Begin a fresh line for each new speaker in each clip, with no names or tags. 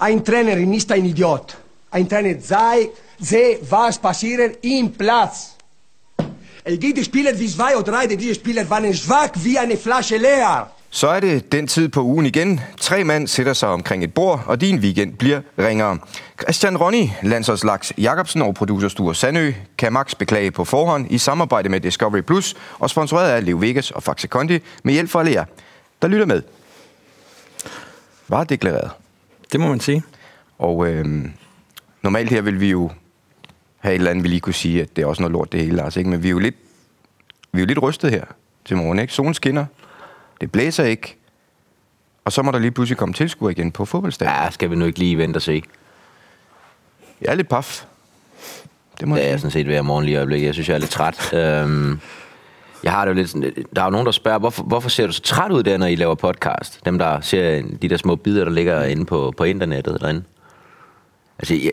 Ein Trainer ist ein Idiot. Ein Trainer sei, sehe, was passiert im Platz. Es gibt Spieler wie zwei oder drei, diese Spieler waren schwach wie eine Flasche leer.
Så er det den tid på ugen igen. Tre mand sætter sig omkring et bord, og din weekend bliver ringere. Christian Ronny, landsholdslaks Jacobsen og producer Sture Sandø kan Max beklage på forhånd i samarbejde med Discovery Plus og sponsoreret af Leo Vegas og Faxe Kondi med hjælp fra Lea, der lytter med. Var deklareret.
Det må man sige.
Og øhm, normalt her vil vi jo have et eller andet, vi lige kunne sige, at det er også noget lort det hele, Lars. Ikke? Men vi er, jo lidt, vi er jo lidt rystet her til morgen. Ikke? Solen skinner. Det blæser ikke. Og så må der lige pludselig komme tilskuer igen på fodboldstadion. Ja.
Ja, skal vi nu ikke lige vente og se?
Jeg er lidt paf. Det må
Det er
jeg sige.
jeg sådan set hver morgen lige i øjeblikket. Jeg synes, jeg er lidt træt. øhm, jeg har det jo lidt sådan, der er jo nogen, der spørger, hvorfor, hvorfor ser du så træt ud der, når I laver podcast? Dem, der ser de der små bidder, der ligger inde på, på internettet derinde. Altså, jeg,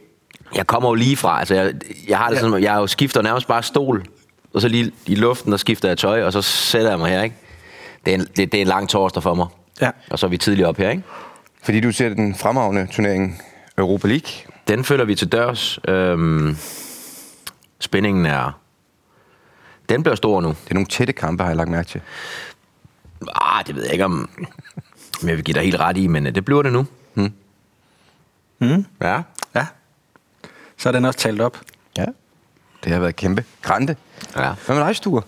jeg kommer jo lige fra, altså, jeg, jeg har det sådan, jeg jo skifter nærmest bare stol, og så lige i luften, der skifter jeg tøj, og så sætter jeg mig her, ikke? Det er en, det, det er en lang torsdag for mig.
Ja.
Og så er vi tidligere op her, ikke?
Fordi du ser den fremragende turnering Europa League.
Den følger vi til dørs. Øhm, spændingen er... Den bliver stor nu.
Det er nogle tætte kampe, har jeg lagt mærke til.
Ah, det ved jeg ikke om... Men jeg vil give dig helt ret i, men øh, det bliver det nu. Hmm.
Mm.
Ja.
Ja. Så er den også talt op.
Ja. Det har været kæmpe. Grande.
Ja.
Hvad med dig, Sture?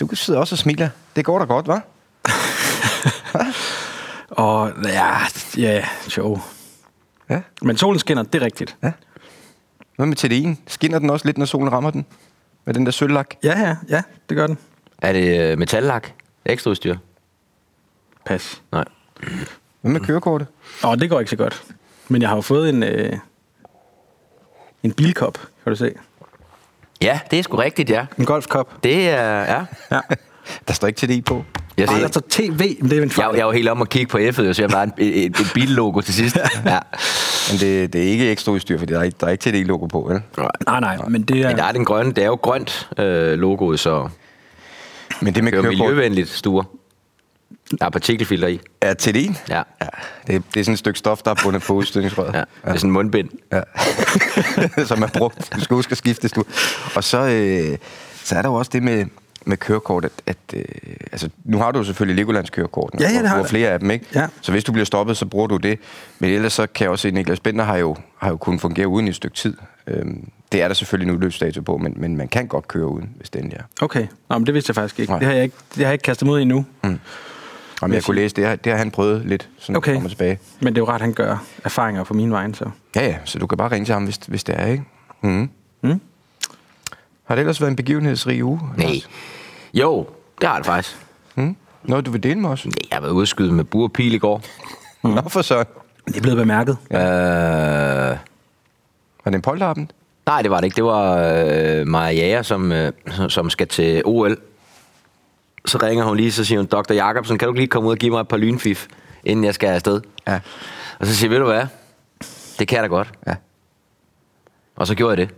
Du kan sidde også og smiler. Det går da godt, hva'?
Og ja, ja, jo.
Ja.
Men solen skinner, det er rigtigt.
Hvad med TDI'en? Skinner den også lidt, når solen rammer den? Med den der sølvlak?
Ja, ja, ja, det gør den.
Er det øh, metallak? Ekstra udstyr?
Pas.
Nej.
Hvad med kørekortet?
Og det går ikke så godt. Men jeg har jo fået en, øh, en bilkop, kan du se.
Ja, det er sgu rigtigt, ja.
En golfkop.
Det er... Ja.
Ja.
Der står ikke TDI på.
Jeg,
Ej,
jeg,
der står TV, men det er en
jeg,
fejl.
jeg var helt om at kigge på F'et, og så jeg var en, et, et billogo til sidst. Ja.
Men det, det er ikke ekstra udstyr, fordi der er, ikke- der er ikke TDI-logo på, vel?
Nej, nej, men det er...
Men der er den grønne, det er jo grønt øh, logoet, så
Men det med
det er jo
kørekortet...
miljøvenligt stuer. Der er partikelfilter i.
Er TDI'en?
Ja.
ja. Det, det er sådan et stykke stof, der er bundet på Altså, udstødningsrøret.
Ja, det er sådan en mundbind.
Ja. som er brugt. Du skal huske at skifte du. Og så, øh, så er der jo også det med, med kørekort, at, at øh, altså, nu har du jo selvfølgelig Legolands kørekort,
Ja, ja, det
og du
har
har
jeg.
flere af dem, ikke?
Ja.
Så hvis du bliver stoppet, så bruger du det. Men ellers så kan jeg også se, at Niklas Bender har jo, har jo kunnet fungere uden i et stykke tid. Øhm, det er der selvfølgelig en udløbsdato på, men, men man kan godt køre uden, hvis det endelig er.
Okay, Nå, men det vidste jeg faktisk ikke.
Nej.
Det har jeg ikke, det har jeg ikke kastet mod endnu. Mm.
Om jeg kunne læse, det har, det har han prøvet lidt, sådan
Okay.
okay. kommer tilbage.
Men det er jo ret, han gør erfaringer på min vej, så...
Ja, ja, så du kan bare ringe til ham, hvis, hvis det er, ikke? Mm.
Mm.
Har det ellers været en begivenhedsrig uge?
Nej. Jo, det har det faktisk.
Mm? Noget, du vil dele med os?
Nej, Jeg har været udskydet med bur og pil i går.
Mm. Nå, for søren.
Det er blevet bemærket.
Ja. Øh,
Var det en polterappen?
nej, det var det ikke. Det var øh, Maja Jager, som, øh, som skal til OL. Så ringer hun lige, så siger hun, Dr. Jacobsen, kan du ikke lige komme ud og give mig et par lynfif, inden jeg skal afsted?
Ja.
Og så siger jeg, ved du hvad? Det kan jeg da godt.
ja.
Og så gjorde jeg det.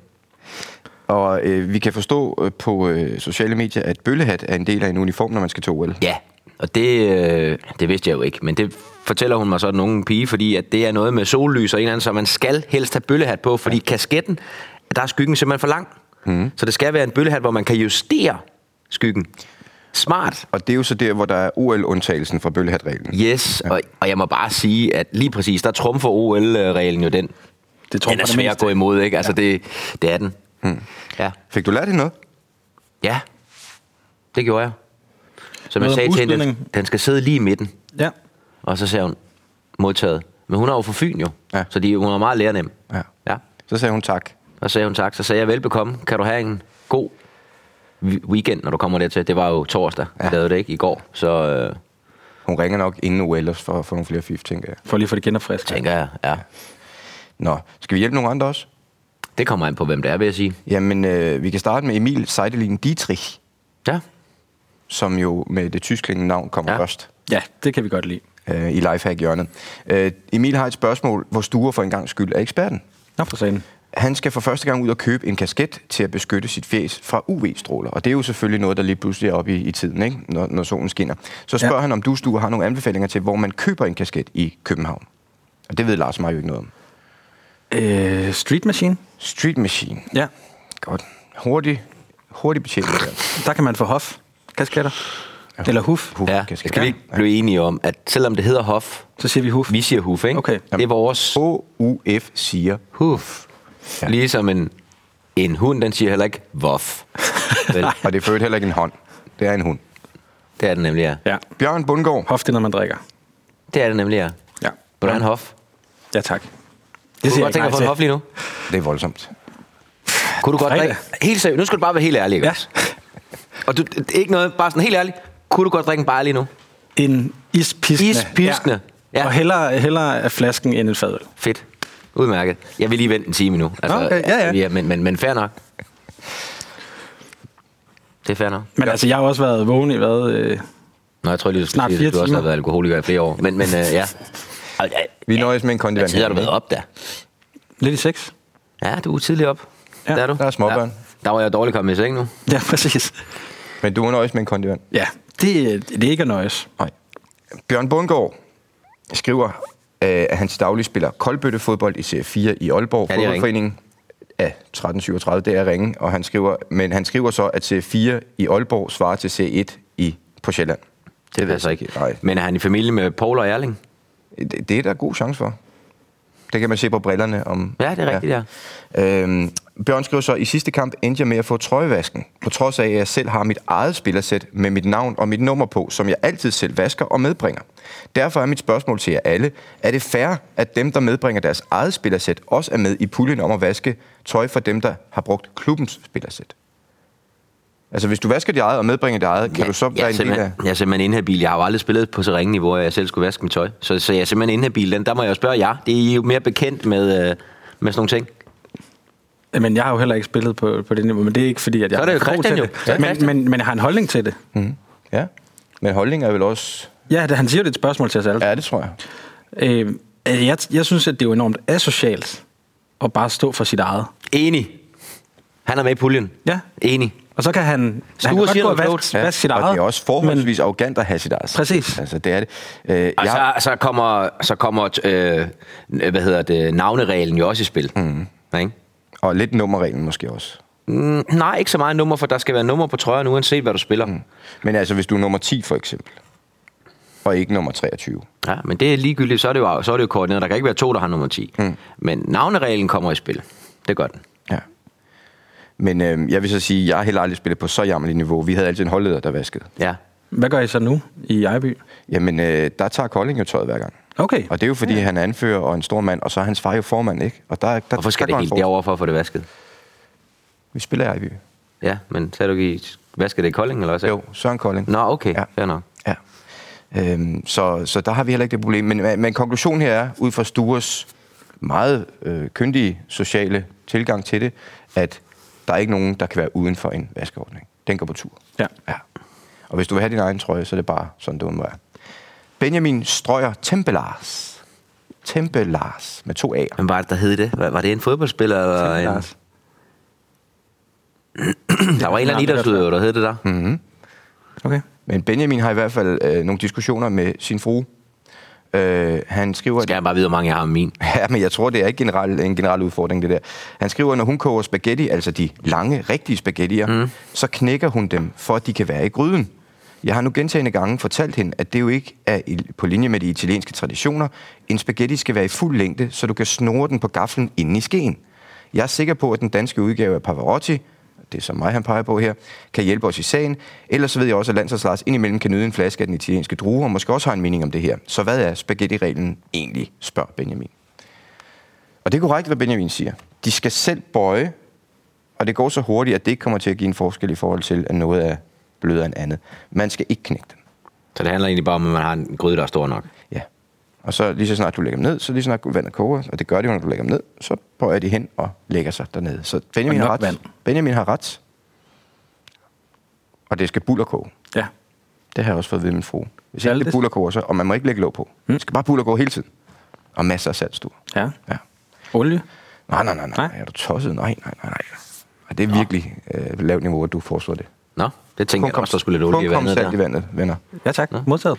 Og øh, vi kan forstå øh, på øh, sociale medier, at bøllehat er en del af en uniform, når man skal til OL.
Ja, og det, øh, det vidste jeg jo ikke, men det fortæller hun mig så den unge pige, fordi at det er noget med sollys og en eller anden, så man skal helst have bøllehat på, fordi ja. kasketten, der er skyggen simpelthen for lang. Mm. Så det skal være en bøllehat, hvor man kan justere skyggen. Smart.
Og det er jo så der, hvor der er OL-undtagelsen fra bøllehatreglen.
Yes, ja. og, og jeg må bare sige, at lige præcis, der trumfer OL-reglen jo den.
Det tror
Den er
jeg
svær at gå imod, ikke? Altså, ja. det, det er den. Mm. Ja.
Fik du lært det noget?
ja, det gjorde jeg. Som jeg
Noget om
sagde til hende, den,
udstødning.
den skal sidde lige i midten.
Ja.
Og så sagde hun, modtaget. Men hun er jo fra Fyn jo,
Ja.
ja. så de, hun er meget lærernem.
Ja.
ja.
Så sagde hun tak.
Og så sagde hun tak, så sagde jeg velbekomme. Kan du have en god we- weekend, når du kommer dertil? Det var jo torsdag,
Ja.
ja. jeg lavede det ikke i går. Så øh,
Hun ringer nok inden OL også for at få nogle flere fif, tænker jeg.
For lige at få det genopfrisket.
tænker jeg, ja.
Nå, skal vi hjælpe nogle andre også?
Det kommer an på, hvem det er, vil jeg sige.
Jamen, øh, vi kan starte med Emil Seidelin Dietrich,
Ja,
som jo med det tysklingende navn kommer ja.
Ja.
først.
Ja, det kan vi godt lide.
øh, i Lifehack-hjørnet. Øh, Emil har et spørgsmål, hvor Sture for en gang skyld er eksperten.
Nå, for sagen.
Han skal for første gang ud og købe en kasket til at beskytte sit fjes fra UV-stråler. Og det er jo selvfølgelig noget, der lige pludselig er oppe i, i tiden, ikke? Når, når solen skinner. Så spørger
Ja.
ja. han, om du, Sture, har nogle anbefalinger til, hvor man køber en kasket i København. Og det ved Lars mig jo ikke noget om.
Øh, Street Machine.
Street Machine.
Ja.
Godt. Hurtig, hurtig betjening der.
Der kan man få hof. Kasketter. Eller huf.
Huf,
Ja,
kasket.
skal vi ikke blive enige om, at selvom det hedder hof,
Så siger vi huf.
vi siger huf, ikke?
Okay.
Det er vores
O-U-F siger.
huf.
Ja.
Ja. Ligesom en, en hund, den siger heller ikke vof. Vel,
Og det er for øvrigt heller ikke en hånd. Det er en hund.
det er den nemlig, ja.
Ja.
Bjørn Bundgaard.
Hof, det er, når man drikker.
Det er den nemlig, ja.
Ja.
Hvordan er en hof?
Ja, tak.
Det kunne du
siger
godt tænke
jeg
dig at få en
nej
hof lige nu?
Det er voldsomt.
Kunne du godt
Fredag.
drikke? Helt seriøst, nu skal du bare være helt ærlig, ikke?
Ja.
også? Og du, det er ikke noget, bare sådan helt ærlig. Kunne du godt drikke en bare lige nu?
En ispiskende.
Ispiskende.
Ja.
Ja.
Og hellere, hellere af flasken end et fadøl.
Fedt. Udmærket. Jeg vil lige vente en time nu. Altså,
Okay, ja, ja.
ja men, men, men fair nok. Det er fair nok.
Men altså, jeg har jo også været vågen i hvad... Øh,
Nå, jeg tror lige, du skulle
Snart
sige,
fire
at du også
timer.
har været alkoholiker i flere år. Men, men øh, ja. Og, ja,
Vi nøjes med en kondi
Hvad tid har du været op der?
lidt i seks.
Ja, du er tidligt op.
Ja,
Ja, der er du.
der er småbørn.
Ja, der var jeg dårligt kommet i seng nu.
Ja, præcis.
Men du er nøjes med en kondivand.
Ja, det, det er ikke at nøjes.
Nej. Bjørn Bundgaard skriver, øh, at hans daglige spiller koldbøtte fodbold i Serie 4 i Aalborg.
Ja, det er
Fodboldforeningen af 1337, det er ringe, og han skriver, men han skriver så, at Serie 4 i Aalborg svarer til Serie 1 i, på Sjælland.
Det passer ikke.
Nej.
Men er han i familie med Paul og Erling?
Det, det er der god chance for. Det kan man se på brillerne. Om,
Ja, det er rigtigt, ja.
Øhm, Bjørn skriver så, i sidste kamp endte jeg med at få trøjevasken, på trods af, at jeg selv har mit eget spillersæt med mit navn og mit nummer på, som jeg altid selv vasker og medbringer. Derfor er mit spørgsmål til jer alle, er det fair, at dem, der medbringer deres eget spillersæt, også er med i puljen om at vaske tøj for dem, der har brugt klubbens spillersæt? Altså, hvis du vasker dit eget og medbringer dit eget, kan du så
jeg,
være
er
en del af...
simpelthen- jeg er simpelthen inhabil. Jeg har jo aldrig spillet på så ringe niveau, at jeg selv skulle vaske mit tøj. Så, så jeg er simpelthen inhabil. Den, der må jeg jo spørge jer. Det er I jo mere bekendt med, øh, med sådan nogle ting.
Men jeg har jo heller ikke spillet på, på det niveau, men det er ikke fordi, at jeg
Så er det jo
en krog
Christian
til
jo. Så er
det.
det
Men,
Christian.
men, men jeg har en holdning til det.
Ja, men holdning er vel også...
Ja, det, han siger jo, det er et spørgsmål til os alle.
Ja, det tror jeg.
Øh, jeg, jeg synes, at det er jo enormt asocialt at bare stå for sit eget.
Enig. Han er med i puljen.
Ja.
Enig.
Og så kan han,
Stue
han kan
siger
godt gå og
noget klogt.
vaske, vaske sit eget.
Og det er også forholdsvis men... arrogant at have sit eget.
Præcis.
Altså, det er det. Øh,
Og
jeg,
så, så kommer, så kommer øh, hvad hedder det, navnereglen jo også i spil. Mm. Ikke?
og lidt nummerreglen måske også.
Mm, nej, ikke så meget nummer, for der skal være nummer på trøjen, uanset hvad du spiller. Mm.
Men altså, hvis du er nummer 10 for eksempel, og ikke nummer 23.
Ja, men det er ligegyldigt, så er det jo, så er det jo koordineret. Der kan ikke være to, der har nummer 10. Mm. Men navnereglen kommer i spil. Det gør den.
Ja. Men øh, jeg vil så sige, at jeg har heller aldrig spillet på så jammerligt niveau. Vi havde altid en holdleder, der vaskede.
Ja.
Hvad gør I så nu i Ejby?
Jamen, øh, der tager Kolding jo tøjet hver gang.
Okay.
Og det er jo, fordi ja. han er anfører og en stor mand, og så er hans far jo formand, ikke? Og der, der,
Hvorfor
der
skal det
går en
helt
forskel.
derover for at få det vasket?
Vi spiller i Ejby.
Ja, men så er du ikke i... Vasket det i Kolding, eller også?
Jo, Søren Kolding.
Nå, okay.
Ja.
Ja. Fair nok.
Ja. Øhm, så, så der har vi heller ikke det problem. Men, men konklusionen her er, ud fra Stures meget øh, kyndige sociale tilgang til det, at der er ikke nogen, der kan være uden for en vaskeordning. Den går på tur.
Ja.
ja. Og hvis du vil have din egen trøje, så er det bare sådan, det må være. Benjamin Strøjer Tempelars. Tempelars med to A'er.
Men var det, der hed det? Var, var det en fodboldspiller? Eller en...
Lars.
Der var en eller anden idrætsudøver, der hed det der. Mm.
Okay.
Men Benjamin har i hvert fald øh, nogle diskussioner med sin frue. Øh, han skriver,
Skal jeg bare vide, hvor mange jeg har med min?
Ja, men jeg tror, det er ikke generel, en generel udfordring, det der. Han skriver, at når hun koger spaghetti, altså de lange, rigtige spaghettier, mm. så knækker hun dem, for at de kan være i gryden. Jeg har nu gentagende gange fortalt hende, at det jo ikke er i- på linje med de italienske traditioner. En spaghetti skal være i fuld længde, så du kan snore den på gaflen inde i skeen. Jeg er sikker på, at den danske udgave af Pavarotti, det er som mig, han peger på her, kan hjælpe os i sagen. Ellers så ved jeg også, at Landsholds Lars indimellem kan nyde en flaske af den italienske drue, og måske også har en mening om det her. Så hvad er spaghetti-reglen egentlig, spørger Benjamin. Og det er korrekt, hvad Benjamin siger. De skal selv bøje, og det går så hurtigt, at det ikke kommer til at give en forskel i forhold til, at noget er blødere end andet. Man skal ikke knække dem.
Så det handler egentlig bare om, at man har en gryde, der er stor nok.
Ja. Og så lige så snart du lægger dem ned, så lige så snart vandet koger, og det gør det jo, når du lægger dem ned, så bøjer de hen og lægger sig dernede. Så Benjamin,
Og
har
nok
ret.
vand.
Benjamin har ret. Og det skal bullerkoge.
Ja.
Det har jeg også fået at vide af min fru. Hvis
Ja,
ikke det
det-
bullerkoger, så, og man må ikke lægge låg på.
Hm?
Man skal bare bullerkoge hele tiden. Og masser af saltstuer.
Ja.
Ja.
Olie.
Nej, nej, nej, nej.
Nej?
Er du tosset? Nej, nej, nej, nej. Ej, det er virkelig øh, lavt niveau, at du foreslår det.
Nå, det tænker jeg da også, der skulle lidt
kun
olie i
kom
vandet
salt i
der.
vandet, venner.
Ja tak. Modtaget.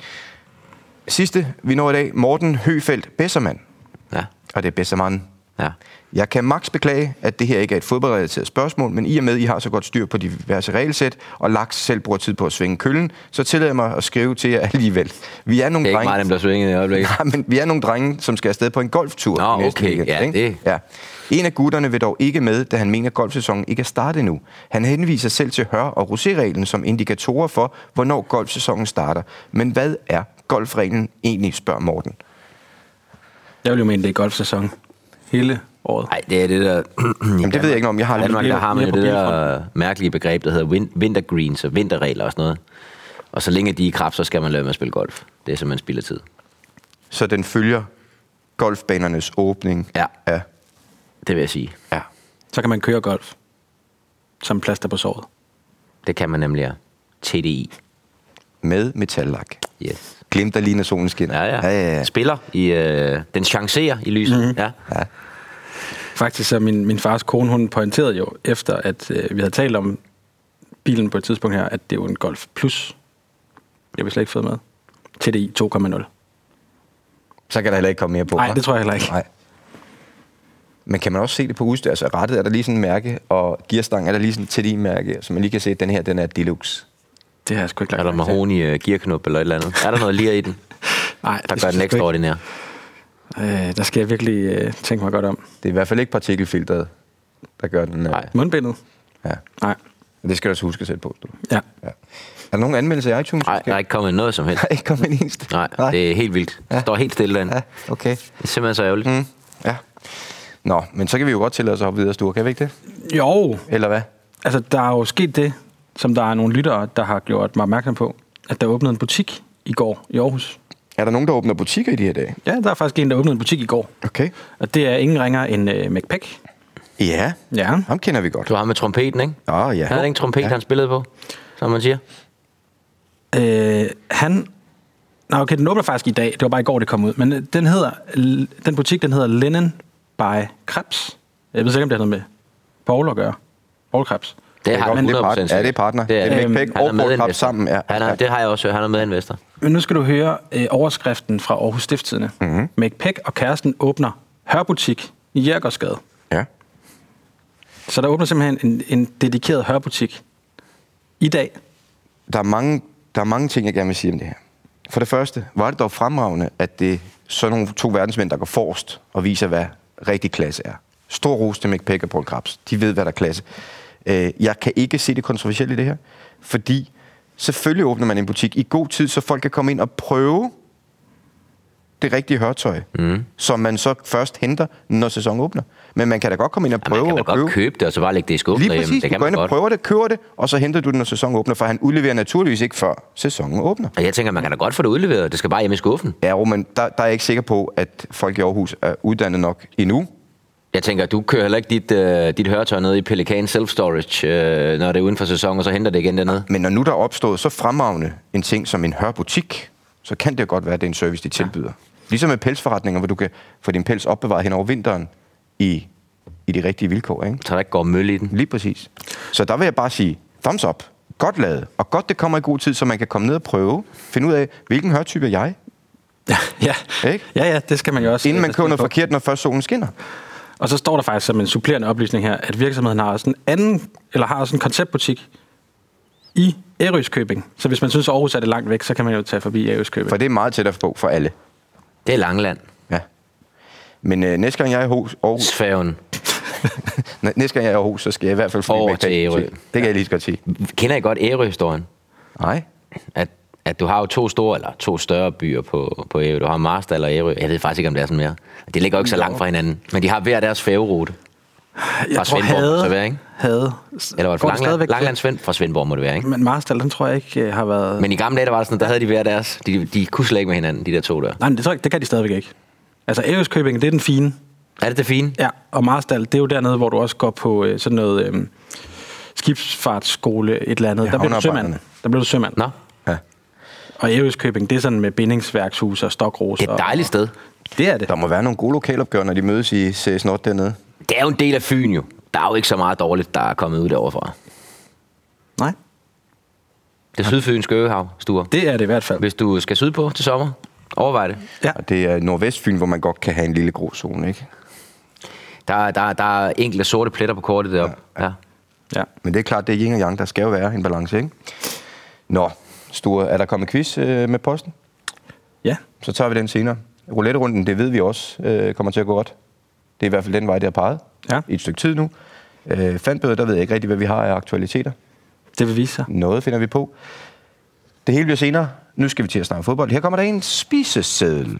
Sidste, vi når i dag, Morten Høfeldt Bessermann.
Ja.
Og det er Bessermann.
Ja.
Jeg kan maks beklage, at det her ikke er et fodboldrelateret spørgsmål, men i og med, at I har så godt styr på diverse regelsæt, og Laks selv bruger tid på at svinge køllen, så tillader jeg mig at skrive til jer alligevel. Vi er
Det
nogle
er ikke
drenge...
meget, dem, der svinger i øjeblikket.
Nej, men vi er nogle drenge, som skal afsted på en golftur.
Nå,
næste
okay. Ja, det-
Ja. En af gutterne vil dog ikke med, da han mener, at golfsæsonen ikke er startet endnu. Han henviser selv til hør- og rosé-reglen som indikatorer for, hvornår golfsæsonen starter. Men hvad er golfreglen egentlig, spørger Morten.
Jeg vil jo mene, det er golfsæson. Hele året.
Nej, det er det der...
Jamen, det ved jeg ikke om. Jeg har
I Danmark,
aldrig...
der har man
Mere
jo
på
det der mærkelige begreb, der hedder win- wintergreens og vinterregler og sådan noget. Og så længe de er i kraft, så skal man lade med at spille golf. Det er simpelthen spild af tid.
Så den følger golfbanernes åbning
Ja.
af
Det vil jeg sige.
Ja.
Så kan man køre golf. Som plaster på såret.
Det kan man nemlig, ja. TDI.
Med metallak.
Yes.
Glimt, der ligner solen skinner.
Ja, ja.
ja, ja, Mhm. ja.
Spiller i... Øh, den chancerer i lyset. Mm-hmm. Ja.
ja.
Faktisk så min, min fars kone, hun pointerede jo, efter at øh, vi havde talt om bilen på et tidspunkt her, at det er jo en Golf Plus. Jeg vil slet ikke fået med. TDI 2.0.
Så kan der heller ikke komme mere på.
Nej,
hva'?
det tror jeg heller ikke.
Nej. Men kan man også se det på udstyr? Altså rettet er der lige sådan en mærke, og gearstangen er der lige sådan et TDI-mærke, så man lige kan se, at den her, den er deluxe.
Det har jeg sgu ikke
Er
lagt
der
mærke til.
mahoni øh, gearknop eller et eller andet? Er der noget lir i den,
Nej,
der
det
gør
synes
den
jeg sgu ikke.
ekstraordinær?
Øh, der skal jeg virkelig øh, tænke mig godt om.
Det er i hvert fald ikke partikelfiltret, der gør den. øh,
Nej.
Mundbindet?
Ja.
Nej.
Og Det skal du også huske at sætte på. Du.
Ja.
Ja. Er der nogen anmeldelser i iTunes?
Nej, der er ikke kommet noget som helst.
Der er ikke kommet en eneste.
Nej, det er helt vildt. Det står helt stille derinde.
Ja, okay.
Det er simpelthen så ærgerligt.
Mm. Ja. Nå, men så kan vi jo godt tillade os at hoppe videre, Sture. Kan vi ikke det?
Jo,
Eller hvad?
altså der er jo sket det, som der er nogle lyttere, der har gjort mig opmærksom på, at der åbnede en butik i går i Aarhus.
Er der nogen, der åbner butikker i de her dage?
Ja, der er faktisk en, der åbnede en butik i går.
Okay.
Og det er ingen ringer end øh, McPack.
Ja,
Ja.
ham kender vi godt.
Du har med trompeten, ikke?
Åh, oh, ja.
Han havde ikke en trompet, ja. han spillede på, som man siger.
Øh, han... Nå, okay, den åbner faktisk i dag. Det var bare i går, det kom ud. Men øh, den hedder... l- Den butik, den hedder Linen by Krebs. Jeg ved ikke, om det har noget med Paul at gøre. Paul Krebs.
Det
er
har
godt,
han
det er
100%
partner. Ja, det er partner. Det er
Mick
Pæk og Paul Krabs sammen, ja.
Han
Ja.
er, det har jeg også hørt. Han er medinvestor.
Men nu skal du høre øh, overskriften fra Aarhus Stifttidene.
Mhm.
Mm-hmm. McPack og kæresten åbner hørbutik i Jærgårdsgade.
Ja.
Så der åbner simpelthen en, en dedikeret hørbutik i dag.
Der, er mange, der er mange ting, jeg gerne vil sige om det her. For det første, var det dog fremragende, at det er sådan nogle to verdensmænd, der går forrest og viser, hvad rigtig klasse er. Stor ros til McPack og Paul Krabs. De ved, hvad der er klasse. Øh, Jeg kan ikke se det kontroversielle i det her, fordi selvfølgelig åbner man en butik i god tid, så folk kan komme ind og prøve det rigtige hørtøj, mm. som man så først henter, når sæsonen åbner. Men man kan da godt komme ind og
Ja, man
prøve
kan da
og købe.
godt købe det, og så bare lægge det i skuffen
Lige
derhjemme.
præcis.
Det kan
du går
man
ind og
godt.
prøver det, kører det, og så henter du den, når sæsonen åbner, for han udleverer naturligvis ikke før sæsonen åbner.
Og jeg tænker, man kan da godt få det udleveret. Det skal bare hjem i skuffen.
Ja, jo, men der, der er jeg ikke sikker på, at folk i Aarhus er uddannet nok endnu.
Jeg tænker, du kører heller ikke dit, øh, dit høretøj ned i Pelikan Self Storage, øh, når det er uden for sæson, og så henter det igen dernede.
Men når nu der er opstået så fremragende en ting som en hørbutik, så kan det jo godt være, at det er en service, de tilbyder. Ligesom med pelsforretninger, hvor du kan få din pels opbevaret hen over vinteren i, i de rigtige vilkår. Ikke?
Så der ikke går møl i den.
Lige præcis. Så der vil jeg bare sige, thumbs up. Godt lavet. Og godt, det kommer i god tid, så man kan komme ned og prøve. Finde ud af, hvilken hørtype er jeg?
ja.
Ikke?
ja, ja, det skal man jo også.
Inden man
øh, passe
køber noget
på.
forkert, når først solen skinner.
Og så står der faktisk som en supplerende oplysning her, at virksomheden har også en anden, eller har også en konceptbutik i Ærøskøbing. Så hvis man synes, at Aarhus er det langt væk, så kan man jo tage forbi Ærøskøbing.
For det er meget tættere på for alle.
Det er Langland.
Ja. Men øh, næste gang jeg er i Aarhus, Aarhus,
Sfæven.
næ- næste gang jeg er i Aarhus, så skal jeg i hvert fald flyve
Over
med
til
Patrick.
Ærø.
Det kan jeg lige så godt sige.
Kender I godt Ærø-historien?
Nej.
at, at du har jo to store, eller to større byer på, på Ærø. Du har Marstal eller Ærø. Jeg ved faktisk ikke, om det er sådan mere. Det ligger jo ikke så langt fra hinanden. Men de har hver deres færgerute. Fra Svendborg, må det så være, ikke?
havde,
Eller var det
går
fra Langland?
stadigvæk-
Langland Svend fra Svendborg må det være, ikke?
Men Marstal, den tror jeg ikke øh, har været... Men,
Men i gamle dage, der var det sådan, der havde de hver deres. De, de kunne slet ikke med hinanden, de der to der.
Nej, men det, tror jeg, ikke- det kan de stadigvæk ikke. Altså Ærøskøbing, det er den fine.
Er det det fine?
Ja, og Marstal, det er jo dernede, hvor du også går på øh, sådan noget øh, skibsfartsskole, et eller andet.
Ja,
der bliver du
havnearbejderne.
sømand. Der bliver du sømand.
Nå,
Ja.
Og Ærøskøbing, det er sådan med bindingsværkshus og stokroser.
det er et dejligt sted.
Det er det.
Der må være nogle gode lokalopgør, når de mødes i CS Nord dernede.
Det er jo en del af Fyn jo. Der er jo ikke så meget dårligt, der er kommet ud derovre fra.
Nej.
Det er Sydfynske Øhav, Sture.
Det er det i hvert fald.
Hvis du skal sydpå til sommer, overvej det.
Ja.
Og det er Nordvestfyn, hvor man godt kan have en lille grå zone, ikke?
Der, der, der er enkelte sorte pletter på kortet deroppe. Ja. ja.
Ja.
Men det er klart, det er yin og yang, der skal jo være en balance, ikke? Nå, Sture, er der kommet quiz øh, med posten?
Ja.
Så tager vi den senere. Roulette-runden, det ved vi også, øh, kommer til at gå godt. Det er i hvert fald den vej, det har peget
Ja.
i et stykke tid nu. Øh, fandbøder, der ved jeg ikke rigtig, hvad vi har af aktualiteter.
Det vil vise sig.
Noget finder vi på. Det hele bliver senere. Nu skal vi til at snakke fodbold. Her kommer der en spiseseddel.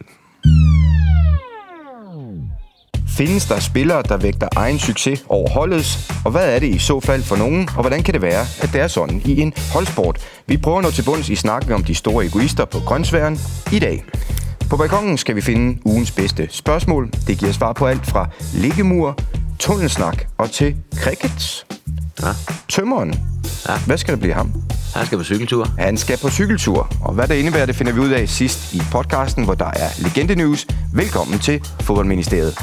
Findes der spillere, der vægter egen succes over holdets? Og hvad er det i så fald for nogen? Og hvordan kan det være, at det er sådan i en holdsport? Vi prøver at nå til bunds i snakken om de store egoister på grøntsværen i dag. På balkongen skal vi finde ugens bedste spørgsmål. Det giver svar på alt fra liggemur, tunnelsnak og til cricket.
ja.
Tømmeren. Ja.
Ja.
Hvad skal der blive ham?
Han skal på cykeltur.
Han skal på cykeltur, og hvad det indebærer, det finder vi ud af sidst i podcasten, hvor der er Legende News. Velkommen til Fodboldministeriet.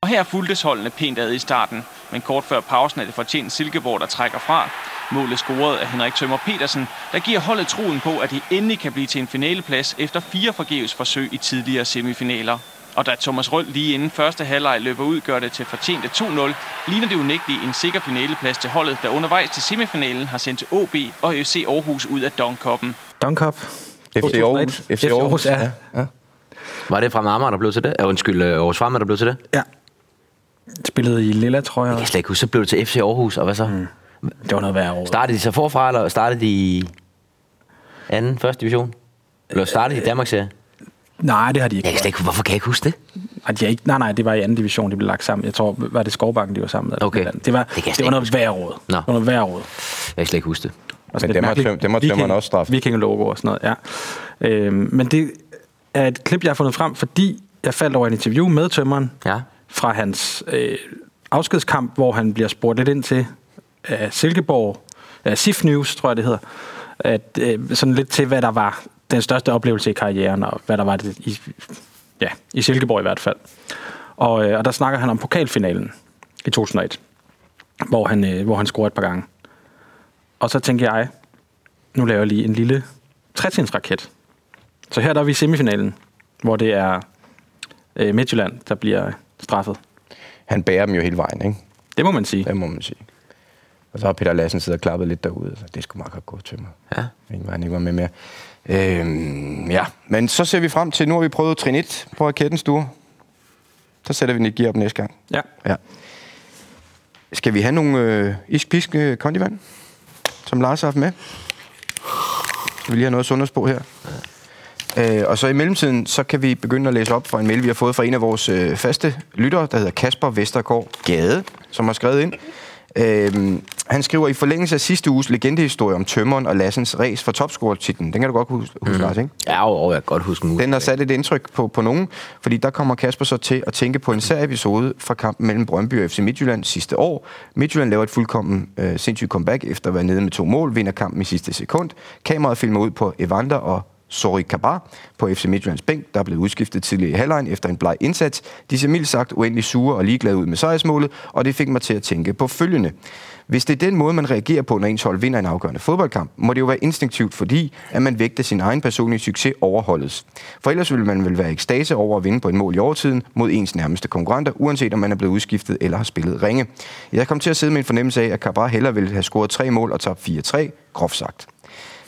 Og her fuldtes holdene pænt ad i starten, men kort før pausen er det fortjent Silkeborg, der trækker fra. Målet scoret af Henrik Tømmer Petersen, der giver holdet troen på, at de endelig kan blive til en finaleplads efter fire forgæves forsøg i tidligere semifinaler. Og da Thomas Røld lige inden første halvleg løber ud, gør det til fortjente 2-0, ligner det unægteligt en sikker finaleplads til holdet, der undervejs til semifinalen har sendt til OB og FC Aarhus ud af Donkoppen.
Dunkop.
FC Aarhus.
FC Aarhus, ja.
ja.
Var det fra Amager, der blev til det? Uh, undskyld, øh, Aarhus Fremad, der blev til det?
Ja. Spillede i lilla trøjer.
Jeg kan slet ikke huske. Så blev det til FC Aarhus, og hvad så? Mm.
Det var noget værre år.
Startede de så forfra, eller startede de i anden, første division? Eller startede de i Danmarks serie?
Nej, det har de ikke.
Jeg kan slet ikke, hvorfor kan jeg ikke huske det?
Nej, de har ikke. Nej, nej, det var i anden division, de blev lagt sammen. Jeg tror, var det Skovbakken, de var sammen med.
Okay.
Det var,
Det kan
det,
jeg slet
det var
ikke
noget værre råd.
Nå.
Det var noget værre råd.
Jeg kan slet ikke huske det.
Og sådan
Men
et
dem har
mærkeligt
tøm- dem har tømmeren
viking-
også straffet.
Vikingelogo og sådan noget, ja. Øhm, men det er et klip, jeg har fundet frem, fordi jeg faldt over et interview med tømmeren
Ja.
fra hans øh, afskedskamp, hvor han bliver spurgt lidt ind til af Silkeborg, af SIF News, tror jeg det hedder, at, øh, sådan lidt til, hvad der var den største oplevelse i karrieren, og hvad der var det i, ja, i Silkeborg i hvert fald. Og, øh, og der snakker han om pokalfinalen i 2001, hvor han, øh, hvor han scorede et par gange. Og så tænker jeg, nu laver jeg lige en lille trætrinsraket. Så her der er vi i semifinalen, hvor det er øh, Midtjylland, der bliver straffet.
Han bærer dem jo hele vejen, ikke?
Det må man sige.
Det må man sige. Og så har Peter Lassen siddet og klappet lidt derude, så det skulle meget godt gå til mig.
Ja.
Ingen vej, han ikke var med mere. Øhm, ja, men så ser vi frem til, nu har vi prøvet trin 1 på rakettens stue. Så sætter vi den i gear op næste gang.
Ja.
Ja. Skal vi have nogle øh, isk-pisk øh, kondivand, som Lars har haft med? Så vi lige har noget sundhedsbo her. Øh, og så i mellemtiden, så kan vi begynde at læse op fra en mail, vi har fået fra en af vores øh, faste lyttere, der hedder Kasper Vestergaard Gade, som har skrevet ind. Øh, han skriver, i forlængelse af sidste uges legendehistorie om Tømmeren og Lassens race for topscorer-titlen. Den kan du godt huske, huske mm. Lars, ikke?
Ja, og, og jeg kan godt huske den. ud.
Den har sat et indtryk på, på nogen, fordi der kommer Kasper så til at tænke på en sær episode fra kampen mellem Brøndby og FC Midtjylland sidste år. Midtjylland laver et fuldkommen øh, sindssygt comeback efter at være nede med to mål, vinder kampen i sidste sekund. Kameraet filmer ud på Evander og Sori Kabar på FC Midtjyllands bænk, der er blevet udskiftet tidligere i halvlejen efter en bleg indsats. De ser mildt sagt uendelig sure og ligeglade ud med sejrsmålet, og det fik mig til at tænke på følgende. Hvis det er den måde, man reagerer på, når ens hold vinder en afgørende fodboldkamp, må det jo være instinktivt, fordi at man vægter sin egen personlige succes over holdets. For ellers ville man vel være i ekstase over at vinde på et mål i overtiden mod ens nærmeste konkurrenter, uanset om man er blevet udskiftet eller har spillet ringe. Jeg kom til at sidde med en fornemmelse af, at Cabra hellere ville have scoret tre mål og tabt 4-3, groft sagt.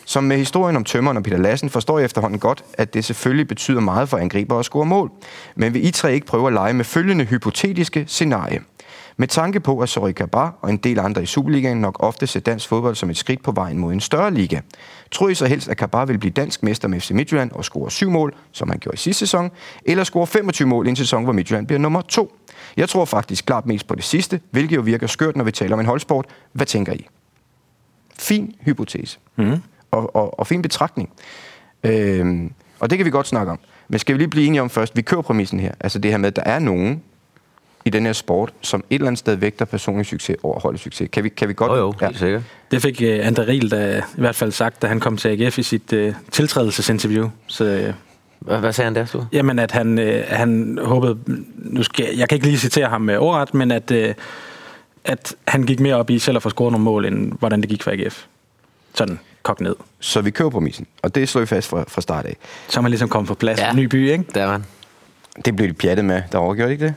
Som med historien om tømmeren og Peter Lassen forstår jeg efterhånden godt, at det selvfølgelig betyder meget for angriber at score mål. Men vil I tre ikke prøve at lege med følgende hypotetiske scenarie? Med tanke på, at Sori Kabar og en del andre i Superligaen nok ofte ser dansk fodbold som et skridt på vejen mod en større liga. Tror I så helst, at Kabar vil blive dansk mester med FC Midtjylland og score syv mål, som han gjorde i sidste sæson, eller score 25 mål i en sæson, hvor Midtjylland bliver nummer to? Jeg tror faktisk klart mest på det sidste, hvilket jo virker skørt, når vi taler om en holdsport. Hvad tænker I? Fin hypotese.
Mhm.
Mm. Og, og, og fin betragtning. Øhm, og det kan vi godt snakke om. Men skal vi lige blive enige om først, vi kører præmissen her. Altså det her med, at der er nogen i den her sport, som et eller andet sted vægter personlig succes over holdets succes. Kan vi, kan vi godt...
Jo, jo, helt sikkert.
Det fik uh, Andre Riel da, i hvert fald sagt, da han kom til AGF i sit uh, tiltrædelsesinterview. Så, uh,
Hvad, hvad sagde han der, Sture?
jamen, at han, uh, han håbede... Nu skal, jeg- jeg kan ikke lige citere ham uh, ordret, men at, uh, at han gik mere op i selv at få scoret nogle mål, end hvordan det gik for AGF. Sådan kogt ned.
Så vi kører præmissen, og det slår vi fast fra, fra start af.
Så er man ligesom kommet på plads. Ja.
Ja.
Ny by, ikke?
Der var han.
Det blev de pjattet med derovre, gjorde de ikke det?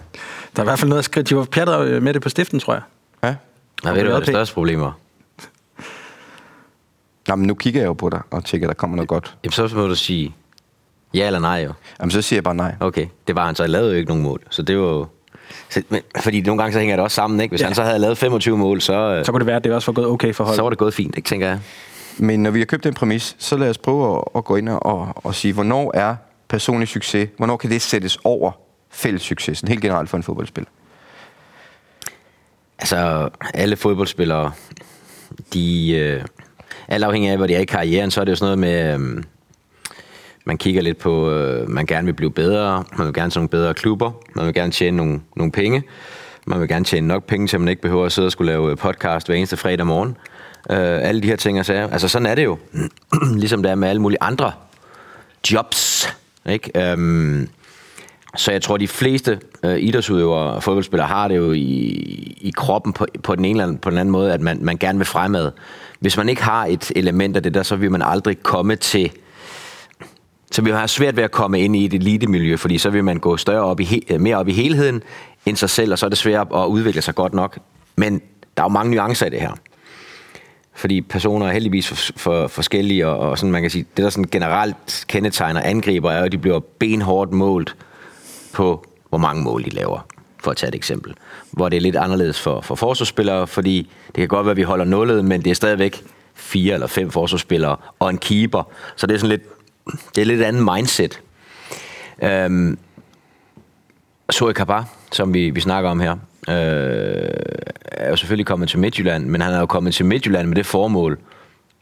Der er i hvert fald noget at skrive. De var pjattet øh, med det på stiften, tror jeg.
Ja.
Nå, ved du, hvad det
Okay.
største problem var?
Nå, men nu kigger jeg jo på dig og tjekker, der kommer noget godt.
Jamen, så må du sige ja eller nej, jo.
Jamen, så siger jeg bare nej.
Okay, det var han så. Han lavede jo ikke nogen mål. Så det var jo... Så, men, fordi nogle gange så hænger det også sammen, ikke? Hvis
Ja.
ja. han så havde lavet 25 mål, så, øh,
Så kunne det være, at det også var gået okay for
så
holdet.
var det gået fint, ikke, tænker jeg.
Men når vi har købt den præmis, så lad os prøve at, at gå ind og, og sige, hvornår er personlig succes, hvornår kan det sættes over fælles succes, sådan helt generelt for en fodboldspiller?
Altså, alle fodboldspillere, de... Øh, alt afhængig af, hvor de er i karrieren, så er det jo sådan noget med... Øh, man kigger lidt på, øh, man gerne vil blive bedre, man vil gerne til nogle bedre klubber, man vil gerne tjene nogle, nogle penge, man vil gerne tjene nok penge, til man ikke behøver at sidde og skulle lave øh, podcast hver eneste fredag morgen. Øh, alle de her ting og sager. Altså sådan er det jo. ligesom det er med alle mulige andre jobs. Ikke? Øhm, så jeg tror, de fleste øh, idrætsudøvere og fodboldspillere har det jo i, i kroppen på, på, den ene eller anden, på den anden måde, at man, man gerne vil fremad. Hvis man ikke har et element af det der, så vil man aldrig komme til så vi har svært ved at komme ind i et elitemiljø, fordi så vil man gå større op i he- øh, mere op i helheden end sig selv, og så er det svært at udvikle sig godt nok. Men der er jo mange nuancer i det her. Fordi personer er heldigvis for, for, forskellige, og, og sådan, man kan sige, det der sådan generelt kendetegner angriber, er jo, at de bliver benhårdt målt på, hvor mange mål de laver, for at tage et eksempel. Hvor det er lidt anderledes for, for forsvarsspillere, fordi det kan godt være, at vi holder nullet, men det er stadigvæk fire eller fem forsvarsspillere og en keeper. Så det er sådan lidt, det er lidt et andet mindset. Øhm, Zoe Kabar, som vi, vi snakker om her, øh, er jo selvfølgelig kommet til Midtjylland, men han er jo kommet til Midtjylland med det formål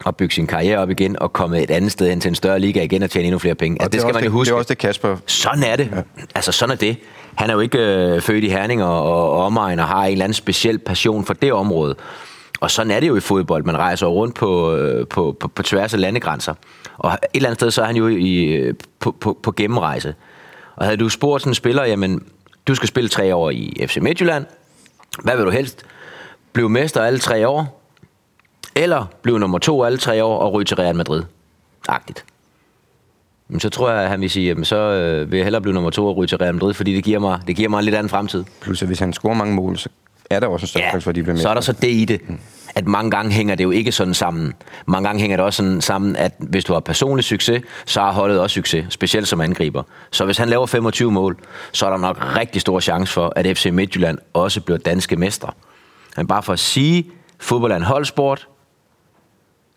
at bygge sin karriere op igen og komme et andet sted hen til en større liga igen og tjene endnu flere penge. Altså,
Og
det, det skal
er også
man jo huske.
Det er også det, Kasper...
Sådan er det. Ja. Altså, sådan er det. Han er jo ikke øh, født i Herning og, og, og omegn og har en eller anden speciel passion for det område. Og sådan er det jo i fodbold. Man rejser jo rundt på, øh, på, på, på tværs af landegrænser. Og et eller andet sted, så er han jo i, øh, på, på, på gennemrejse. Og havde du spurgt sådan en spiller, jamen, du skal spille tre år i FC Midtjylland. Hvad vil du helst? Blive mester alle tre år? Eller blive nummer to alle tre år og ryge til Real Madrid? Agtigt. Jamen, så tror jeg, at han vil sige, jamen, så øh, vil jeg hellere blive nummer to og ryge til Real Madrid, fordi det giver mig, det giver mig en lidt anden fremtid.
Plus, at hvis han scorer mange mål, så er der også en større chance for, at de bliver med.
så er der så det i det, at mange gange hænger det jo ikke sådan sammen. Mange gange hænger det også sådan sammen, at hvis du har personlig succes, så har holdet også succes, specielt som angriber. Så hvis han laver 25 mål, så er der nok rigtig stor chance for, at FC Midtjylland også bliver danske mestre. Men bare for at sige, fodbold er en holdsport,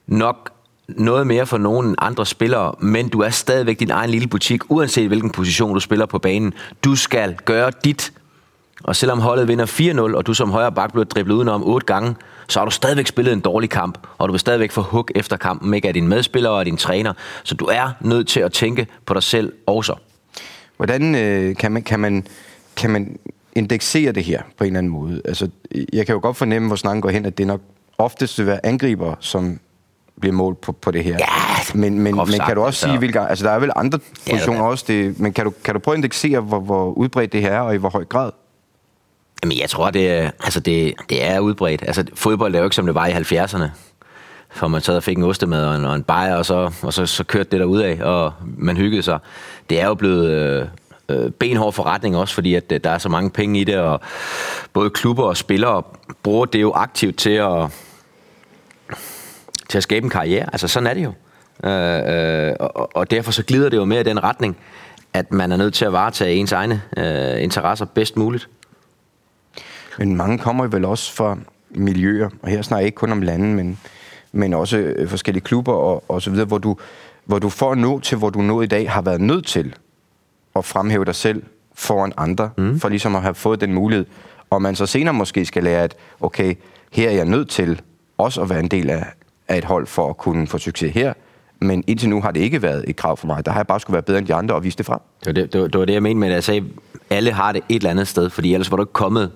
nok noget mere for nogen end andre spillere, men du er stadigvæk din egen lille butik, uanset hvilken position du spiller på banen. Du skal gøre dit. Og selvom holdet vinder 4-0, og du som højre bak bliver driblet udenom otte gange, så har du stadigvæk spillet en dårlig kamp, og du vil stadigvæk få hug efter kampen, ikke af dine medspillere og din træner. Så du er nødt til at tænke på dig selv også.
Hvordan øh, kan, man, kan, man, kan man indeksere det her på en eller anden måde? Altså, jeg kan jo godt fornemme, hvor snakken går hen, at det nok oftest vil være angriber, som bliver målt på, på det her.
Ja,
men, men, men
groft
kan
sagt,
du også
altså.
sige, hvilke, altså der er vel andre
Ja,
positioner
der-
også, det, men kan du, kan du prøve at indeksere, hvor, hvor udbredt det her er, og i hvor høj grad?
Jamen, jeg tror, det, er- altså det, det er udbredt. Altså, fodbold er jo ikke, som det var i 70'erne. For man sad og fik en ostemad og en, og en bajer, og, så, og så, så kørte det derudad, og man hyggede sig. Det er jo blevet øh, øh, benhård forretning også, fordi at, øh, der er så mange penge i det, og både klubber og spillere bruger det jo aktivt til at, til at skabe en karriere. Altså, sådan er det jo. Øh, øh, og, og derfor så glider det jo mere i den retning, at man er nødt til at varetage ens egne øh, interesser bedst muligt.
Men mange kommer vel også fra miljøer, og her snakker jeg ikke kun om lande, men, men også øh, forskellige klubber og, og så videre, hvor du, hvor du for at nå til, hvor du nå i dag, har været nødt til at fremhæve dig selv foran andre, mm. for ligesom at have fået den mulighed. Og man så senere måske skal lære, at okay, her er jeg nødt til også at være en del af, af et hold for at kunne få succes her. Men indtil nu har det ikke været et krav for mig. Der har jeg bare skulle være bedre end de andre og vise det frem.
Det var det, det, var, det var det, jeg mente med, at jeg sagde, alle har det et eller andet sted, fordi ellers var du ikke kommet.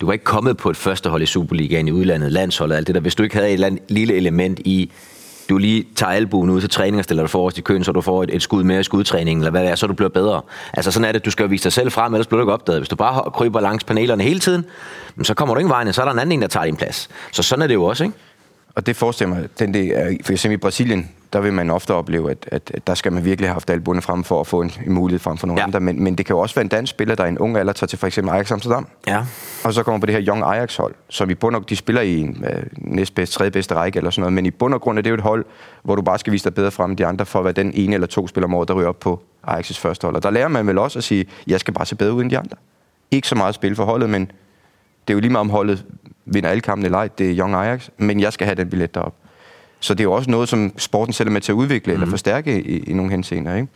Du var ikke kommet på et førstehold i Superligaen i udlandet, landsholdet og alt det der. Hvis du ikke havde et eller andet lille element i, du lige tager albuen ud til træning og stiller dig forrest i køen, så du får et, et skud mere i skudtræningen, eller hvad det er, så du bliver bedre. Altså sådan er det, du skal jo vise dig selv frem, ellers bliver du ikke opdaget. Hvis du bare ho- kryber langs panelerne hele tiden, jamen, så kommer du ingen vejen, så er der en anden en, der tager din plads. Så sådan er det jo også, ikke?
Og det forestiller mig, den del, er- for eksempel i Brasilien, der vil man ofte opleve, at, at, at der skal man virkelig have haft albuerne frem for at få en, en mulighed frem for nogle
Ja.
ja. andre. Men, men det kan jo også være en dansk spiller, der i en ung alder tager til for eksempel Ajax Amsterdam.
Ja.
Og så kommer på det her Young Ajax-hold, som i bund og de spiller i en øh, næstbedst, tredje bedste række eller sådan noget. Men i bund og grund er det jo et hold, hvor du bare skal vise dig bedre frem end de andre, for at være den ene eller to spiller om året, der ryger op på Ajax' første hold. Og der lærer man vel også at sige, jeg skal bare se bedre ud end de andre. Ikke så meget at spille for holdet, men det er jo lige meget om holdet vinder alle kampene eller ej. Det er Young Ajax, men jeg skal have den billet derop. Så det er jo også noget, som sporten selv er med til at udvikle mm. eller forstærke i, i nogle henseender, ikke?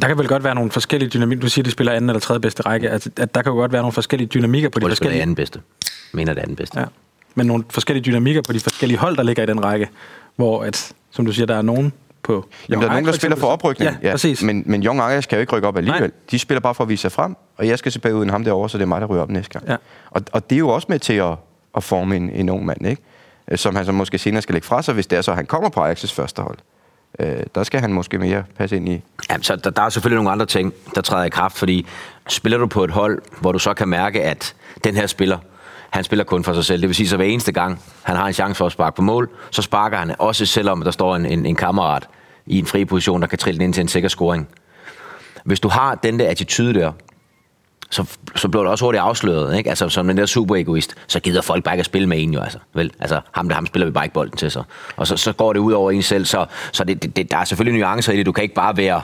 Der kan vel godt være nogle forskellige dynamikker. Du siger, de spiller anden eller tredje bedste række. Altså, at der kan jo godt være nogle forskellige dynamikker på de
Undskyld, det er
forskellige...
anden bedste. Jeg mener det er anden bedste.
Ja. Men nogle forskellige dynamikker på de forskellige hold, der ligger i den række. Hvor, at, som du siger, der er nogen på...
Jamen, der er nogen, der spiller for oprykning.
Ja, ja. præcis. Men...
Men, men Young Ajax kan jo ikke rykke op alligevel.
Nej.
Nej. De spiller bare for at vise sig frem, og jeg skal se bagud end ham derovre, så det er mig, der ryger op næste gang.
Ja.
Og, og det er jo også med til at, at forme en, en ung mand, ikke? Øh, som han så måske senere skal lægge fra sig, hvis det er så, at han kommer på Ajax' første hold. Øh, der skal han måske mere passe ind i.
Ja, så der, der er selvfølgelig nogle andre ting, der træder i kraft, fordi spiller du på et hold, hvor du så kan mærke, at den her spiller, han spiller kun for sig selv. Det vil sige, så hver eneste gang, han har en chance for at sparke på mål, så sparker han også selvom der står en, en, en kammerat i en fri position, der kan trille den ind til en sikker scoring. Hvis du har den der attitude der, så, så bliver det også hurtigt afsløret, ikke? Altså, som den der super egoist, så gider folk bare ikke at spille med en jo, altså. Vel? Altså, ham, der, ham spiller vi bare ikke bolden til sig. Og så, så går det ud over en selv, så, så det, det, det, der er selvfølgelig nuancer i det. Du kan ikke bare være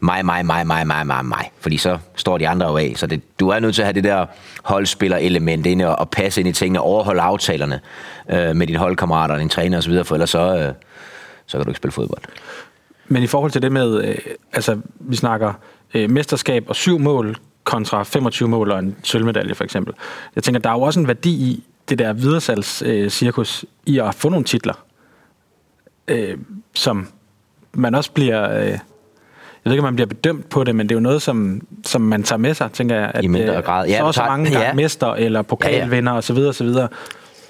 mig, mig, mig, mig, mig, mig, mig. Fordi så står de andre jo af. Så det, du er nødt til at have det der holdspiller-element ind og, og passe ind i tingene, overholde aftalerne øh, med dine holdkammerater og din træner osv., for ellers så, øh, så kan du ikke spille fodbold.
Men i forhold til det med... Øh, altså, vi snakker øh, mesterskab og syv mål kontra 25 mål og en sølvmedalje, for eksempel. Jeg tænker, der er jo også en værdi i det der videresalgscirkus, øh, cirkus, i at få nogle titler, øh, som man også bliver... Øh, jeg ved ikke, om man bliver bedømt på det, men det er jo noget, som, som man tager med sig, tænker jeg. At,
I mindre
øh,
grad. Ja,
så
du
og så
tager-
mange, der
ja.
er mester eller pokalvinder osv. osv.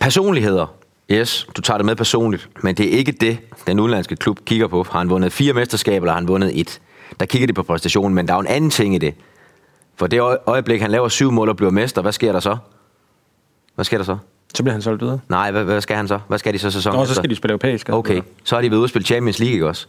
Personligheder. Yes, du tager det med personligt, men det er ikke det, den udenlandske klub kigger på. Har han vundet fire mesterskaber, eller har han vundet et? Der kigger de på præstationen, men der er jo en anden ting i det. For det øje- øjeblik, han laver syv mål og bliver mester, hvad sker der så? Hvad sker der så?
Så bliver han solgt videre.
Nej, hvad, hvad skal han så? Hvad skal de så sæsonen
Og så
efter?
skal de spille europæisk. altså. og så
Okay,
videre.
så er de ved at spille Champions League ikke også.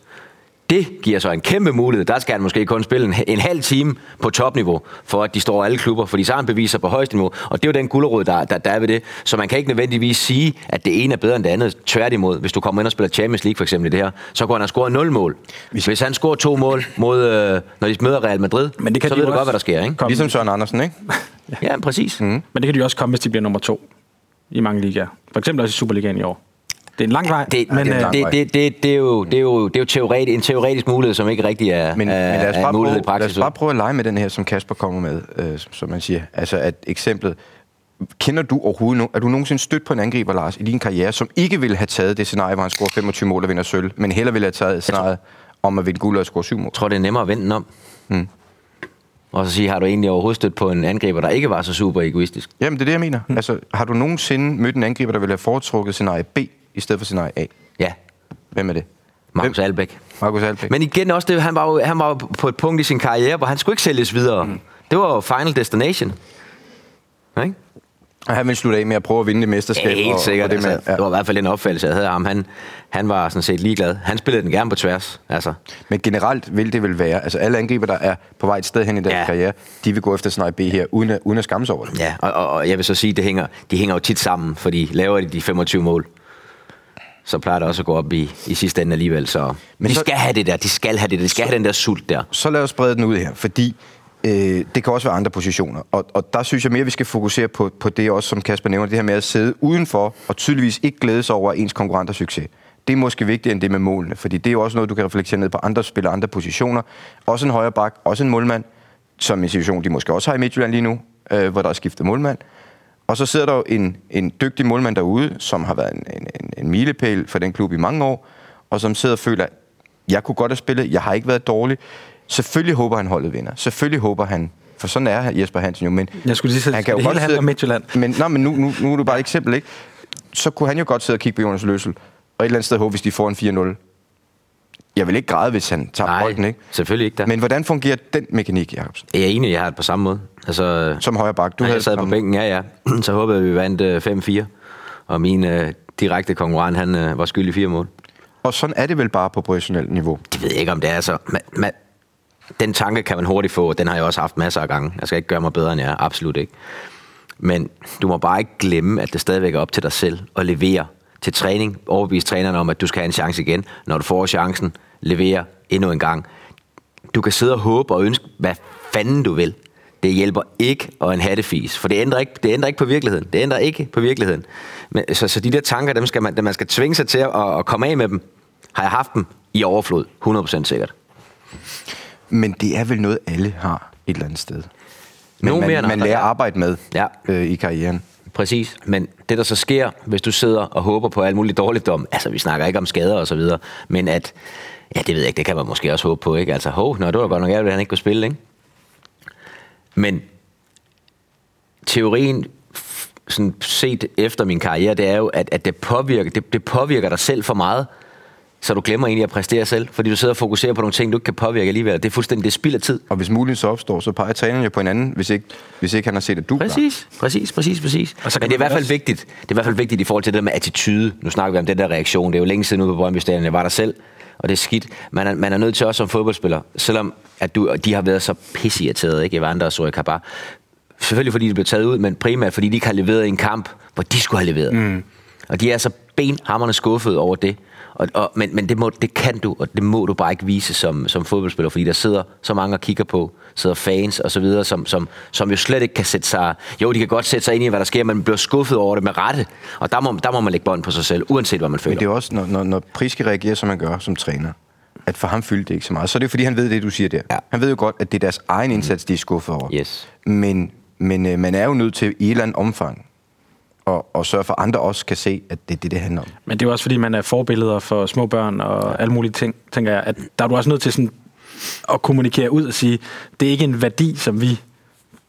Det giver så en kæmpe mulighed. Der skal han måske kun spille en, en halv time på topniveau, for at de står alle klubber, fordi så har han beviser på højeste niveau. Og det er jo den gulderod, der, der, der er ved det. Så man kan ikke nødvendigvis sige, at det ene er bedre end det andet. Tværtimod, hvis du kommer ind og spiller Champions League for eksempel i det her, så går han og scorer 0 mål. Hvis, hvis han scorer to mål, mod, øh, når de møder Real Madrid,
Men det kan
så
de
ved
jo
du godt,
også Mhm.
hvad der sker. Ikke?
komme-
Ligesom Søren Andersen, ikke?
Ja, præcis. Mm.
Men det kan de også komme, hvis de bliver nummer to i mange ligaer. For eksempel også i Superligaen i år. Det er en lang vej,
Det,
men
men,
det er en
øh,
lang
det, det, det, det, er jo, det er jo, det er jo teoret, en teoretisk mulighed, som ikke rigtig er,
Men,
er,
men lad, os
er
bare
en
prøve,
mulighed i
lad
praksis.
os bare prøve at lege med den her, som Kasper kommer med, øh, som, som man siger. Altså, at eksemplet... Kender du overhovedet nogen, er du nogensinde stødt på en angriber, Lars, i din karriere, som ikke ville have taget det scenarie, hvor han scorer 25 mål og vinder sølv, men heller ville have taget scenariet om at vinde guld og score 7 mål?
Jeg tror, det er nemmere at vende den om. Mm. Og så sige, har du egentlig overhovedet stødt på en angriber, der ikke var så super egoistisk?
Jamen, det er det, jeg mener.
Hmm.
Altså, har du nogensinde mødt en angriber, der ville have foretrukket scenarie B i stedet for scenarie A?
Ja,
Hvem er det?
Markus
Hvem?
Albæk.
Markus Albæk.
Men igen også, det, han, var jo, han var jo på et punkt i sin karriere, hvor han skulle ikke sælges videre. Mm. Det var jo Final Destination. Ikke?
Og han vil slutte af med at prøve at vinde det mesterskab.
Ja, helt sikkert.
Og, og det, med,
altså,
ja.
det var i hvert fald den opfattelse, jeg havde af ham. Han, han var sådan set ligeglad. Han spillede den gerne på tværs. Altså,
Men generelt vil det vel være, altså alle angriber, der er på vej et sted hen i deres
Ja.
ja. karriere, de vil gå efter scenarie B her, uden at, uden at skamme sig over det.
Ja, og, og, og jeg vil så sige, det hænger, de hænger jo tit sammen, fordi laver de de 25 mål, så plejer det også at gå op i, i sidste ende alligevel. Så. Men
Men
de
så-
skal have det der, de skal have det der, de skal have den der sult der.
Så lad os brede den ud her, fordi øh, det kan også være andre positioner. Og, og der synes jeg mere, at vi skal fokusere på, på det også, som Kasper nævner, det her med at sidde udenfor og tydeligvis ikke glæde sig over ens konkurrenters succes. Det er måske vigtigere end det med målene, fordi det er jo også noget, du kan reflektere ned på andre spillere, andre positioner. Også en højre bak, også en målmand, som en situation, de måske også har i Midtjylland lige nu, øh, hvor der er skiftet målmand. Og så sidder der jo en, en dygtig målmand derude, som har været en, en, en, en milepæl for den klub i mange år, og som sidder og føler, jeg kunne godt have spillet, jeg har ikke været dårlig. Selvfølgelig håber han holdet vinder. Selvfølgelig håber han, for sådan er Jesper Hansen jo, men
Jeg skulle lige til at sige, det hele handler om Midtjylland.
Men, nej, men nu, nu, nu er du bare et eksempel, ikke? Så kunne han jo godt sidde og kigge på Jonas Løssel, og et eller andet sted håbe, hvis de får en 4-0. Jeg vil ikke græde, hvis han tager
Nej,
bolden, ikke?
selvfølgelig ikke da.
Men hvordan fungerer den mekanik, Jacobsen?
Jeg er enig, jeg har det på samme måde. Altså,
Som højre bak. Du
du Nej,
havde
jeg sad på
samme-
bænken, ja, ja. så håbede jeg, vi vandt øh, 5-4. Og min øh, direkte konkurrent, han øh, var skyldig fire mål.
Og sådan er det vel bare på professionelt niveau.
Det ved jeg ikke, om det er så... Man, man, den tanke kan man hurtigt få, og den har jeg også haft masser af gange. Jeg skal ikke gøre mig bedre, end jeg er. Absolut ikke. Men du må bare ikke glemme, at det stadigvæk er op til dig selv at levere til træning. Overbevise træneren om, at du skal have en chance igen. Når du får chancen, levere endnu en gang. Du kan sidde og håbe og ønske, hvad fanden du vil. Det hjælper ikke at en hattefis, for det ændrer, ikke, det ændrer ikke på virkeligheden. Det ændrer ikke på virkeligheden. Men, så, så de der tanker, dem skal man, man skal tvinge sig til at, at komme af med dem. Har jeg haft dem i overflod? 100% sikkert.
Men det er vel noget, alle har et eller andet sted. Men
Nogle
man,
mere end
man
andre,
lærer at
ja.
arbejde med
Ja.
øh, i karrieren.
Præcis, men det der så sker, hvis du sidder og håber på alt muligt dårligdom, altså vi snakker ikke om skader og så videre, men at, ja det ved jeg ikke, det kan man måske også håbe på, ikke? Altså, hov, nå, det var godt nok ærgerligt, at han ikke kunne spille, ikke? Men teorien f- sådan set efter min karriere, det er jo, at, at det, påvirker, det, det påvirker dig selv for meget, så du glemmer egentlig at præstere selv, fordi du sidder og fokuserer på nogle ting, du ikke kan påvirke alligevel. Det er fuldstændig det er spild af tid.
Og hvis muligheden så opstår, så peger træneren jo på en anden, hvis ikke, hvis ikke han har set, at du var.
Præcis, præcis, præcis, præcis.
Og så kan
Men det er
man
i hvert fald
også-
vigtigt. Det er i hvert fald vigtigt i forhold til det der med attitude. Nu snakker vi om den der reaktion. Det er jo længe siden ude på Brøndby Stadion, jeg var der selv. Og det er skidt. Man er, man er nødt til også som fodboldspiller, selvom at du, og de har været så pissirriterede, ikke? Evander og Sory Kabar. Selvfølgelig fordi de blev taget ud, men primært fordi de ikke har leveret i en kamp, hvor de skulle have leveret. Mm. Og de er så benhammerne skuffet over det. Og, og, men men det, må, det kan du, og det må du bare ikke vise som, som fodboldspiller, fordi der sidder så mange og kigger på, sidder fans og så videre, som, som, som jo slet ikke kan sætte sig... Jo, de kan godt sætte sig ind i, hvad der sker, men man bliver skuffet over det med rette. Og der må, der må man lægge bånd på sig selv, uanset hvad man føler.
Men det er jo også, når, når, når Priske reagerer, som man gør som træner, at for ham fyldte det ikke så meget. Så er det jo, fordi han ved det, du siger der.
Ja. Mm.
Han ved jo godt, at det er deres egen indsats, de er skuffet over.
Yes.
Men, men øh, man er jo nødt til i et eller andet omfang at, at sørge for, at andre også kan se, at det er det, det handler om.
Men det er jo også, fordi man er forbilleder for små børn og alle mulige ting, tænker jeg. At der er du også nødt til sådan at kommunikere ud og sige, det er ikke en værdi, som vi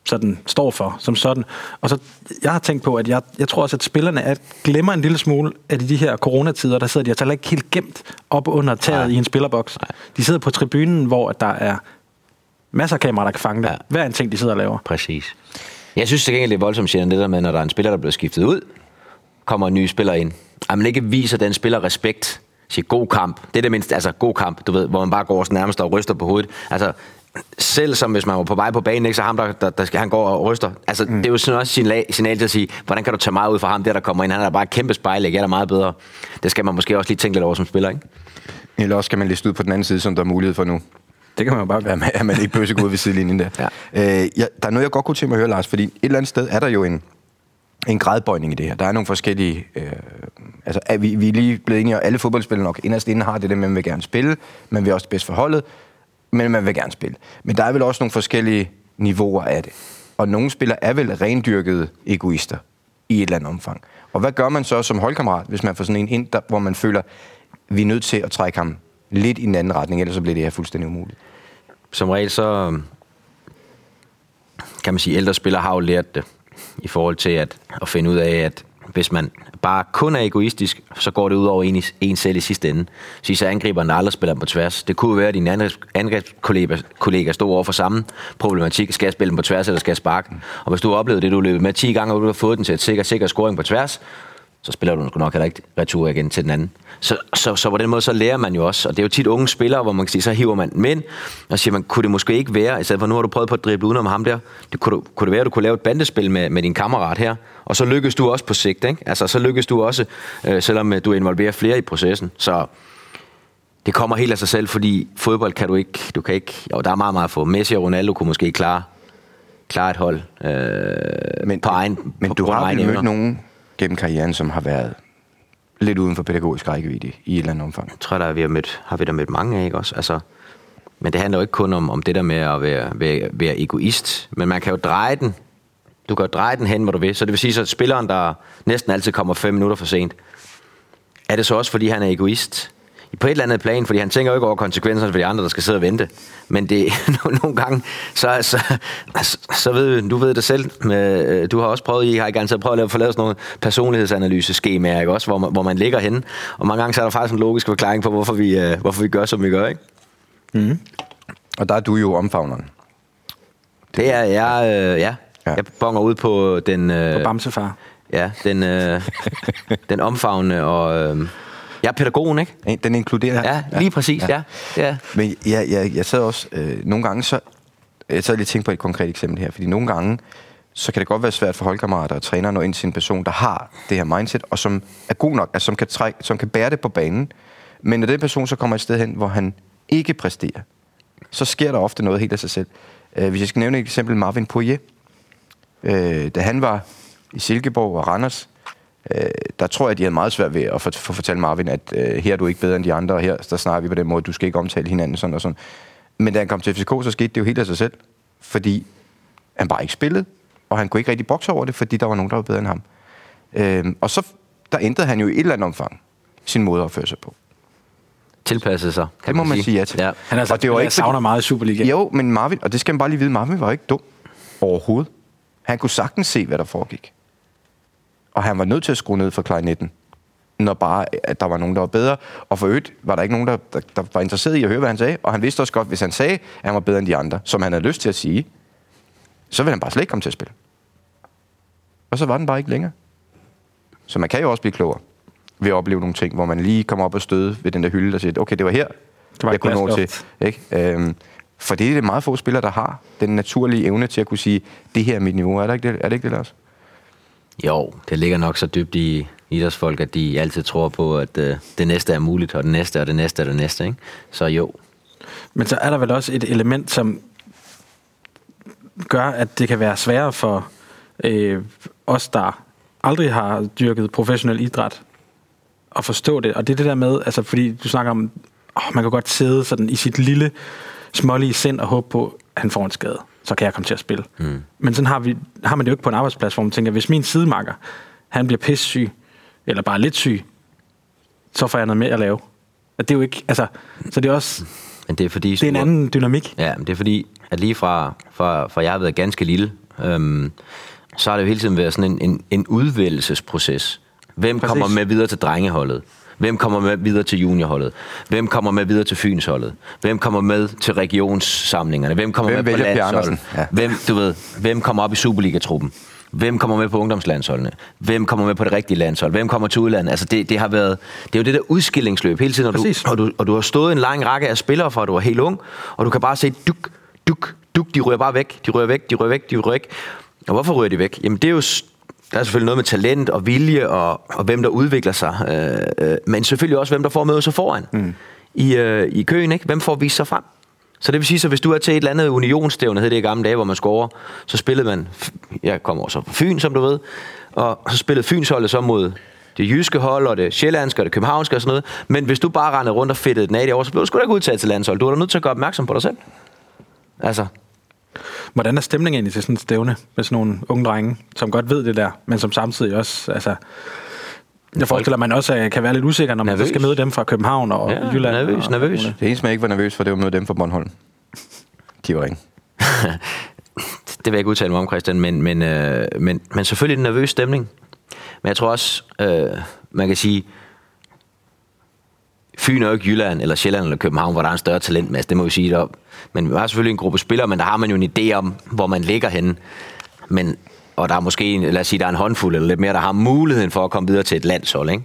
sådan står for, som sådan. Og så, jeg har tænkt på, at jeg, jeg tror også, at spillerne er, glemmer en lille smule, at i de her coronatider, der sidder de altså heller ikke helt gemt op under taget i en spillerboks. De sidder på tribunen, hvor at der er masser af kameraer, der kan fange det.
Ja.
Hver en ting, de sidder og laver.
Præcis. Jeg synes til gengæld, det er voldsomt sjældent, det der med, når der er en spiller, der bliver skiftet ud, kommer en ny spiller ind. At man ikke viser den spiller respekt. Siger god kamp. Det er det mindste, altså god kamp, du ved, hvor man bare går nærmest og ryster på hovedet. Altså, selv som hvis man var på vej på banen, ikke, så ham, der, der, der skal, han går og ryster. Altså, mm. det er jo sådan også signal, signal til at sige, hvordan kan du tage meget ud fra ham der, der kommer ind? Han er da bare et kæmpe spejlæg, jeg er da meget bedre. Det skal man måske også lige tænke lidt over som spiller, ikke?
Eller også skal man liste ud på den anden side, som der er mulighed for nu.
Det kan man jo bare
Er man, er man ikke bøssegod ved sidelinjen der.
Ja.
Øh, ja, der er noget, jeg godt kunne tænke mig at høre, Lars, fordi et eller andet sted er der jo en, en gradbøjning i det her. Der er nogle forskellige... Øh, altså, er vi, vi er lige blevet enige om, at alle fodboldspillere nok inderst inde har det der med, at man vil gerne spille, man vil også det bedste for holdet, men man vil gerne spille. Men der er vel også nogle forskellige niveauer af det. Og nogle spillere er vel rendyrkede egoister i et eller andet omfang. Og hvad gør man så som holdkammerat, hvis man får sådan en ind, der, hvor man føler, vi er nødt til at trække ham lidt i en anden retning, ellers så bliver det her fuldstændig umuligt.
som regel så øhm, kan man sige, ældre spillere har jo lært det i forhold til at, at finde ud af, at hvis man bare kun er egoistisk, så går det ud over en, i- en selv i sidste ende. Så især angriberen, der aldrig spiller på tværs. Det kunne jo være, at dine angrebs- angrebskolleger kolleger stod over for samme problematik. Skal jeg spille den på tværs, eller skal jeg sparke? Og hvis du har oplevet det, du har løbet med 10 gange, og du har fået den til et sikker, sikker scoring på tværs, så spiller du den sgu nok heller ikke retur igen til den anden. Så, så, så på den måde, så lærer man jo også, og det er jo tit unge spillere, hvor man kan sige, så hiver man dem ind, og siger man, kunne det måske ikke være, i stedet for nu har du prøvet på at drible udenom ham der, det kunne, du, kunne det være, at du kunne lave et bandespil med, med din kammerat her, og så lykkes du også på sigt, ikke? Altså, så lykkes du også, øh, selvom øh, du involverer flere i processen, så det kommer helt af sig selv, fordi fodbold kan du ikke, du kan ikke, jo, der er meget, meget få. Messi og Ronaldo kunne måske klare, klare et hold øh, men, på egen
men
på
du
grund af
har
egne
vel
evner.
mødt nogen gennem karrieren, som har været lidt uden for pædagogisk rækkevidde i et eller andet omfang.
Jeg tror, der er, vi har, mødt, har vi der mødt mange af, ikke også? Altså, men det handler jo ikke kun om, om det der med at være, være, være egoist, men man kan jo dreje den. Du kan jo dreje den hen, hvor du vil. Så det vil sige, at spilleren, der næsten altid kommer fem minutter for sent, er det så også, fordi han er egoist? På et eller andet plan, fordi han tænker jo ikke over konsekvenserne for de andre, der skal sidde og vente. Men det, nogle gange, så, så, så, så ved du ved det selv. med, øh, Du har også prøvet, I har ikke altid prøvet at lave, få lavet sådan nogle personlighedsanalyse-skemaer, ikke også, hvor man, hvor man ligger henne. Og mange gange, så er der faktisk en logisk forklaring på, hvorfor vi, øh, hvorfor vi gør, som vi gør, ikke?
Og der er du jo omfavneren.
Det er jeg, øh, ja.
Ja.
Jeg bonger ud på den... Øh,
på Bamsefar.
Ja, den, øh, den omfavnende og... Øh, jeg er pædagogen, ikke?
Den inkluderer.
Ja, lige præcis, ja. ja.
Men jeg, jeg, jeg sad også øh, nogle gange, så jeg sad lige og tænkte på et konkret eksempel her, fordi nogle gange, så kan det godt være svært for holdkammerater og træner at nå ind til en person, der har det her mindset, og som er god nok, altså som kan, trække, som kan bære det på banen. Men når den person så kommer et sted hen, hvor han ikke præsterer, så sker der ofte noget helt af sig selv. Øh, hvis jeg skal nævne et eksempel, Marvin Poirier, øh, da han var i Silkeborg og Randers, øh, der tror jeg, de havde meget svært ved at få for, fortælle Marvin, at øh, her er du ikke bedre end de andre, og her der snakker vi på den måde, du skal ikke omtale hinanden sådan og sådan. Men da han kom til FCK, så skete det jo helt af sig selv, fordi han bare ikke spillede, og han kunne ikke rigtig bokse over det, fordi der var nogen, der var bedre end ham. Øh, og så der ændrede han jo i et eller andet omfang sin måde at opføre sig på.
Tilpasse sig, kan
Det må man sige ja til.
Ja.
Han er altså,
Og det var
jeg
ikke
savner
fordi-
meget i Superligaen.
Jo, men Marvin, og det skal man bare lige vide, Marvin var ikke dum overhovedet. Han kunne sagtens se, hvad der foregik. Og han var nødt til at skrue ned for klarinetten, når bare at der var nogen, der var bedre. Og for øvrigt var der ikke nogen, der, der, der var interesseret i at høre, hvad han sagde. Og han vidste også godt, hvis han sagde, at han var bedre end de andre, som han havde lyst til at sige, så ville han bare slet ikke komme til at spille. Og så var den bare ikke længere. Så man kan jo også blive klogere ved at opleve nogle ting, hvor man lige kommer op og støde ved den der hylde, der siger, okay, det var her, det
var
var jeg
et
kunne nå til.
glasloft.
Ikke? Øhm, for det er det meget få spillere, der har den naturlige evne til at kunne sige, det her er mit niveau. Er det ikke det, er det, ikke det Lars?
Jo, det ligger nok så dybt i idrætsfolk, at de altid tror på, at øh, det næste er muligt, og det næste, og det næste, og det næste, ikke? Så jo,
Men så er der vel også et element, som gør, at det kan være sværere for øh, os, der aldrig har dyrket professionel idræt, at forstå det. Og det er det der med, altså fordi du snakker om, åh, man kan godt sidde sådan i sit lille, smålige sind og håbe på, at han får en skade. Så kan jeg komme til at spille. Mm. Men sådan har, vi, har man det jo ikke på en arbejdsplads, hvor man tænker, hvis min sidemarker, han bliver pissesyg, eller bare lidt syg, så får jeg noget mere at lave. Og det er jo ikke, altså, så det er også,
men det er fordi...
det er en anden dynamik.
Ja, men det er fordi, at lige fra, fra, fra jeg har været ganske lille, øhm, så har det jo hele tiden været sådan en, en, en udvælgelsesproces. Hvem Præcis. kommer med videre til drengeholdet? Hvem kommer med videre til juniorholdet? Hvem kommer med videre til Fynsholdet? Hvem kommer med til regionssamlingerne? Hvem kommer
Hvem
med på
vælger Per
landsholdet?
Andersen? Ja.
Hvem, du ved, hvem kommer op i Superliga-truppen? Hvem kommer med på ungdomslandsholdene? Hvem kommer med på det rigtige landshold? Hvem kommer til udlandet? Altså det, det, har været, det er jo det der udskillingsløb hele tiden, og du,
Præcis.
og, du, og du har stået en lang række af spillere fra, at du var helt ung, og du kan bare se duk, duk, duk, de ryger bare væk, de ryger væk, de ryger væk, de ryger væk. Og hvorfor ryger de væk? Jamen det er jo, s- der er selvfølgelig noget med talent og vilje, og, og hvem der udvikler sig, øh, øh, men selvfølgelig også, hvem der får møde sig foran mm. i, øh, i køen, ikke? Hvem får at vise sig frem? Så det vil sige, så hvis du er til et eller andet unionsstævne, hed det i gamle dage, hvor man skulle over, så spillede man, jeg kommer også fra Fyn, som du ved, og så spillede Fynsholdet så mod det jyske hold, og det sjællandske, og det københavnske og sådan noget. Men hvis du bare rendte rundt og fedtede den af det over, så blev du sgu da ikke udtaget til landshold. Du er da nødt til at gøre opmærksom på dig selv. Altså,
Hvordan er stemningen egentlig til sådan et stævne med sådan nogle unge drenge, som godt ved det der, men som samtidig også, altså... Jeg forestiller mig, man også øh, kan være lidt usikker, når man så
Nervøs.
skal møde dem fra København og
Ja,
Jylland.
nervøs,
og,
nervøs.
Og,
Det eneste, man ikke var nervøs for, det var med dem fra Bornholm. De var ringe.
det vil jeg ikke udtale mig om, Christian, men, men, øh, men, men selvfølgelig en nervøs stemning. Men jeg tror også, øh, man kan sige, Fyn er jo ikke Jylland, eller Sjælland, eller København, hvor der er en større talentmasse, det må vi sige deroppe. Men vi har selvfølgelig en gruppe spillere, men der har man jo en idé om, hvor man ligger henne. Men, og der er måske, en, lad os sige, der er en håndfuld eller lidt mere, der har muligheden for at komme videre til et landshold, ikke?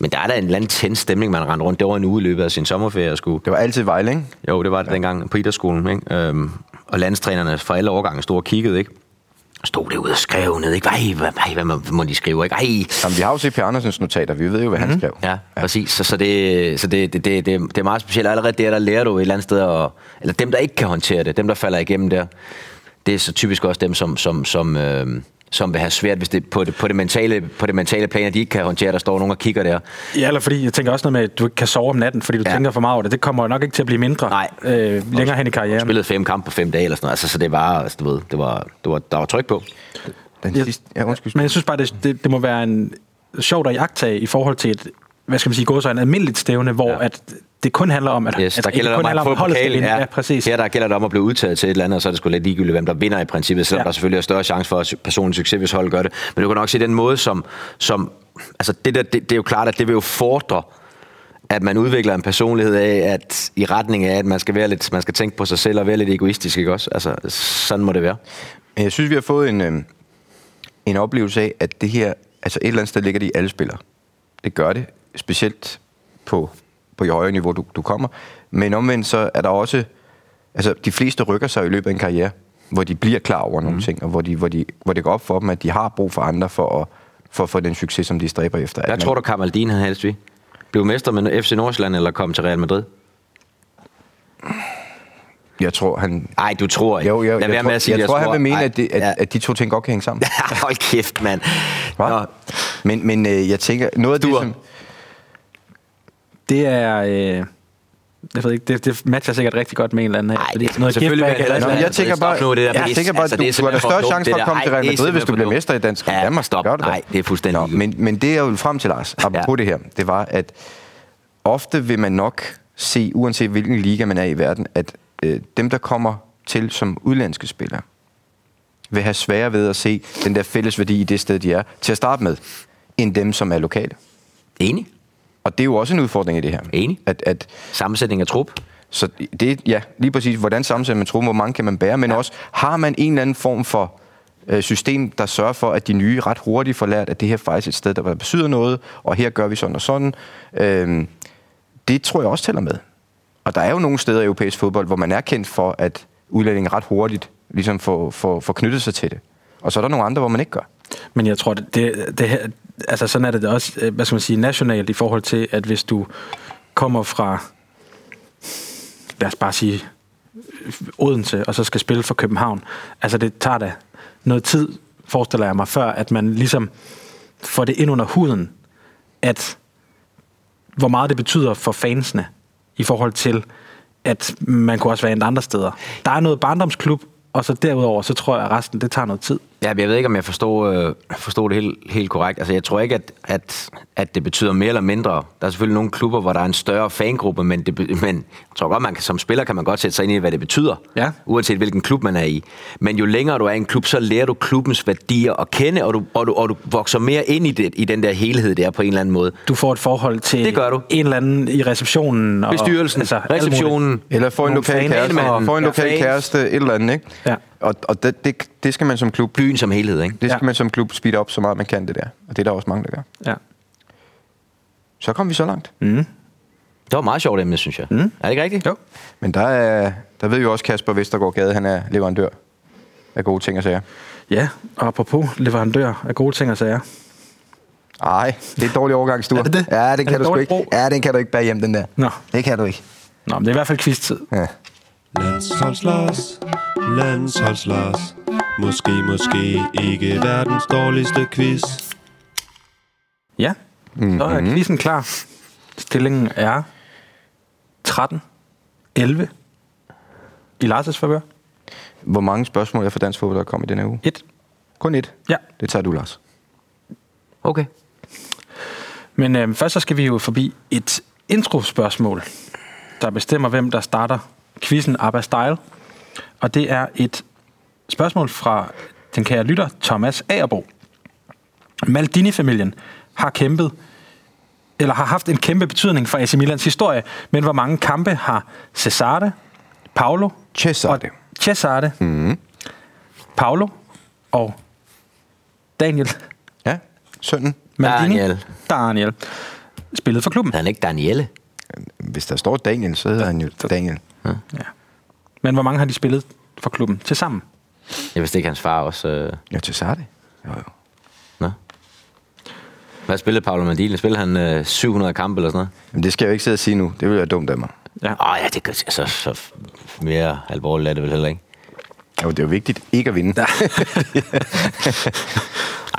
Men der er da en eller anden tændt stemning, man rendte rundt. Det var en uge i løbet af sin sommerferie, og skulle
Det var altid Vejle, ikke?
jo, det var det ja. dengang på idrætsskolen, ikke? Øhm, og landstrænerne fra alle årgange stod og kiggede, ikke? Stod det ud og skrev ned, ikke? Ej, hvad, ej, hvad må- må de skrive, ikke? Ej.
Jamen, vi har jo set Per Andersens notater, vi ved jo, hvad han skrev.
Ja, præcis. Så, så, det, så det, det, det, det, det er meget specielt. Allerede der, der lærer du et eller andet sted, og, eller dem, der ikke kan håndtere det, dem, der falder igennem der, det er så typisk også dem, som, som, som, øh, som vil have svært, hvis det på det, på det, mentale, på det mentale plan, at de ikke kan håndtere, der står nogen og kigger der.
ja, eller fordi, jeg tænker også noget med, at du ikke kan sove om natten, fordi du
Ja.
ja. tænker for meget over det. Det kommer jo nok ikke til at blive mindre
Nej.
øh, længere hen i
Jeg
karrieren.
spillede fem kampe på fem dage eller sådan noget, altså, så det var, altså, du ved, det var, det var, der var tryk på.
Den
Ja.
sidste... Ja, undskyld.
Men jeg synes bare, det, det, det må være en sjovt at jagtage i forhold til et, hvad skal man sige, gå så en almindeligt stævne, hvor
Ja.
ja. at det kun handler om, at
Yes,
altså,
der
at
gælder det
kun
om at få
holdet skal
pokalen.
vinde. ja, præcis.
Her der gælder det om at blive udtaget til et eller andet, og så er det sgu lidt ligegyldigt, hvem der vinder i princippet, selvom ja.
Ja.
der selvfølgelig er større chance for at personlig succes, hvis holdet gør det. Men du kan nok se den måde, som... som altså det, der, det, det, er jo klart, at det vil jo fordre at man udvikler en personlighed af, at i retning af, at man skal, være lidt, man skal tænke på sig selv og være lidt egoistisk, ikke også? Altså, sådan må det være.
Jeg synes, vi har fået en, øh, en øhm, oplevelse af, at det her altså et eller andet sted ligger det i alle spillere. Det gør det, specielt på, på jo højere niveau, du, du kommer. Men omvendt så er der også... Altså, de fleste rykker sig i løbet af en karriere, hvor de bliver klar over
Mhm.
nogle ting, og hvor, de, hvor, de, hvor det går op for dem, at de har brug for andre for at for at få den succes, som de stræber efter. At
Hvad
man-
tror du, Kamaldin havde helst vi? Blev mester med FC Nordsjælland eller kom til Real Madrid?
Jeg tror, han...
Nej, du tror ikke.
Jo, jo, jeg,
Lad være
tror,
med at sige,
jeg,
det,
tror, han vil mene,
Ej,
at, det, at,
ja.
at de to ting godt kan hænge sammen.
Hold kæft, mand.
Hva?
Nå,
Men, men øh, jeg tænker, noget af det,
Stur.
som...
Det er... Øh, jeg ved ikke, det, det matcher sikkert rigtig godt med en eller anden. her,
Ej,
fordi sådan noget
selvfølgelig
giftback
vil jeg
eller
hellere
Nå,
sådan
være-
men jeg tænker bare,
noget.
Altså, Stop nu, det der,
jeg
pis.
tænker bare
Altså,
altså,
det er
du, du har da større
simpelthen for dumt,
chance
det
for at
der.
komme til
Ej,
Real
det er
Madrid, hvis du bliver
simpelthen for
mester i dansk
dumt. Ja,
Danmark.
stop.
Gør du da.
Nej, det er fuldstændig
Nå, men, men det, jeg vil frem til, Lars, apropos det her, det var, at ofte vil man nok se, uanset hvilken liga man er i verden, at øh, dem, der kommer til som udlandske spillere, vil have sværere ved at se den der fælles værdi i det sted, de er, til at starte med, end dem, som er lokale.
Enig.
Og det er jo også en udfordring i det her.
Enig.
At, at,
Sammensætning af trup.
så det, ja, lige præcis, hvordan sammensætter man truppen, hvor mange kan man bære, men ja. også, har man en eller anden form for øh, system, der sørger for, at de nye ret hurtigt får lært, at det her faktisk er et sted, der betyder noget, og her gør vi sådan og sådan. Øhm, det tror jeg også tæller med. Og der er jo nogle steder i europæisk fodbold, hvor man er kendt for, at udlændinge ret hurtigt ligesom får, får, får knyttet sig til det. Og så er der nogle andre, hvor man ikke gør.
Men jeg tror, det, det, det her, altså sådan er det da også, øh, hvad skal man sige, nationalt i forhold til, at hvis du kommer fra, lad os bare sige, øh, Odense, og så skal spille for København, altså det tager da noget tid, forestiller jeg mig, før at man ligesom får det ind under huden, at hvor meget det betyder for fansene i forhold til, at man kunne også være endt andre steder. Der er noget barndomsklub, og så derudover, så tror jeg, at resten, det tager noget tid.
Ja, men jeg ved ikke, om jeg forstod, øh, forstod det helt, helt korrekt. Altså, jeg tror ikke, at, at, at det betyder mere eller mindre. Der er selvfølgelig nogle klubber, hvor der er en større fangruppe, men, det, be- men jeg tror godt, man kan, som spiller kan man godt sætte sig ind i, hvad det betyder,
Ja.
uanset hvilken klub man er i. Men jo længere du er i en klub, så lærer du klubbens værdier at kende, og du, og du, og du vokser mere ind i, det, i den der helhed der på en eller anden måde.
du får et forhold til
Det gør du.
en eller anden i receptionen. Og, altså,
Bestyrelsen,
alt muligt.
receptionen.
Eller få en
Nogle
lokal
fans
kæreste,
og-
få en
Ja,
lokal
fans.
kæreste, et eller andet, ikke?
Ja.
Og, og det, det, det skal man som klub
Byen som helhed, ikke?
Det skal
Ja.
ja. man som klub speede op så meget, man kan det der. Og det er der også mange, der gør.
Ja.
Så kom vi så langt. Mm.
Det var meget sjovt emne, synes jeg. Mm. Er det ikke rigtigt? Jo.
Men der, er, der ved jo også Kasper Vestergaard Gade, han er leverandør af gode ting og sager.
ja, og apropos leverandør af gode ting og sager.
Ej, det er en dårlig overgang, Sture.
Er det det?
Ja,
Er
den kan
det
du sgu
dårlig
ikke.
bro?
Ja, den kan du ikke bære hjem, den der.
Nå.
Det kan du ikke.
Nå, men det er i hvert fald quiz-tid.
Ja.
Landsholdslars, landsholdslars Måske, måske ikke verdens dårligste quiz
Ja, mm-hmm. så er quizzen klar. Stillingen er 13-11 i Lars' forvør.
Hvor mange spørgsmål er for dansk fodbold, der kommer i denne uge?
1.
Kun et.
Ja,
Det tager du, Lars.
Okay.
men øhm, først så skal vi jo forbi et introspørgsmål, der bestemmer, hvem der starter quizzen Abba Style. Og det er et spørgsmål fra den kære lytter, Thomas Agerbo. Maldini-familien har kæmpet eller har haft en kæmpe betydning for AC Milans historie, men hvor mange kampe har Cesare, Paolo
Cesare.
og Cesare, mm-hmm. Paolo og Daniel
Ja, sønnen.
Maldini,
Daniel.
Daniel spillet for klubben.
Hedder han ikke Daniele?
Hvis der står Daniel, så hedder han jo Daniel.
Ja. Men hvor mange har de spillet for klubben til sammen?
Jeg vidste ikke, hans far også... Øh...
Ja, Cesare. Jo, jo.
Nå. Hvad spillede Paolo Mandini? Spillede han øh, 700 kampe eller sådan noget?
Men det skal jeg jo ikke sidde og sige nu. Det vil være dumt af mig.
Ja.
Åh ja, det gør så, så mere alvorligt er det vel heller ikke.
Jo, det er jo vigtigt ikke at vinde.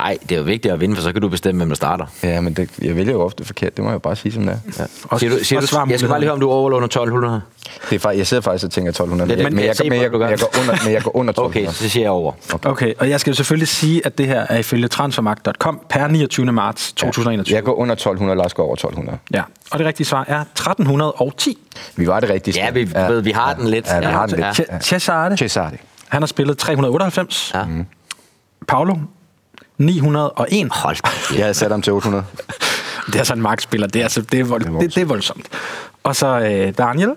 Nej, det er jo vigtigt at vinde, for så kan du bestemme, hvem der starter.
Ja, men det, jeg vælger jo ofte forkert. Det må jeg jo bare sige, som det er. Ja.
Og-
siger du, siger
og
du, jeg skal
svarmulighederne.
bare lige høre, om du overlåner 1200.
Det er faktisk, jeg sidder faktisk og tænker 1200.
Det er
men,
det,
men,
jeg
jeg,
kan se
jeg, men,
på,
jeg,
du gør.
jeg, går under, men jeg går under 1200.
Okay, så siger jeg over.
Okay, og jeg skal jo selvfølgelig sige, at det her er ifølge transfermarkt.com per 29. marts 2021.
Jeg går under 1200, Lars går over 1200.
Ja. Og det rigtige svar er 1310.
Vi var det rigtige
Ja, vi ved, vi har den lidt.
Ja, vi
Ja,
har den
ja.
lidt.
Ja. Cesare,
Cesare.
han har spillet 398.
Ja.
Mm.
Paolo, 901.
Hold da.
Jeg havde sat ham til 800.
Det er sådan en markspiller, det er, altså, det er, vold, det, er det, det er voldsomt. Og så øh, Daniel,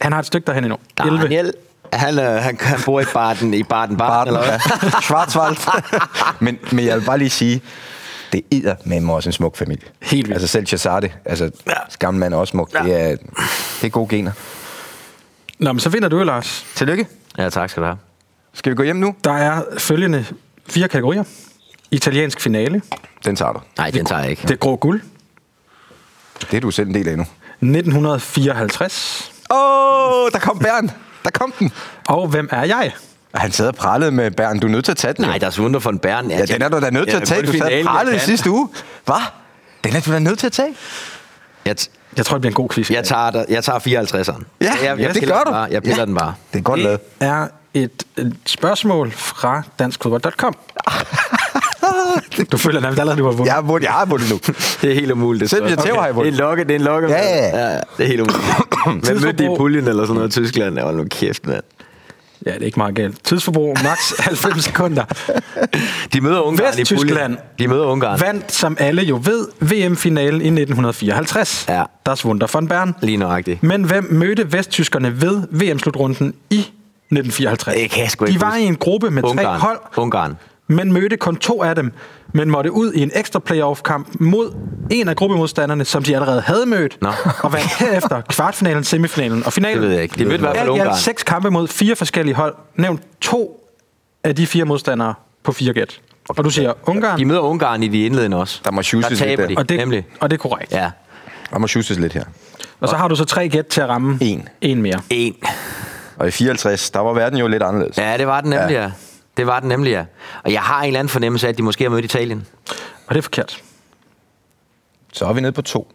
han har et stykke derhen endnu. 11.
Daniel, han, øh, han, han bor i Baden, i Baden, Baden, Baden eller hvad?
Schwarzwald. men, men jeg vil bare lige sige, det er med også en smuk familie.
Helt vildt.
Altså selv Chazarte, altså gammel mand er også smuk. Det er, det er gode gener.
Nå, men så vinder du, Lars.
Tillykke.
Ja, tak skal du have.
Skal vi gå hjem nu?
Der er følgende fire kategorier. Italiensk finale.
Den tager du.
Nej, den tager jeg ikke.
Det grå guld.
Det er du selv en del af nu.
1954.
Åh, oh, der kom Bern. Der kom den.
Og hvem er jeg?
Og han sad og prallede med Bern. Du er nødt til at tage den.
Nej, der er Wunder von Bern.
Ja, den er du da nødt til at tage. Du sad og prallede i sidste uge. Hvad? Den er du da nødt til at tage.
Jeg, t-
Jeg tror, det bliver en god quiz.
jeg, tager, der- jeg tager 54'eren.
Ja,
jeg,
ja, det
piller
gør du.
den Bare. Jeg piller
Ja.
den bare.
Det er godt lavet.
er et øh, spørgsmål fra danskfodbold.com. du føler nærmest allerede, du har vundet.
Jeg har vundet, jeg har vundet nu.
Det er helt umuligt. det
Selv hvis jeg
spørgsmål.
tæver, har jeg
Det er
vundet.
en lokke, det er en lokke.
Ja, ja,
ja. det er helt umuligt. Hvem mødte de i
Tidsforbrug.
puljen eller sådan noget i Tyskland? Hold nu kæft, mand.
Ja, det er ikke meget galt. Tidsforbrug, max 90 sekunder.
De møder Ungarn i puljen.
Vesttyskland.
De møder Ungarn.
Vandt, som alle jo ved, VM-finalen i 1954.
Ja.
Das Wunder von Bern.
Lige nøjagtigt.
Men hvem mødte vesttyskerne ved VM-slutrunden i 1954?
Det kan jeg sgu ikke
De var
huske.
i en gruppe med
Ungarn.
tre hold,
Ungarn.
men mødte kun to af dem, men måtte ud i en ekstra playoff-kamp mod en af gruppemodstanderne, som de allerede havde mødt,
Nå.
og vandt herefter kvartfinalen, semifinalen og finalen.
Det ved jeg ikke. De mødte i hvert fald
Alt i alt
Ungarn.
seks kampe mod fire forskellige hold. Nævn to af de fire modstandere på fire gæt. Og du siger Ungarn,
De møder Ungarn i de indledende også.
Der må
Der
sjuses lidt
taber de,
der.
og, det,
nemlig.
og det er korrekt.
Ja.
Der må sjuses lidt her.
Og så har du så tre gæt til at ramme
En.
en mere.
En.
Og i 54, der var verden jo lidt anderledes.
Ja, det var den nemlig,
Ja.
ja. Det var den nemlig, ja. Og jeg har en eller anden fornemmelse af, at de måske har mødt Italien.
Og det er forkert.
Så er vi nede på to.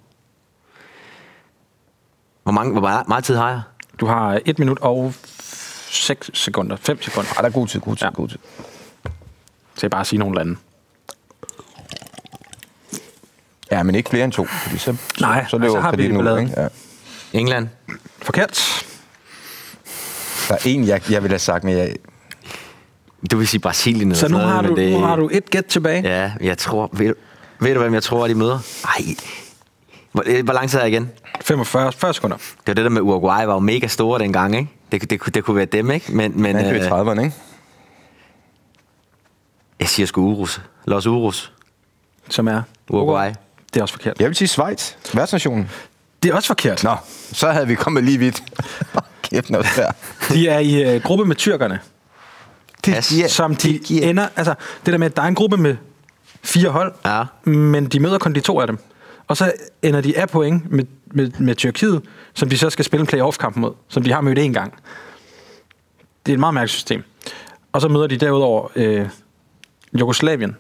Hvor, mange, hvor meget, meget tid har jeg?
Du har 1 minut og 6 sekunder. 5 sekunder
Ah, der er god tid, god tid,
Ja.
god tid.
til bare at sige nogle lande.
Ja, men ikke flere end to, fordi så,
Nej,
så
og
altså
løber
så har vi
kreditten ud.
balladen.
Ikke? Ja.
England.
Forkert.
Der er en, jeg, jeg ville have sagt, men jeg,
Du vil sige Brasilien eller
Så
sådan
nu
noget,
har, du,
men det...
nu har du et gæt tilbage. Ja.
Ja, jeg tror... Ved, ved du, hvem jeg tror, de møder? Ej. Hvor, øh, hvor lang tid er jeg igen?
45 40 sekunder.
Det var det der med Uruguay, var jo mega store dengang, ikke? Det, kunne- det, kunne- det kunne være dem, ikke? Men, men
man blev i
øh,
30'erne, ikke?
jeg siger sgu Urus. Los Urus.
Som er?
Uruguay.
Det er også forkert.
Jeg vil sige Schweiz, værtsnationen.
Det er også forkert.
Nå, så havde vi kommet lige vidt. Kæft noget der.
De er i øh, gruppe med tyrkerne,
Pas.
ja, som de
det giver-
ender... Altså, det der med, at der er en gruppe med fire hold,
Ja.
men de møder kun de to af dem. Og så ender de af point med, med, med Tyrkiet, som de så skal spille en playoff-kamp mod, som de har mødt én gang. Det er et meget mærkeligt system. Og så møder de derudover øh, Jugoslavien.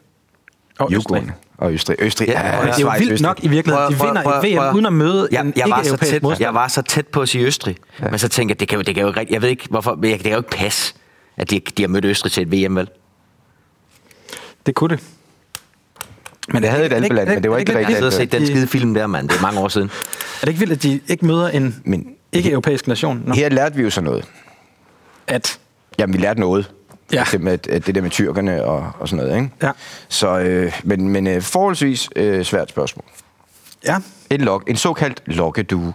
Og Østrig.
Jugoslavien og Østrig. Østrig,
Ja, og
Det er jo
Schweiz,
vildt
Østrig.
nok i virkeligheden. De
Prøv-
vinder
prøv- prøv-
et VM
prøv-
uden at møde
jeg,
en
jeg var så
ikke-europæisk
tæt, Jeg
modstander.
var så tæt på at sige Østrig, ja. men så tænkte jeg, det kan, jo- det kan jo ikke rigtig- Jeg ved ikke, hvorfor, men jeg- det kan jo ikke passe, at de, de har mødt Østrig til et VM, vel?
Det kunne det. Men
Jeg havde et albeland, men det var ikke
Jeg har
rigtigt.
siddet og set den skide film der, mand. Det er mange år siden.
Er det ikke vildt, at de ikke møder en
Men-
ikke-europæisk nation? Nå.
Her lærte vi jo sådan noget.
At
Jamen, vi lærte noget.
Ja.
Ja. Det, med, at det der med tyrkerne og, og sådan noget, ikke?
Ja.
Så, øh, men, men øh, forholdsvis øh, svært spørgsmål.
Ja,
En, lok, en såkaldt lokkedue.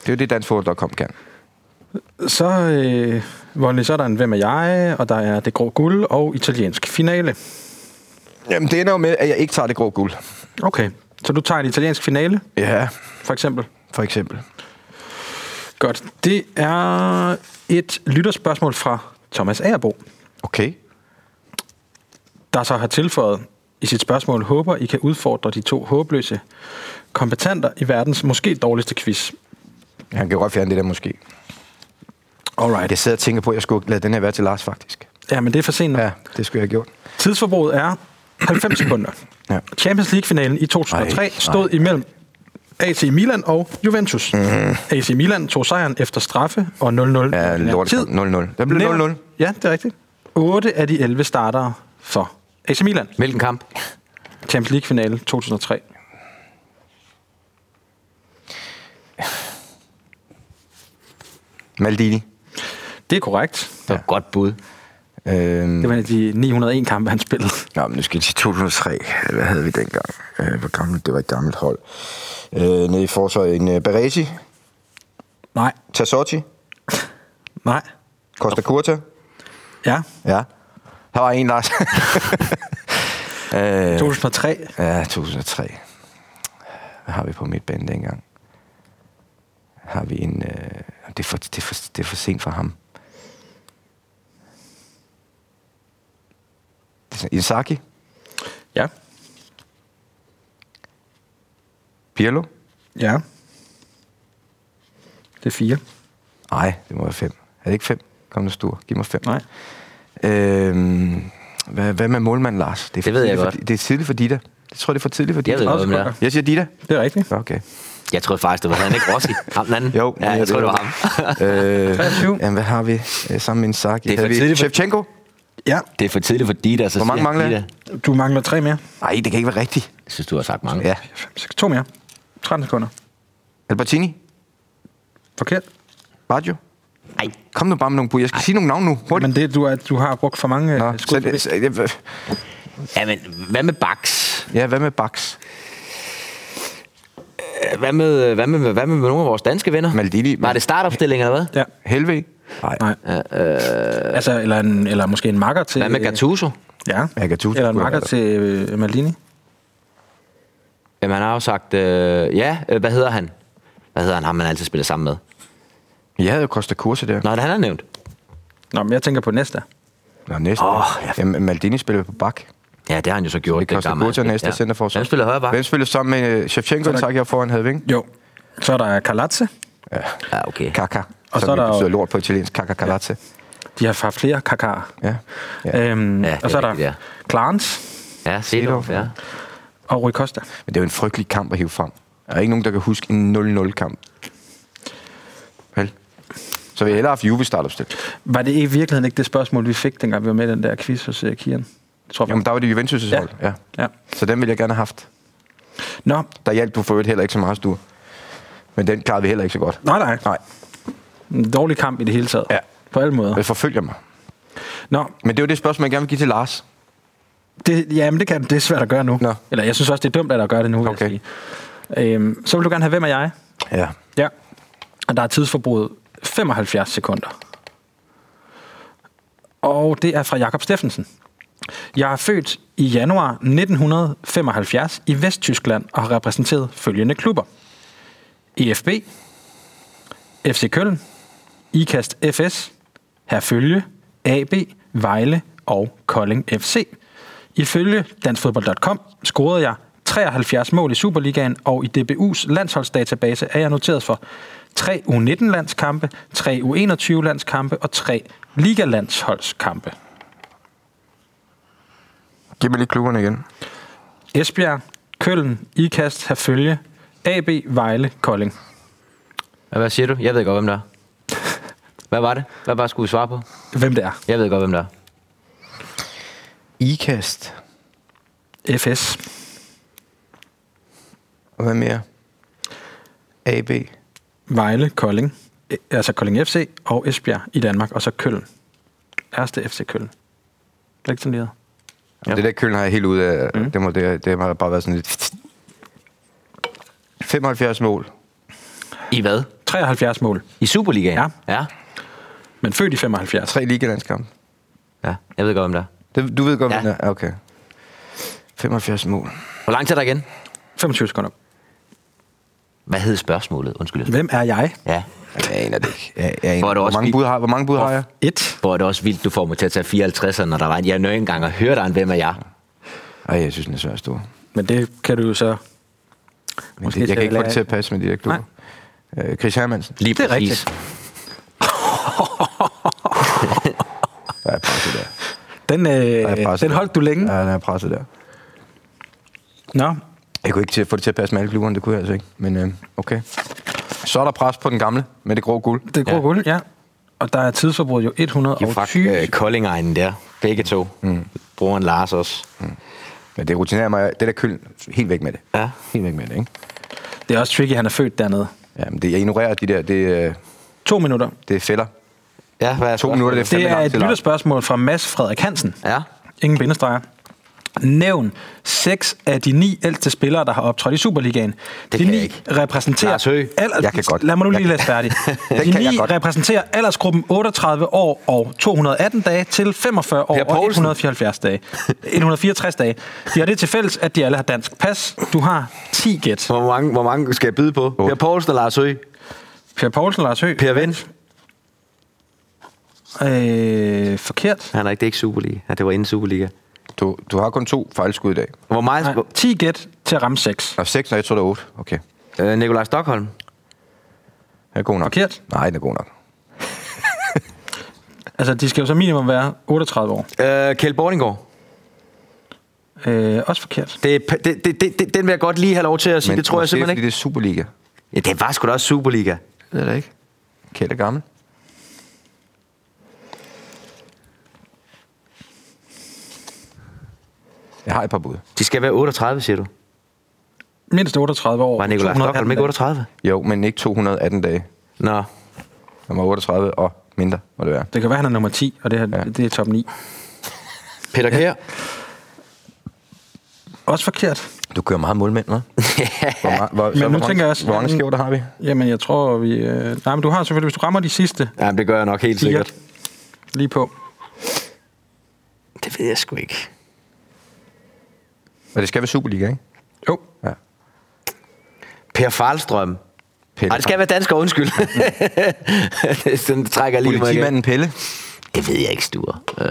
Det er jo det, danskfodbold.com kan.
så, øh, Vonley, så er der en Hvem er jeg, og der er Det Grå Guld og Italiensk Finale.
Jamen, det ender jo med, at jeg ikke tager det grå guld.
Okay, så du tager en italiensk finale,
Ja,
for eksempel.
for eksempel.
Godt, det er et lytterspørgsmål fra Thomas Agerbo,
Okay.
der så har tilføjet i sit spørgsmål, håber I kan udfordre de to håbløse kompetenter i verdens måske dårligste quiz.
Han kan godt fjerne det der måske.
Alright.
Jeg sidder og tænker på, at jeg skulle lade den her være til Lars, faktisk.
Ja, men det er for sent nu. Ja.
Ja, det skulle jeg have gjort.
Tidsforbruget er 90 sekunder.
Ja.
Ja. Champions League-finalen i 2003
Ej,
ej, stod ej. imellem AC Milan og Juventus. Mm. AC Milan tog sejren efter straffe og 0-0
Ja,
ordinær
lortet. 0-0. Der blev
Nævn-
0-0.
Ja, det er rigtigt. 8 af de 11 startere for AC Milan.
Hvilken kamp?
Champions League-finale 2003.
Maldini.
Det er korrekt.
Det var et godt bud.
Øhm,
Det var en af de 901 kampe, han spillede.
Nå, men nu skal jeg til 2003. Hvad havde vi dengang? Øh, hvor gammelt? Det var et gammelt hold. Øh, nede i forsvaret en øh, Baresi,
Nej,
Tassotti,
nej.
Costa Curta.
Ja,
Ja. Der var en, Lars. Øh,
2003.
Ja, 2003. Hvad har vi på midtbanen dengang? Har vi en... Øh, det, er for, det, er for, det er for sent for ham. Det er sådan- Isaki?
Ja.
Pirlo?
Ja. Det er fire.
Nej, det må være fem. Er det ikke fem? Kom nu, Stur. Giv mig fem.
Nej.
Øhm, hvad, hvad med målmand, Lars? er for
Det ved jeg
tidligt
godt.
For, det er tidligt for Dita. Jeg tror, det er for tidligt for Dita.
Jeg ved godt, hvem det er.
Jeg siger Dita.
Det er rigtigt.
Nå, Okay.
Jeg troede faktisk, det var han, ikke Rossi? Ham den anden?
Jo.
Ja, jeg tror, det var ham.
øh,
23.
jamen, hvad har vi øh, sammen med en sak?
Det er for tidligt for-
Shevchenko?
Ja.
Det er for tidligt for Dita, så
Hvor mange
siger
mangler jeg?
Dita.
Du mangler tre mere.
Nej, det kan ikke være rigtigt.
Jeg synes, du har sagt mange.
Ja.
5, 6, to mere. 13 sekunder.
Albertini?
Forkert.
Baggio?
Nej.
Kom nu bare med nogle bud. Jeg skal Ej. sige nogle navne nu. Hurtigt.
Men det, du, er, du har brugt for mange
Nå,
Nå,
så,
skud.
så, jeg-
Ja, men hvad med Bax?
ja, hvad med Bax?
Hvad med, hvad med, hvad med nogle af vores danske venner?
Maldini?
Var det startopstilling eller hvad?
Ja.
Helve? Nej.
Nej. Øh, altså, eller, en, eller måske en makker til...
Hvad med Gattuso?
Ja.
Ja, Gattuso
Eller en
skulle
makker
have
til øh, Maldini.
Jamen, han har jo sagt, øh, ja, øh, hvad hedder han? Hvad hedder han, ham man altid spiller sammen med?
Jeg havde jo Costa Curse der.
Nå, det han har nævnt.
Nå, men jeg tænker på næste.
Nå, næste.
Åh, ja.
ja. Jamen, Maldini spiller på bak.
Ja, det har han jo så gjort.
Det koster
dengang, han
Kurta
spillede.
næste ja. centerforsvar.
Hvem spiller højre bak?
Hvem spiller sammen med øh, Shevchenko,
der-
tak jeg foran havde ving?
Jo. Så er der Kalatse.
Ja, okay.
Kaka.
Og
som
så er der
jo
jo-
betyder lort på italiensk. Kaka Kalatse.
De har haft flere kakarer.
Ja. ja.
Ja. Øhm,
Ja,
ja,
det
og så
er
er der
rigtigt, ja.
ja. Clarence
Ja, Seedorf, ja.
og Rui Costa.
Men det er jo en frygtelig kamp at hive frem. Der er ikke nogen, der kan huske en 0-0-kamp. Vel? Så vi hellere have haft Juve startopstil.
Var det i virkeligheden ikke det spørgsmål, vi fik, dengang vi var med i den der quiz hos uh, Kian? Det tror jeg.
Jamen, der var det Juventus'
Ja.
hold. Ja.
Ja.
Så den ville jeg gerne have haft.
Nå,
Der hjalp du for øvrigt heller ikke så meget, Sture. Men den klarede vi heller ikke så godt.
nej, nej.
Nej,
En dårlig kamp i det hele taget.
Ja.
På alle måder.
det forfølger mig.
Nå,
Men det er jo det spørgsmål, jeg gerne vil give til Lars.
det, jamen, det, kan, det er svært at gøre nu.
Nå.
Eller jeg synes også, det er dumt, at der gør det nu. vil jeg
Okay.
sige. Øhm, så vil du gerne have, hvem er jeg?
Ja.
Ja. Og der er tidsforbruget 75 sekunder. Og det er fra Jakob Steffensen. Jeg er født i januar 1975 i Vesttyskland og har repræsenteret følgende klubber. E EFB, FC Køln, IKAST FS, Herfølge, AB, Vejle og Kolding FC. Ifølge danskfodbold.com scorede jeg 73 mål i Superligaen, og i DBU's landsholdsdatabase er jeg noteret for 3 U19-landskampe, 3 U21-landskampe og 3 ligalandsholdskampe.
Giv mig lige klubberne igen.
Esbjerg, Køln, IKAST, Herfølge, AB, Vejle, Kolding.
Hvad, hvad siger du? Jeg ved godt, hvem der er. Hvad var det? Hvad bare skulle vi svare på?
Hvem det er?
Jeg ved godt, hvem der er.
Ikast.
FS.
Og hvad mere? AB.
Vejle, Kolding, eh, altså Kolding FC og Esbjerg i Danmark, og så Køln. Ærste FC Køln. Det er ikke sådan, det hedder.
Ja. Det der kølen har jeg helt ud af. Mm. Det, må, det, det har bare været sådan lidt... 75 mål.
I hvad?
73 mål,
I Superligaen?
Ja.
Ja,
men født i 75.
Tre ligalandskampe.
ja. jeg ved godt, hvem der er.
Det, du ved godt,
Ja.
ja. er. Okay. 75 mål.
Hvor lang tid er der igen?
25 sekunder.
Hvad hed spørgsmålet? Undskyld. jeg spørger.
Hvem er jeg?
Ja.
Jeg aner det ikke. Jeg, jeg aner.
Hvor
Hvor,
er det
hvor,
også
mange
vi-
bud har, hvor mange bud har jeg?
1.
Hvor er det også vildt, du får mig til at tage 54'erne, når der var en. Jeg nåede ikke engang at høre dig en, hvem er jeg?
Ej, jeg synes, den er svær stor.
Men det kan du jo så...
Men det, jeg kan ikke få det til at passe med de der klubber. Øh, Chris Hermansen.
Lige
Det er
præcis.
Der er presset der.
Den,
Der er
øh,
presset
den
der.
holdt du længe.
Ja, der er presset der.
Nå,
Jeg kunne ikke til, få det til at passe med alle klubberne, det kunne jeg altså ikke. Men øh, okay. Så er der pres på den gamle med det grå guld.
det går
Ja.
ja. guld, ja. Og der er tidsforbruget jo
Jo, fuck
120.
øh, Koldingegnen der. Begge to. Mm. Broren Lars også.
Men det rutinerer mig. Det der køl, helt væk med det.
Ja.
Helt væk med det, ikke?
Det er også tricky, han er født dernede.
Jamen, det, jeg ignorerer de der, det, øh,
To minutter.
det er fælder.
Ja, hvad er
To minutter, det er
Det
fandme
er
langt
et
til langt.
lytterspørgsmål fra Mads Frederik Hansen.
Ja.
Ingen bindestreger. Nævn seks af de ni ældste spillere, der har optrådt i Superligaen.
Det
de
kan
ni
jeg ikke.
repræsenterer...
Lars Høgh,
jeg kan godt.
Lad mig nu
Jeg
lige
kan-
læse færdig.
Den
de
kan
ni
jeg godt.
repræsenterer aldersgruppen 38 år og 218 dage til 45 år
Per
og
Poulsen.
174 dage. 164 dage. De har det til fælles, at de alle har dansk pas. Du har 10 gæt.
Hvor mange, hvor mange skal jeg byde på? Per Poulsen og Lars Høgh.
Per Poulsen, Lars Høgh.
Per Vind.
Øh, forkert.
Han er ikke, det er ikke Superliga. Ja, det var inden Superliga.
Du, du har kun to fejlskud i dag.
Hvor meget...
Nej, 10 gæt til at ramme 6.
Og seks, og jeg tror, det er otte. Okay.
Øh, Nikolaj Stockholm.
Den er god nok.
Forkert.
Nej, den er god nok.
Altså, de skal jo så minimum være 38 år.
Øh, Kjeld Borninggaard.
Øh, også forkert.
Det, er pa- det, det, det, det, den vil jeg godt lige have lov til at sige. Men det tror jeg
måske
simpelthen
fordi
ikke.
det er Superliga.
Ja, det var sgu da også Superliga.
Det er det ikke. Kjeld er gammel. Jeg har et par bud.
De skal være 38, siger du.
Mindst 38 år.
Var Nikolaj
218
Stockholm ikke
dage.
38?
Jo, men ikke 218 dage.
Nå.
Han var 38 og mindre, må det være.
Det kan være, han er nummer 10, og det, her,
Ja.
ja. det er top 9.
Peter Kjær.
Også forkert.
Du kører meget målmænd, hva'? hvor, meget, hvor,
nu
hvor mange,
tænker jeg også-
Hvor mange skæver, der har vi?
Jamen, jeg tror, vi... Øh... Nej, men du har selvfølgelig, hvis du rammer de sidste
Ja, det gør jeg nok helt
fire
sikkert.
lige på.
Det ved jeg sgu ikke.
Og det skal være Superliga, ikke?
Jo,
Ja.
Per Falstrøm.
Pelle.
Nej, det skal være dansker, undskyld. Den trækker jeg lige mig igen.
Politimanden Pelle.
Det ved jeg ikke, Sture. Øh,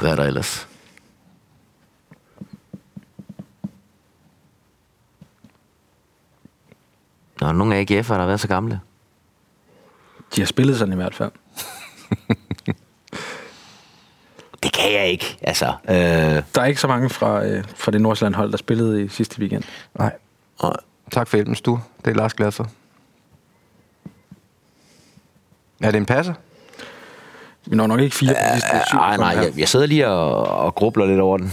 hvad er der ellers? Nå, er der nogle AGF'er, der har været så gamle.
de har spillet sådan i hvert fald.
Det kan jeg ikke, altså. Øh,
Der er ikke så mange fra, øh, fra det Nordsjælland hold, der spillede i sidste weekend.
Nej.
og-
Tak for hjælpen, Stu. Det er Lars glad for. Er det en passer?
Vi når nok ikke fire på de sidste syv.
nej, nej,
her.
jeg, jeg sidder lige og, og grubler lidt over den.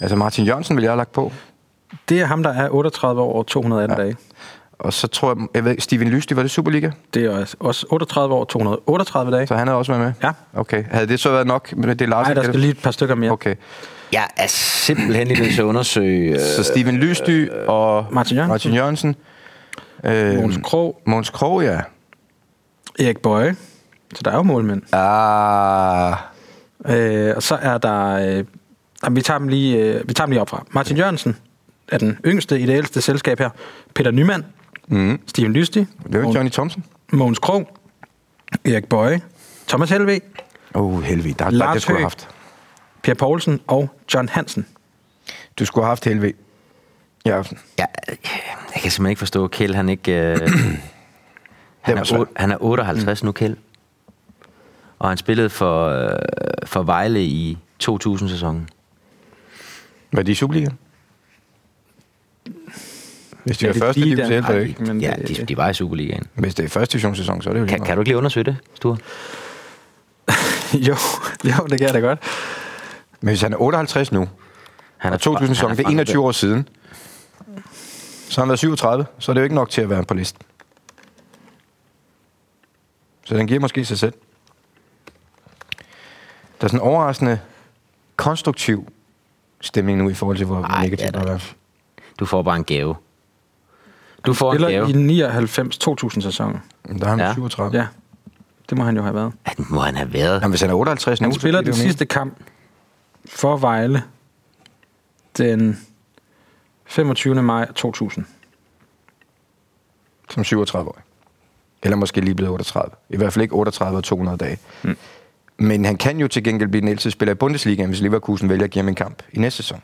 Altså Martin Jørgensen vil jeg have lagt på.
Det er ham, der er 38 år og 218 ja. dage.
Og så tror jeg, jeg ved, ikke, Steven Lystig, var det Superliga?
Det er også- også 38 år og 238 dage.
Så han havde også været med?
Ja.
Okay. Havde det så været nok med det Lars?
Nej, der skal lige et par stykker mere.
Okay.
Jeg er simpelthen lige nødt til at undersøge... Øh,
Så Steven Lysty og
Martin Jørgensen.
Øh, Martin Jørgensen. Øh,
Måns Krog,
Måns Krog, ja.
Erik Bøje. Så der er jo målmænd.
Ah,
Øh, og så er der... Øh, jamen, vi, tager dem lige, øh, vi tager dem lige op fra. Martin Jørgensen er den yngste i det ældste selskab her. Peter Nyman, mm. Steven Lystig,
det var
Mogens-
Johnny Thompson.
Mogens Krog, Erik Bøje, Thomas Helve,
Åh, oh, helvede. Der, der,
Lars
det skulle du
Høgh.
have haft.
Per Poulsen og John Hansen.
Du skulle have haft helvede. Ja,
jeg, øh, jeg kan simpelthen ikke forstå, at Kjeld han ikke... Øh, han,
var
er,
svært.
otte- han er 58 mm. nu, Kjeld. Og han spillede for, øh, for Vejle i 2000-sæsonen.
var de i Superligaen? Hvis det er
det
første
lige
division, så hjælper
der?
det
Ej,
ikke.
men
ja,
det-
de, de var i Superligaen.
Hvis det er første divisionssæson, så er det jo lige
Kan, kan
meget.
du ikke lige undersøge det, Sture?
jo, jo, det kan jeg da godt.
Men hvis han er 58 nu,
Han
og 2000 sæsonen, det er 21 år siden, så har han været 37, så er det jo ikke nok til at være på listen. Så den giver måske sig selv. Der er sådan en overraskende konstruktiv stemning nu i forhold til, hvor
Ej,
Ej, negativt
det er
det
der
er.
ikke. Du får bare en gave. Du får en
Eller
gave.
i 99-2000 sæsonen.
Der er han
Ja.
ja. 37. Ja.
Ja, det må han jo have været.
At, må han have været?
Jamen, hvis han er 58 nu,
Han
så giver
spiller
det
den
jo mening.
sidste kamp for Vejle den 25. maj 2000.
som 37-årig. Eller måske lige blevet 38. I hvert fald ikke 38 og 200 dage. Mm. Men han kan jo til gengæld blive den ældste spiller i Bundesligaen, hvis Leverkusen vælger at give ham en kamp i næste sæson.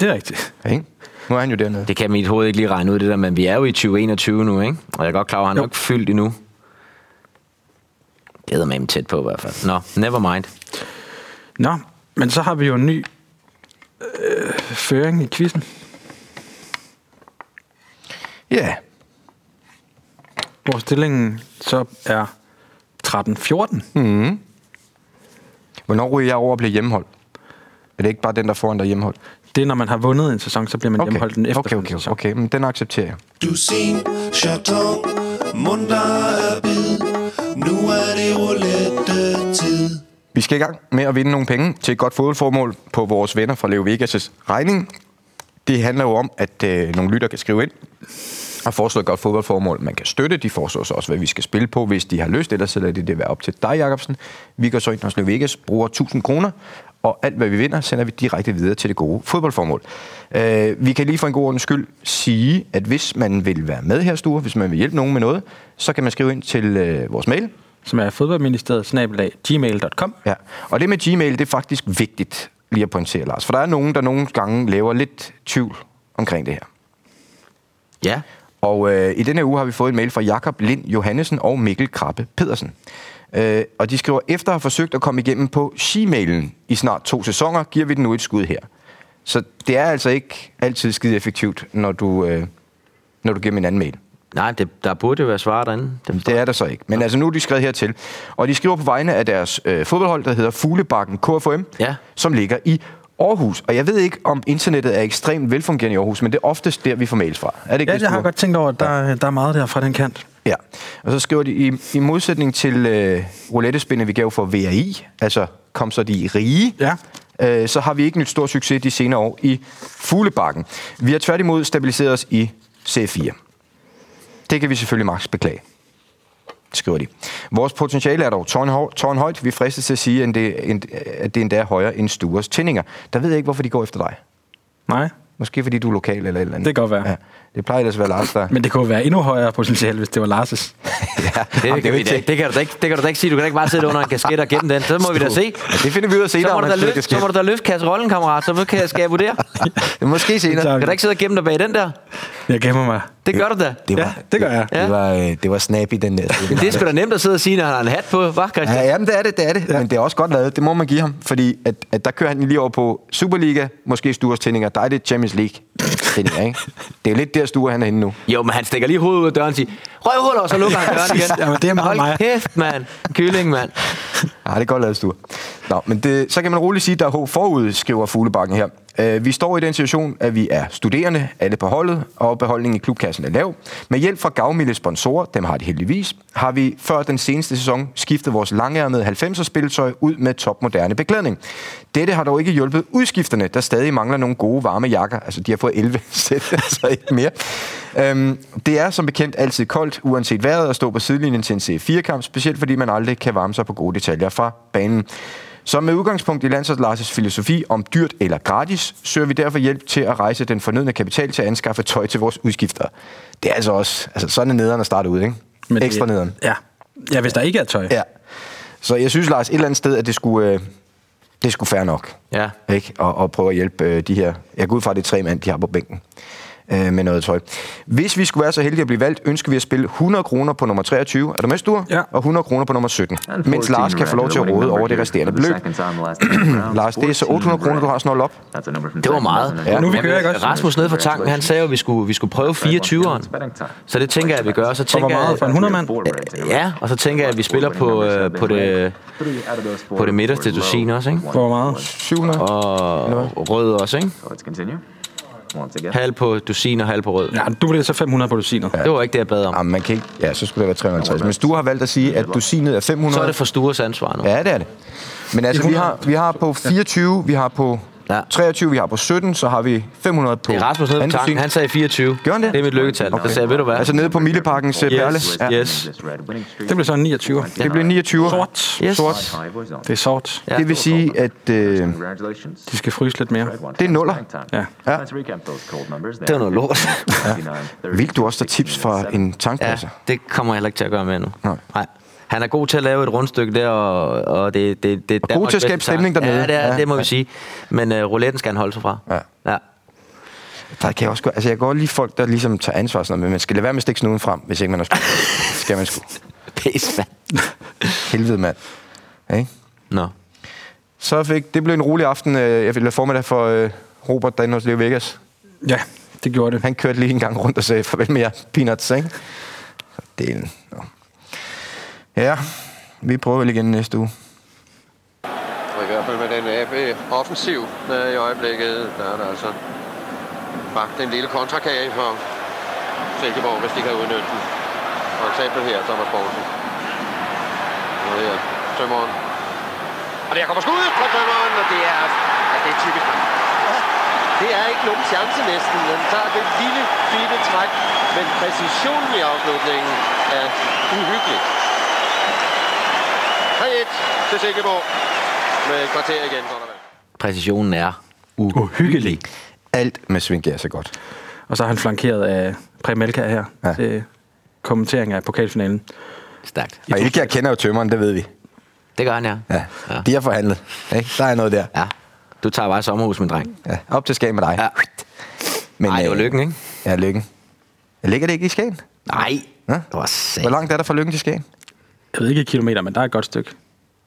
Det er rigtigt.
Ja, Ikke? Nu er han jo dernede. Det.
Det kan mit hoved ikke lige regne ud, det der, men vi er jo i 2021 nu, ikke? Og jeg er godt klar over, at han er
Jo.
jo ikke fyldt endnu. Det er med tæt på i hvert fald. Nå, never mind.
Nå, men så har vi jo en ny øh, føring i quizzen,
Ja,
hvor stillingen så er 13-14. Mm.
hvornår ryger jeg over og bliver hjemmehold? Er det ikke bare den, der foran, der er hjemmehold?
Det er, når man har vundet en sæson, så bliver man okay. hjemholdt den efter
okay, okay, okay,
sæson.
okay, men den accepterer jeg.
Dusin, chaton, mund der er bid. Nu er det roulette-tid.
Vi skal i gang med at vinde nogle penge til et godt fodboldformål på vores venner fra Leo Vegas' regning. Det handler jo om, at øh, nogle lytter kan skrive ind og foreslå et godt fodboldformål, man kan støtte. De foreslår så også, hvad vi skal spille på, hvis de har lyst. Ellers så lader de det være op til dig, Jacobsen. Vi går så ind hos Leo Vegas, bruger 1000 kroner, og alt, hvad vi vinder, sender vi direkte videre til det gode fodboldformål. Øh, vi kan lige for en god ordens skyld sige, at hvis man vil være med her, Sture, hvis man vil hjælpe nogen med noget, så kan man skrive ind til øh, vores mail,
som er fodboldministeriet, snabelag, gmail.com.
Ja, og det med Gmail, det er faktisk vigtigt lige at pointere, Lars. For der er nogen, der nogle gange laver lidt tvivl omkring det her.
Ja.
Og øh, i denne her uge har vi fået en mail fra Jakob Lind Johannesen og Mikkel Krabbe Pedersen. Øh, og de skriver, efter at have forsøgt at komme igennem på She-mailen i snart to sæsoner, giver vi den nu et skud her. Så det er altså ikke altid skide effektivt, når du, øh, når du giver dem en anden mail.
Nej, det, der burde jo være svar derinde. Det,
Det er der så ikke. Men altså, nu er de skrevet hertil. Og de skriver på vegne af deres øh, fodboldhold, der hedder Fuglebakken KFM,
Ja.
som ligger i Aarhus. Og jeg ved ikke, om internettet er ekstremt velfungerende i Aarhus, men det er oftest der, vi får mails fra. Er det ikke
Ja,
det,
jeg har
Sture?
godt tænkt over, at der, der er meget der fra den kant.
Ja. Og så skriver de, i, i modsætning til øh, roulettespindet, vi gav for VRI, altså kom så de rige,
Ja.
øh, så har vi ikke nyt stor succes de senere år i Fuglebakken. Vi har tværtimod stabiliseret os i C4. Det kan vi selvfølgelig maks beklage skriver de. Vores potentiale er dog tårnhøj- tårnhøjt. Vi fristes til at sige, end det, end, at det endda er højere end Stures tændinger. Der ved jeg ikke, hvorfor de går efter dig.
Nej.
Måske fordi du er lokal eller et eller andet.
Det kan godt være.
Ja. Det plejer ellers at være Lars, der...
Men det kunne jo være endnu højere potentiale, hvis det var Lars'
ja,
det,
jamen,
det,
jo
kan vi
ikke
da ikke, det, kan du da ikke, det kan du da ikke sige. Du kan da ikke bare sidde under en kasket og gemme den. Så må vi da se.
Ja, det finder vi ud af senere,
Så må,
om
du da
han smider
løfte, så må du
kasketten.
da løfte kasserollen, kammerat. Så kan jeg, skal jeg vurdere.
Måske senere.
tager vi.
Kan du ikke sidde og gemme dig bag den der?
Jeg gemmer mig.
Det gør du da.
Det var, ja, det gør jeg.
Ja.
Det var, øh, det var snappy, den der.
Men det er sgu da nemt at sidde og sige, når han har en hat på. Hva, Christian?
Ja, jamen, det er det, det er det. Ja. Men det er også godt lavet, det må man give ham. Fordi at, at der kører han lige over på Superliga, måske Stures tændinger. Der er det Champions League tændinger, ikke? Det er jo lidt der Sture, han er henne nu.
Jo, men han stikker lige hovedet ud af døren og siger, røvhuller, og så lukker han døren igen.
Jamen, det er meget
Hold
mig.
kæft, mand. Kylling, mand.
Ja, Ah, det er godt lavet, Sture. Nå, men det, så kan man roligt sige, at der er håb forud, skriver Fuglebakken her. Øh, vi står i den situation, at vi er studerende, alle på holdet, og beholdningen i klubkassen er lav. Med hjælp fra gavmilde sponsorer, dem har de heldigvis, har vi før den seneste sæson skiftet vores langærmede 90'er spilletøj ud med topmoderne beklædning. Dette har dog ikke hjulpet udskifterne, der stadig mangler nogle gode varme jakker. Altså, de har fået 11 sæt, altså ikke mere. Øhm, det er som bekendt altid koldt, uanset vejret, at stå på sidelinjen til en C4-kamp, specielt fordi man aldrig kan varme sig på gode detaljer fra banen. Så med udgangspunkt i Landsholds Lars' filosofi om dyrt eller gratis, søger vi derfor hjælp til at rejse den fornødne kapital til at anskaffe tøj til vores udskifter. Det er altså også, altså sådan er nederen at starte ud, ikke? Men
det-
Ekstra nederen.
Ja. ja, hvis der ikke er tøj. Ja.
Ja. Så jeg synes, Lars, et eller andet sted, at det skulle, øh, det skulle fair nok.
Ja.
Ikke? Og, og prøve at hjælpe øh, de her... Jeg går ud fra, at det er tre mand, de har på bænken øh, med noget tøj. Hvis vi skulle være så heldige at blive valgt, ønsker vi at spille 100 kroner på nummer 23. Er du med, Sture?
Ja.
Og 100 kroner på nummer 17. Mens Lars kan få lov til at råde over det resterende beløb. Lars, det er så 800 kroner, du har snoldt op.
Det var meget.
Ja.
Nu vi kører, ikke også?
Rasmus nede fra tanken, han sagde jo, at vi skulle, vi skulle prøve 24'eren. Så det tænker jeg, at vi gør. Så
Og
tænker
hvor meget for en 100 mand?
jeg, ja, og så tænker jeg, at vi spiller på, øh, på det, på det midterste dusin også, ikke?
Hvor meget?
700.
Og rød også, ikke?
Let's continue. Once again.
Halv på dusin og halv på rød.
Ja, du vurderer så 500 på dusinet. Ja.
Det var ikke det, jeg bad om.
Jamen, man kan ikke... Ja, så skulle det være 350. Men Sture har valgt at sige, at dusinet er 500.
Så er det for Stures ansvar nu.
Ja, det er det. Men altså, vi har, vi har på 24, vi har på
Ja.
23, vi har på 17, så har vi 500 på...
Det er Rasmus nede på
anden
tanken,
dusin.
han sagde 24.
Gjorde han det?
Det er mit lykketal. Okay. Der sagde, jeg, ved du hvad?
Altså nede på Mileparkens yes, perle.
yes,
Ja.
yes.
This red winning streak.
Det bliver så en 29.
Det blev 29.
Sort.
Yes.
Sort.
Five was on.
Det er sort.
Ja.
Det vil sige, at øh,
Congratulations.
De skal fryse lidt mere.
Red one.
Det er nuller.
Ja.
Ja.
Let's recap those cold numbers.
Det var noget lort.
vildt du også tager tips fra en
Ja,
tankpasser.
det kommer jeg heller ikke til at gøre med nu.
Altså. Nej.
Nej. Han er god til at lave et rundstykke der, og, og det, det, det
til
er
at
Danmarks
skabe
bedste
stemning
tank.
dernede.
Ja, det, er,
Ja.
ja. det må vi sige. Men uh, rouletten skal han holde sig fra.
Ja.
ja.
Der kan jeg også godt, altså jeg kan godt lide folk, der ligesom tager ansvar og sådan noget, men man skal lade være med at stikke snuden frem, hvis ikke man har sgu. skal man sgu.
Pæs, mand.
Helvede, mand. Ikke?
Nå.
Så fik, det blev en rolig aften, øh, jeg ville formiddag for øh, Robert derinde hos Leo Vegas.
Ja, det gjorde det.
Han kørte lige en gang rundt og sagde, farvel med jer, peanuts, ikke? For Delen. Nå. Ja, vi prøver vel igen næste uge.
Og i hvert fald med den AB offensiv øh, i øjeblikket, der er der altså bagt en lille kontrakage for Silkeborg, hvis de kan udnytte den. For eksempel her, Thomas Poulsen. Og her, Tømmeren. Og der kommer skuddet fra dømmeren, og det er, ja, det er typisk ham. Det er ikke nogen chance næsten. Han tager det lille, fine træk, men præcisionen i afslutningen er uhyggelig. 3-1 til Silkeborg med et kvarter igen. godt og vel.
Præcisionen er
Uhyggelig.
Alt med Svend Gjer så godt.
Og så er han flankeret af Prem Elka her
Ja.
ja. til kommentering af pokalfinalen.
stærkt.
Og Elkjær kender jo tømmeren, det ved vi.
Det gør han, ja.
Ja. De har forhandlet. Ikke? Der er noget der.
ja. Du tager bare sommerhus, min dreng.
Ja. Op til Skagen med dig.
Ja.
Men,
Ej, det var
øh,
lykken, ikke?
Ja, lykken. Ligger det ikke i Skagen?
Nej.
Ja?
Det var sæt.
Hvor langt er der fra lykken til Skagen?
Jeg ved ikke i kilometer, men der er et godt stykke.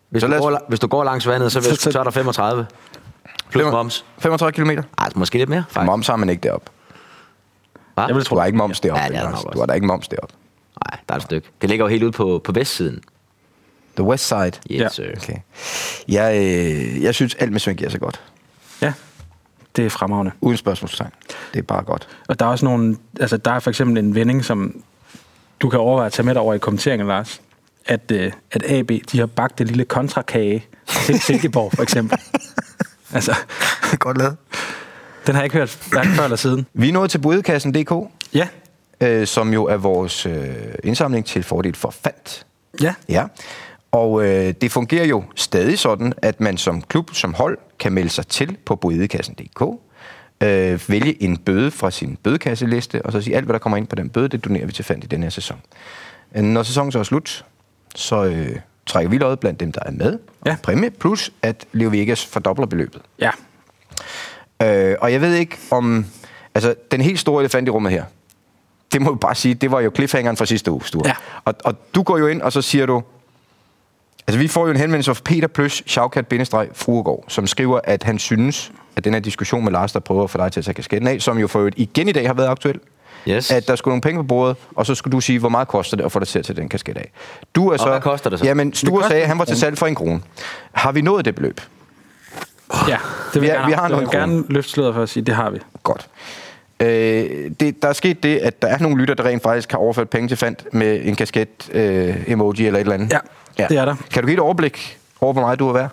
Hvis,
Så
du
lad os-
går, la- hvis du går langs vandet, så, vil,
Så- så-
så er der 35. Plus moms.
35 km.
Ej, altså, måske lidt mere, faktisk.
Moms har man ikke deroppe.
Hva?
Jeg vil
Du
tro,
har ikke moms deroppe.
Ja, det er der
Lars.
nok også.
du har da ikke moms deroppe.
Nej, der er et stykke. Det ligger jo helt ude på, på vestsiden.
The West Side.
Yes,
Ja.
ja. sir.
Okay. Jeg, øh, jeg synes, alt med Svend Gjer så godt.
Ja, det er fremragende.
Uden spørgsmålstegn. Det er bare godt.
Og der er også nogle, altså der er for eksempel en vending, som du kan overveje at tage med dig over i kommenteringen, Lars, at, øh, at AB, de har bagt en lille kontrakage til Silkeborg, for eksempel. Altså,
godt lavet.
den har jeg ikke hørt hverken før eller siden.
Vi er nået til budekassen.dk,
Ja,
øh, som jo er vores øh, indsamling til fordel for fandt.
ja,
Ja. Og øh, det fungerer jo stadig sådan, at man som klub, som hold, kan melde sig til på bødekassen.dk, øh, vælge en bøde fra sin bødekasseliste, og så sige, alt hvad der kommer ind på den bøde, det donerer vi til fandt i den her sæson. Øh, Når sæsonen så er slut, så øh, trækker vi lod blandt dem, der er med, ja.
Ja.
og præmie, plus at Leo Vegas fordobler beløbet.
ja.
Øh, og jeg ved ikke om... Altså, den helt store elefant i rummet her, det må jeg bare sige, det var jo cliffhangeren fra sidste uge, Sture.
Ja.
Og, og du går jo ind, og så siger du... Altså, vi får jo en henvendelse fra Peter Pløs, Shaukat bindestreg Fruergaard, som skriver, at han synes, at den her diskussion med Lars, der prøver at få dig til at tage kasketten af, som jo for øvrigt igen i dag har været aktuel,
Yes.
at der skulle nogle penge på bordet, og så skulle du sige, hvor meget koster det at få dig til at tage den kasket af. Du er så,
hvad koster det så?
Jamen,
Det
Sture
koster
sagde,
en
at han var til
krone.
salg for en krone. Har vi nået det beløb?
ja. Det vil
Vi
jeg
har-
gerne,
vi har
jeg
noget
vil gerne løfte sløret for at sige, det har vi.
Godt. Øh, det, der er sket det, at der er nogle lytter, der rent faktisk har overført penge til fandt med en kasket-emoji eller et eller andet.
Ja, det er der.
Kan du give et overblik over, hvor meget du er værd?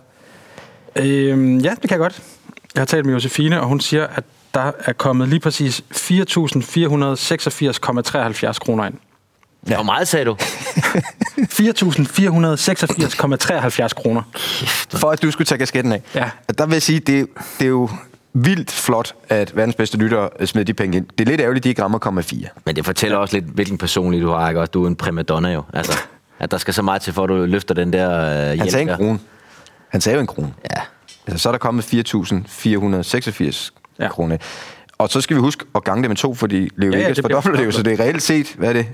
Øhm, ja, det kan jeg godt. Jeg har talt med Josefine, og hun siger, at der er kommet lige præcis 4.486,73 kroner ind.
Ja. Hvor meget sagde du?
4.486,73 kroner.
For at du skulle tage kasketten af.
Ja.
Der vil jeg sige, det, det er jo vildt flot, at verdens bedste lytter smed de penge ind. Det er lidt ærgerligt, de ikke rammer komma 4.
Men det fortæller også lidt, hvilken personlig du har, ikke? Også, du er en primadonna jo. Altså, at der skal så meget til, for at du løfter den der øh,
Han
hjælp
sagde en
der.
krone. Han sagde jo en krone.
Ja.
Altså, så er der kommet 4.486 ja.
Ja.
kroner. Og så skal vi huske at gange det med to, fordi Leo ja,
Ja, ja,
Vegas
det bliver
fordobler det jo, så det
fordoblet.
er reelt set, hvad er det,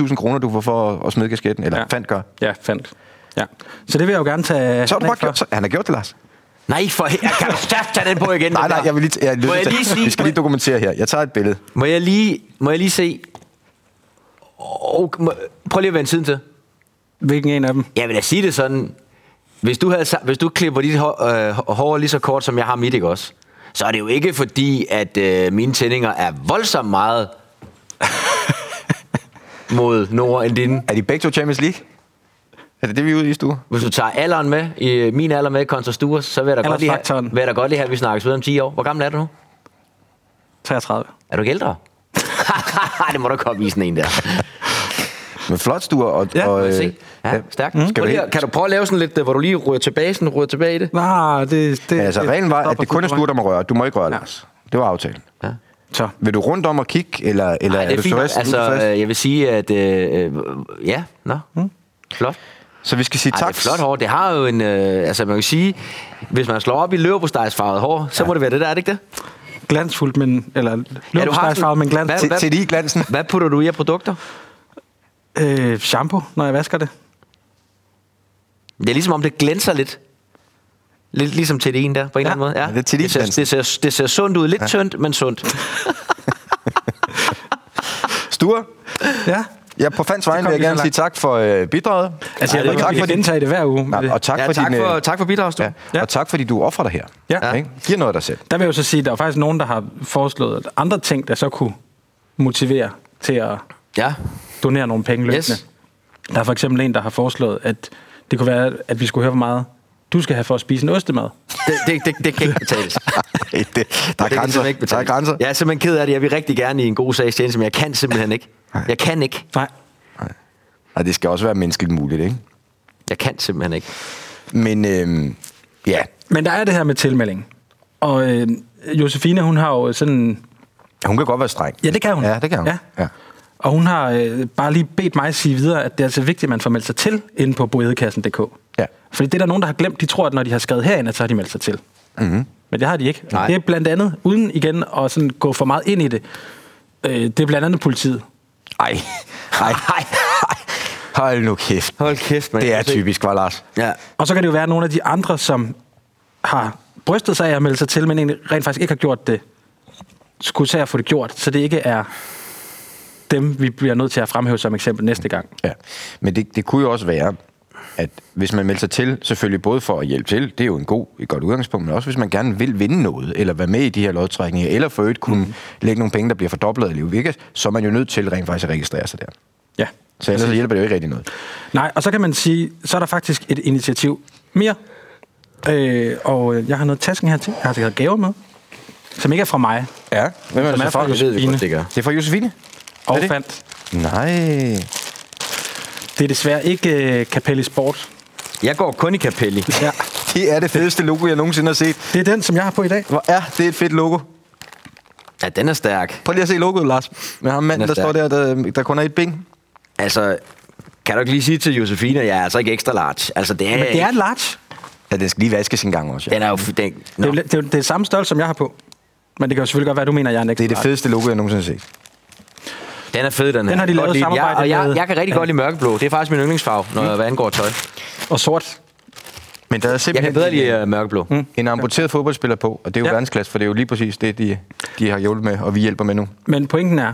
9.000 kroner, du får for at- at smide kasketten, eller ja. fandt gør.
Ja, fandt. Ja. Så det vil jeg jo gerne tage...
Så har du
af
bare
for.
gjort, så, han har gjort det, Lars.
Nej, for he- kan du stærkt tage den på igen?
Nej,
den
nej,
der?
jeg vil lige, jeg,
må,
jeg
jeg lige,
vi skal lige dokumentere her. Jeg tager et billede.
må, jeg lige, må jeg lige se... Okay, må, prøv lige at vende siden til.
Hvilken en af dem?
Jeg vil da sige det sådan. Hvis du, havde, sa- hvis du klipper dit hår, øh, hår lige så kort, som jeg har mit, ikke også? Så er det jo ikke fordi, at øh, mine tændinger er voldsomt meget mod nord end dine.
Er de begge to Champions League? Er det det, vi er ude i, Stue?
Hvis du tager alderen med, i øh, min alder med kontra Stuers, så vil jeg da godt lige have,
Aldersfaktoren.
vil jeg da godt lige have, at vi snakkes ved om 10 år. Hvor gammel er du nu?
33.
Er du ikke ældre? det må du komme i sådan en der.
Men flot, Stue. Og,
Ja,
og,
Må jeg
øh,
se? Ja, stærkt.
Skal
Prøv
vi,
lige, at- kan du prøve at lave sådan lidt, øh, hvor du lige rører tilbage, sådan rører tilbage i det?
Nej, det... det
men altså,
det-
reglen var, at det kun er Stue, der må røre. Du må ikke røre,
Ja.
Lars. Det var aftalen.
Ja.
Så.
Vil du rundt om og kigge, eller, eller
Nej, det
du
er fint. nok.
tilfreds? Du Mm. er
Altså,
tilfreds?
øh, jeg vil sige, at... Øh, øh, ja, nå. Flot.
Så vi skal sige
Ej,
tak.
det er flot hår. Det har jo en... Øh, altså, man kan sige, hvis man slår op i løvbostejsfarvet hår, så ja. må det være det der, er det ikke det?
Glansfuldt, men... Eller løbstejsfarvet, men glans.
Hvad-
Til, til lige glansen.
Hvad putter du i af produkter?
Øh, shampoo, når jeg vasker det.
Det er ligesom om, det glænser lidt. Lidt ligesom til det ene der, på en
Ja.
eller anden måde.
Ja, det er til det
det, ser,
glansen.
det, ser, det ser sundt ud. Lidt ja. tyndt, men sundt.
Sture,
Ja.
ja, på fans vegne
kom
vil jeg
vi så
gerne sige
langt.
tak for øh, bidraget.
Altså, jeg
Og
ved ikke, om vi kan gentage det hver uge. men
Nej,
det-
og tak,
ja,
for
tak,
din, øh,
for, tak for bidraget, du.
Ja.
Ja.
Ja. Og tak fordi du offrer dig her.
Ja.
Ikke? Giver noget af dig selv.
Der vil jeg jo så sige, at der er faktisk nogen, der har foreslået at andre ting, der så kunne motivere til at
ja.
donere nogle penge løbende.
Yes.
Yes. Der er for eksempel en, der har foreslået, at det kunne være, at vi skulle høre, hvor meget du skal have for at spise en ostemad.
Det, det, det, det kan ikke betales.
Ej, det, der er
Det kan
grænser.
simpelthen ikke
der er
betales.
grænser.
Jeg er simpelthen ked af det. Jeg vil rigtig gerne i en god sags tjeneste, men jeg kan simpelthen ikke. Jeg kan ikke.
Nej.
Og det skal også være menneskeligt muligt, ikke?
Jeg kan simpelthen ikke.
Men øhm, ja,
Men der er det her med tilmelding. Og øh, Josefine, hun har jo sådan...
hun kan godt være streng.
Ja, det kan hun.
Ja, det kan hun.
Ja.
Ja.
Og hun har øh, bare lige bedt mig sige videre, at det er altså vigtigt, at man får meldt sig til inde på boedekassen.dk.
Ja.
Fordi det er der nogen, der har glemt. De tror, at når de har skrevet herind, at så har de meldt sig til. Mm-hmm. Men det har de ikke.
Nej.
Det er blandt andet, uden igen at sådan gå for meget ind i det, øh, det er blandt andet politiet.
Ej, ej, ej. Hold nu kæft.
Hold kæft, Altså- man.
Det er typisk, var Lars?
Ja.
Og så kan det jo være, at nogle af de andre, som har brystet sig af at melde sig til, men egentlig rent faktisk ikke har gjort det, skulle tage at få det gjort, så det ikke er dem, vi bliver nødt til at fremhæve som eksempel næste gang.
Ja. Men det, det kunne jo også være, at hvis man melder sig til, selvfølgelig både for at hjælpe til, det er jo en god, et godt udgangspunkt, men også hvis man gerne vil vinde noget, eller være med i de her lodtrækninger, eller for øvrigt kunne mm. lægge nogle penge, der bliver fordoblet eller virke, så er man jo nødt til rent faktisk at registrere sig der.
Ja.
Så ellers så hjælper det jo ikke rigtig noget.
Nej, og så kan man sige, så er der faktisk et initiativ mere. Øh, og øh, jeg har noget tasken her til. Jeg har taget gaver med, som ikke er fra mig.
Ja, hvem er det
Som
så
er
fra?
fra
Det ved vi
Josefine
godt, det gør.
Det er fra Josefine?
og
det?
fandt.
Nej.
Det er desværre ikke øh, Capelli Sport.
Jeg går kun i kapelli.
Ja.
Det er det fedeste logo, jeg nogensinde har set.
Det er den, som jeg har på i dag.
Hvor er det et fedt logo.
Ja, den er stærk.
Prøv lige at se logoet, Lars. Med ham manden,
Den
der
er
står der, der, der kun er et ben.
Altså, kan du ikke lige sige til Josefine, at jeg er altså ikke ekstra large? Altså, det er...
Men det er en large.
Ja, den skal lige vaskes en gang også. Ja.
Den er jo... fu- Den,
Det er, jo,
Nå.
lidt- det, er, jo- det er samme størrelse, som jeg har på. Men det kan jo selvfølgelig godt være, at du mener, at jeg er en
Det er det
ekstra
fedeste logo, jeg nogensinde har set.
den er fed, den her.
Den har de
Godt
lavet
lide den.
samarbejde
jeg, og jeg,
med- Mm.
jeg kan rigtig godt lide mørkeblå. Det er faktisk min yndlingsfarve, når jeg hvad angår tøj.
large. Og sort.
Men der er
Jeg
simpelthen
kan bedre lide øh, mørkeblå. Mm.
en amputeret fodboldspiller på, og det er jo
Ja.
ja. verdensklasse, for det er jo lige præcis det, de, de har hjulpet med, og vi hjælper med nu.
Men pointen er,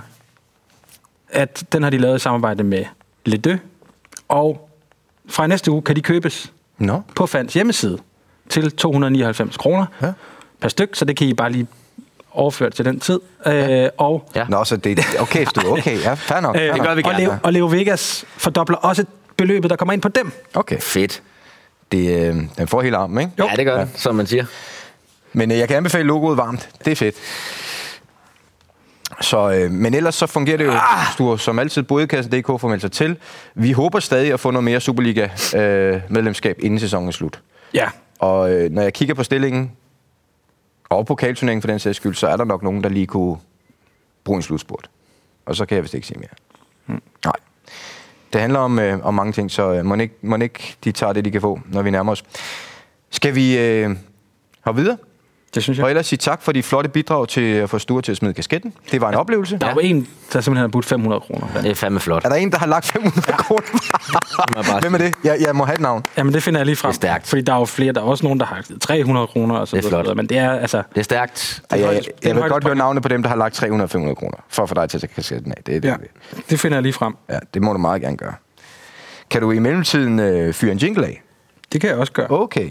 at den har de lavet i samarbejde med Ledø, og fra næste uge kan de købes
Nå.
på Fans hjemmeside til 299 kroner
Ja.
per styk, så det kan I bare lige overføre til den tid. Ja. Øh, og,
Ja.
Nå, så det er... Okay, Stu, okay. Ja, fair nok. fair
øh,
nok.
gør vi
og,
gerne,
Leo,
ja.
og Leo Vegas fordobler også beløbet, der kommer ind på dem.
Okay.
Fedt.
Det, øh, den får hele armen, ikke?
Jo.
Ja, det gør den, som man siger.
Men øh, jeg kan anbefale logoet varmt. Det er fedt. Så, øh, men ellers så fungerer det jo, ah! Sture, som altid, bodekassen.dk får meldt sig til. Vi håber stadig at få noget mere Superliga-medlemskab inden sæsonen er slut.
Ja.
Og øh, når jeg kigger på stillingen, og pokalturneringen for den sags skyld, så er der nok nogen, der lige kunne bruge en slutspurt. Og så kan jeg vist ikke sige mere.
Hmm.
Mm. Nej. Det handler om, øh, om mange ting, så øh, må, ikke, må ikke de tager det, de kan få, når vi nærmer os. Skal vi øh, hoppe videre?
Det synes jeg.
Og ellers sige tak for de flotte bidrag til at få Sture til at smide kasketten. Det var en oplevelse.
Der er jo en, der simpelthen har budt 500 kroner.
Det er fandme flot.
Er der en, der har lagt 500
må jeg bare
kroner? Hvem er det? Jeg, jeg må have et navn.
Jamen, det finder jeg lige frem.
Det er stærkt.
Fordi der er jo flere. Der er også nogen, der har givet 300 kroner. Og så
Det er
videre,
flot.
Men det er altså...
Det er stærkt.
Jeg, jeg,
højde- det er
jeg vil godt
højdepunkt.
høre navnet på dem, der har lagt 300-500 kroner, for at få dig til at tage kasketten af. Det er det,
Ja,
jeg vil.
det finder jeg lige frem.
Ja, det må du meget gerne gøre. Kan du i mellemtiden øh, fyre en jingle af?
Det kan jeg også gøre.
Okay.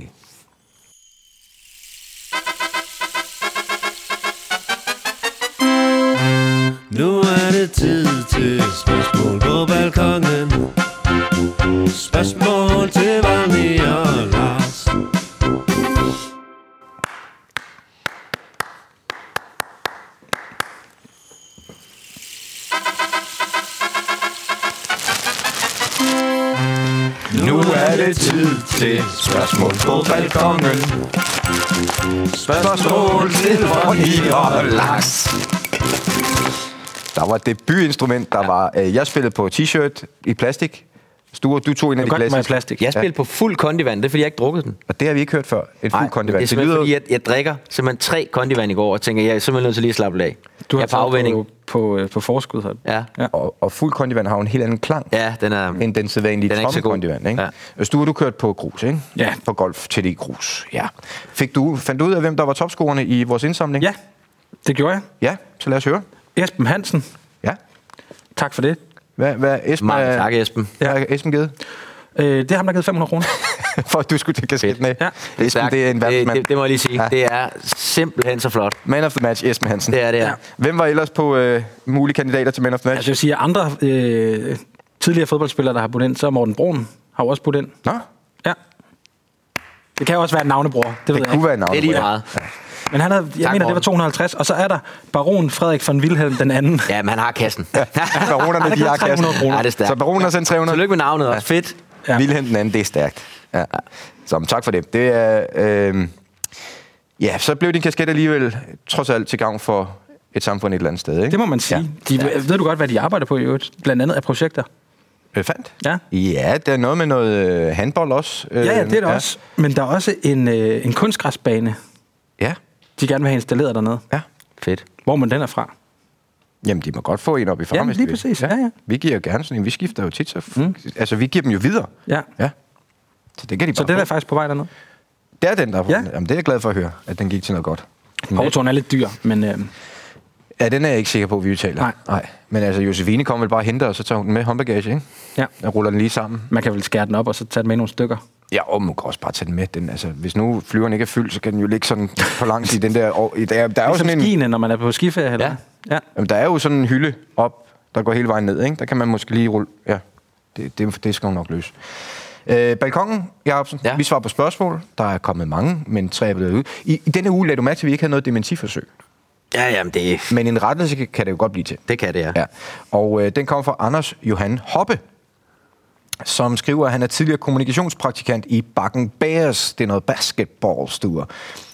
Nu er det tid til spørgsmål på balkongen. Spørgsmål til Valni og Lars.
Nu er det tid til spørgsmål på balkongen. Spørgsmål til Ronny og Lars. Der var et debutinstrument, der var... Øh, jeg spillede på t-shirt i plastik. Sture, du tog en af
Det
de
var godt,
plastik.
mig i plastik.
Jeg spillede ja. på fuld kondivand. Det er, fordi jeg ikke drukket den.
Og det har vi ikke hørt før. Et
Nej,
fuld
det er
kondivand.
simpelthen, fordi jeg, jeg drikker simpelthen tre kondivand i går, og tænker, jeg er simpelthen nødt til lige at slappe af.
Du
jeg
har
er på afvænding.
på, på, øh, på forskud her.
Ja.
Ja.
Og, og fuld kondivand har jo en helt anden klang.
ja, den er...
Mm. end den sædvanlige
Den er ikke så
tomme
god.
kondivand, ikke?
Ja.
Ja. Stue, du kørte på grus, ikke?
Ja.
På golf til det grus, ja. Fik du, fandt du ud af, hvem der var topscorerne i vores indsamling?
ja, det gjorde jeg.
Ja, så lad os høre.
Esben Hansen,
Ja.
tak for det.
Hvad, hvad Esben,
Mange
er-
tak, Esben.
Hvad er Esben givet?
Øh, det har man givet 500 kroner.
For at du skulle til kasketten af.
Ja.
Det Esben,
Stærkt.
det er en
det,
verdensmand.
det, det, må jeg lige sige.
Ja.
Ja. Det er simpelthen så flot.
Man of the match, Esben Hansen.
Det er det, ja.
Ja.
Hvem var ellers på øh, mulige kandidater til Man of the match?
altså, jeg vil sige, at andre øh, tidligere fodboldspillere, der har budt ind, så er Morten Brun har jo også budt ind.
Nå,
Ja. Det kan jo også være en navnebror. Det, ved jeg
Det
ikke.
kunne være en
Det er lige
navn.
meget.
Men han havde, jeg mener,
Morten.
det var 250. Og så er der baron Frederik von Wilhelm den anden.
Ja, men han har kassen.
Baronerne, de
koster
har kassen.
300 kroner.
Ja, det er stærkt.
Så baronen har sendt 300.
Tillykke med navnet også. Fedt.
Ja.
Ja. Vilhelm den anden, det er stærkt. Ja. Så men tak for det. Det er... Øh, ja, så blev din kasket alligevel trods alt til gavn for et samfund et eller andet sted, ikke?
Det må man sige. Ja. De, ved du godt, hvad de arbejder på i øvrigt? Blandt andet af projekter.
Øh, fandt?
Ja.
Ja, der er noget med noget øh, handbold også. Øh,
Ja, ja, det er der ja. også. Men der er også en, øh, en kunstgræsbane,
Ja,
de gerne vil have installeret dernede.
ja.
Fedt.
Hvor man den er fra.
Jamen, de må godt få en op i farm,
Jamen,
hvis
lige
de vil.
præcis. Ja, ja.
Vi giver jo gerne sådan en. Vi skifter jo tit, så... Mm. Altså, vi giver dem jo videre.
Ja.
Ja. Så det kan de
Så
bare
den er
få.
faktisk på vej dernede.
Det er den, der er
Ja.
ja. Jamen, det er jeg glad for at høre, at den gik til noget godt.
Hovtoren er lidt dyr, men øh,
Ja, den er jeg ikke sikker på, at vi udtaler.
Nej.
Nej. Men altså, Josefine kommer vel bare og henter, og så tager hun den med håndbagage, ikke?
ja.
Jeg ruller den lige sammen.
man kan vel skære den op og så tage den med i nogle stykker.
Ja, og man kan også bare tage den med. Den, altså, hvis nu flyveren ikke er fyldt, så kan den jo ligge sådan for langt i den der... Og, i, der, der, er jo
Ligesom
sådan en,
skiene, når man er på skiferie. Eller?
Ja.
ja.
jamen, der er jo sådan en hylde op, der går hele vejen ned, ikke? Der kan man måske lige rulle... Ja, det, det, det skal hun nok løse. Øh, balkongen, Jacobsen,
Ja.
ja. vi svarer på spørgsmål. Der er kommet mange, men tre er blevet ud. I, I denne uge lagde du mærke til, at vi ikke havde noget dementiforsøg.
Ja, jamen det,
Men en rettelse kan det jo godt blive til.
det kan det, ja.
Ja. Og øh, den kommer fra Anders Johan Hoppe, som skriver, at han er tidligere kommunikationspraktikant i Bakken Bears. Det er noget basketballstuer.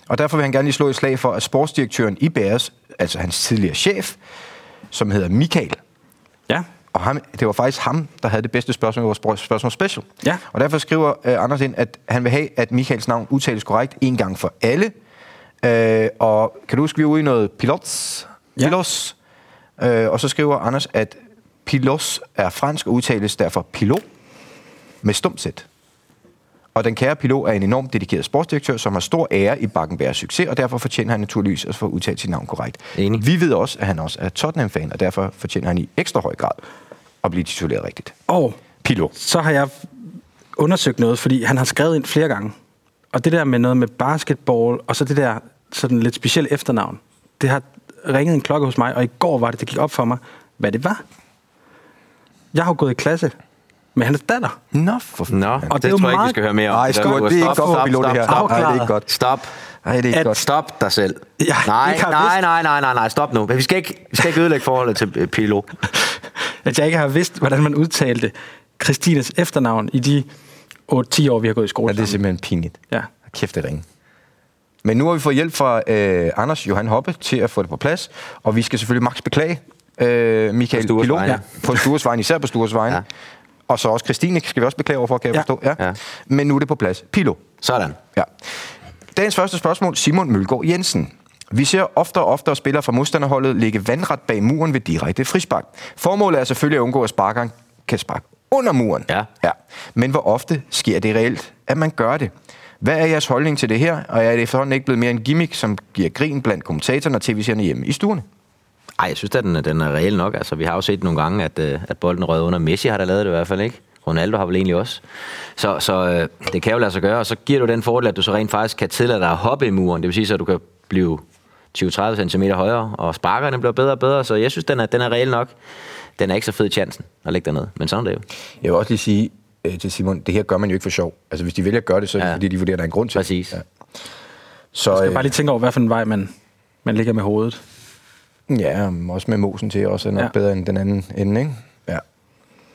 Og derfor vil han gerne lige slå et slag for, at sportsdirektøren i Bears, altså hans tidligere chef, som hedder Michael,
ja.
og ham, det var faktisk ham, der havde det bedste spørgsmål i vores spor- spørgsmål special.
Ja.
Og derfor skriver øh, Anders ind, at han vil have, at Michaels navn udtales korrekt en gang for alle. Øh, og kan du huske, vi er ude i noget pilots?
Ja.
Pilos. Øh, og så skriver Anders, at pilos er fransk og udtales derfor pilot med stumt sæt. Og den kære pilot er en enormt dedikeret sportsdirektør, som har stor ære i Bakkenbergs succes, og derfor fortjener han naturligvis at få udtalt sit navn korrekt.
Enig.
Vi ved også, at han også er Tottenham-fan, og derfor fortjener han i ekstra høj grad at blive tituleret rigtigt.
Og
Pilot.
så har jeg undersøgt noget, fordi han har skrevet ind flere gange. Og det der med noget med basketball, og så det der sådan lidt specielle efternavn, det har ringet en klokke hos mig, og i går var det, det gik op for mig, hvad det var. Jeg har jo gået i klasse med hans datter.
Nå, for
Nå, og det,
det er
det
jo
tror jeg ikke, vi
meget-
skal høre mere om.
Nej,
der
Skål,
med-
det er ikke godt
Stop,
for
stop,
pilot, det her.
stop,
Nej, det er ikke godt.
Stop.
Nej, det er ikke
At-
godt.
Stop dig selv.
Ja,
nej,
ikke har
nej,
vidst.
nej, nej, nej, nej, stop nu. Vi skal ikke, vi skal ikke ødelægge forholdet til øh, Pilo.
At jeg ikke har vidst, hvordan man udtalte Christines efternavn i de 8-10 år, vi har gået i skole.
Ja, det er
sammen.
simpelthen pinligt.
Ja.
Kæft, det ringe. Men nu har vi fået hjælp fra øh, Anders Johan Hoppe til at få det på plads, og vi skal selvfølgelig maks beklage øh, Michael
På Stures
Pilot
vegne.
på Stures vejen, især på Stures vejen.
Ja.
Ja. Og så også Christine skal vi også beklage overfor, kan jeg
Ja.
forstå. Ja.
Ja.
Ja. Men nu er det på plads. Pilo.
Sådan.
Ja. Dagens første spørgsmål, Simon Mølgaard Jensen. Vi ser ofte og oftere spillere fra modstanderholdet ligge vandret bag muren ved direkte frispark. Formålet er selvfølgelig at undgå, at sparkeren kan sparke under muren.
Ja.
ja. Men hvor ofte sker det reelt, at man gør det? Hvad er jeres holdning til det her? Og er det efterhånden ikke blevet mere en gimmick, som giver grin blandt kommentatorerne og tv-seerne hjemme i stuerne?
Ej, jeg synes, at den, er- den er reel nok. Altså, vi har jo set nogle gange, at, øh, at bolden rød under. Messi har da lavet det i hvert fald, ikke? Ronaldo har vel egentlig også. Så, så øh, det kan jo lade sig gøre, og så giver du den fordel, at du så rent faktisk kan tillade dig at hoppe i muren. Det vil sige, så du kan blive 20-30 cm højere, og sparkerne bliver bedre og bedre, så jeg synes, den er, den er reel nok. Den er ikke så fed i chancen at lægge dernede, men sådan er det jo.
Jeg vil også lige sige øh, til Simon, det her gør man jo ikke for sjov. Altså hvis de vælger at gøre det, så er det
Ja.
fordi, de vurderer, at der er en grund til det.
Præcis.
Ja. Så,
Jeg skal
øh,
bare lige tænke over, hvad for en vej man, man ligger med hovedet.
Ja, men også med mosen til også er nok
Ja.
ja. bedre end den anden ende, ikke? Ja.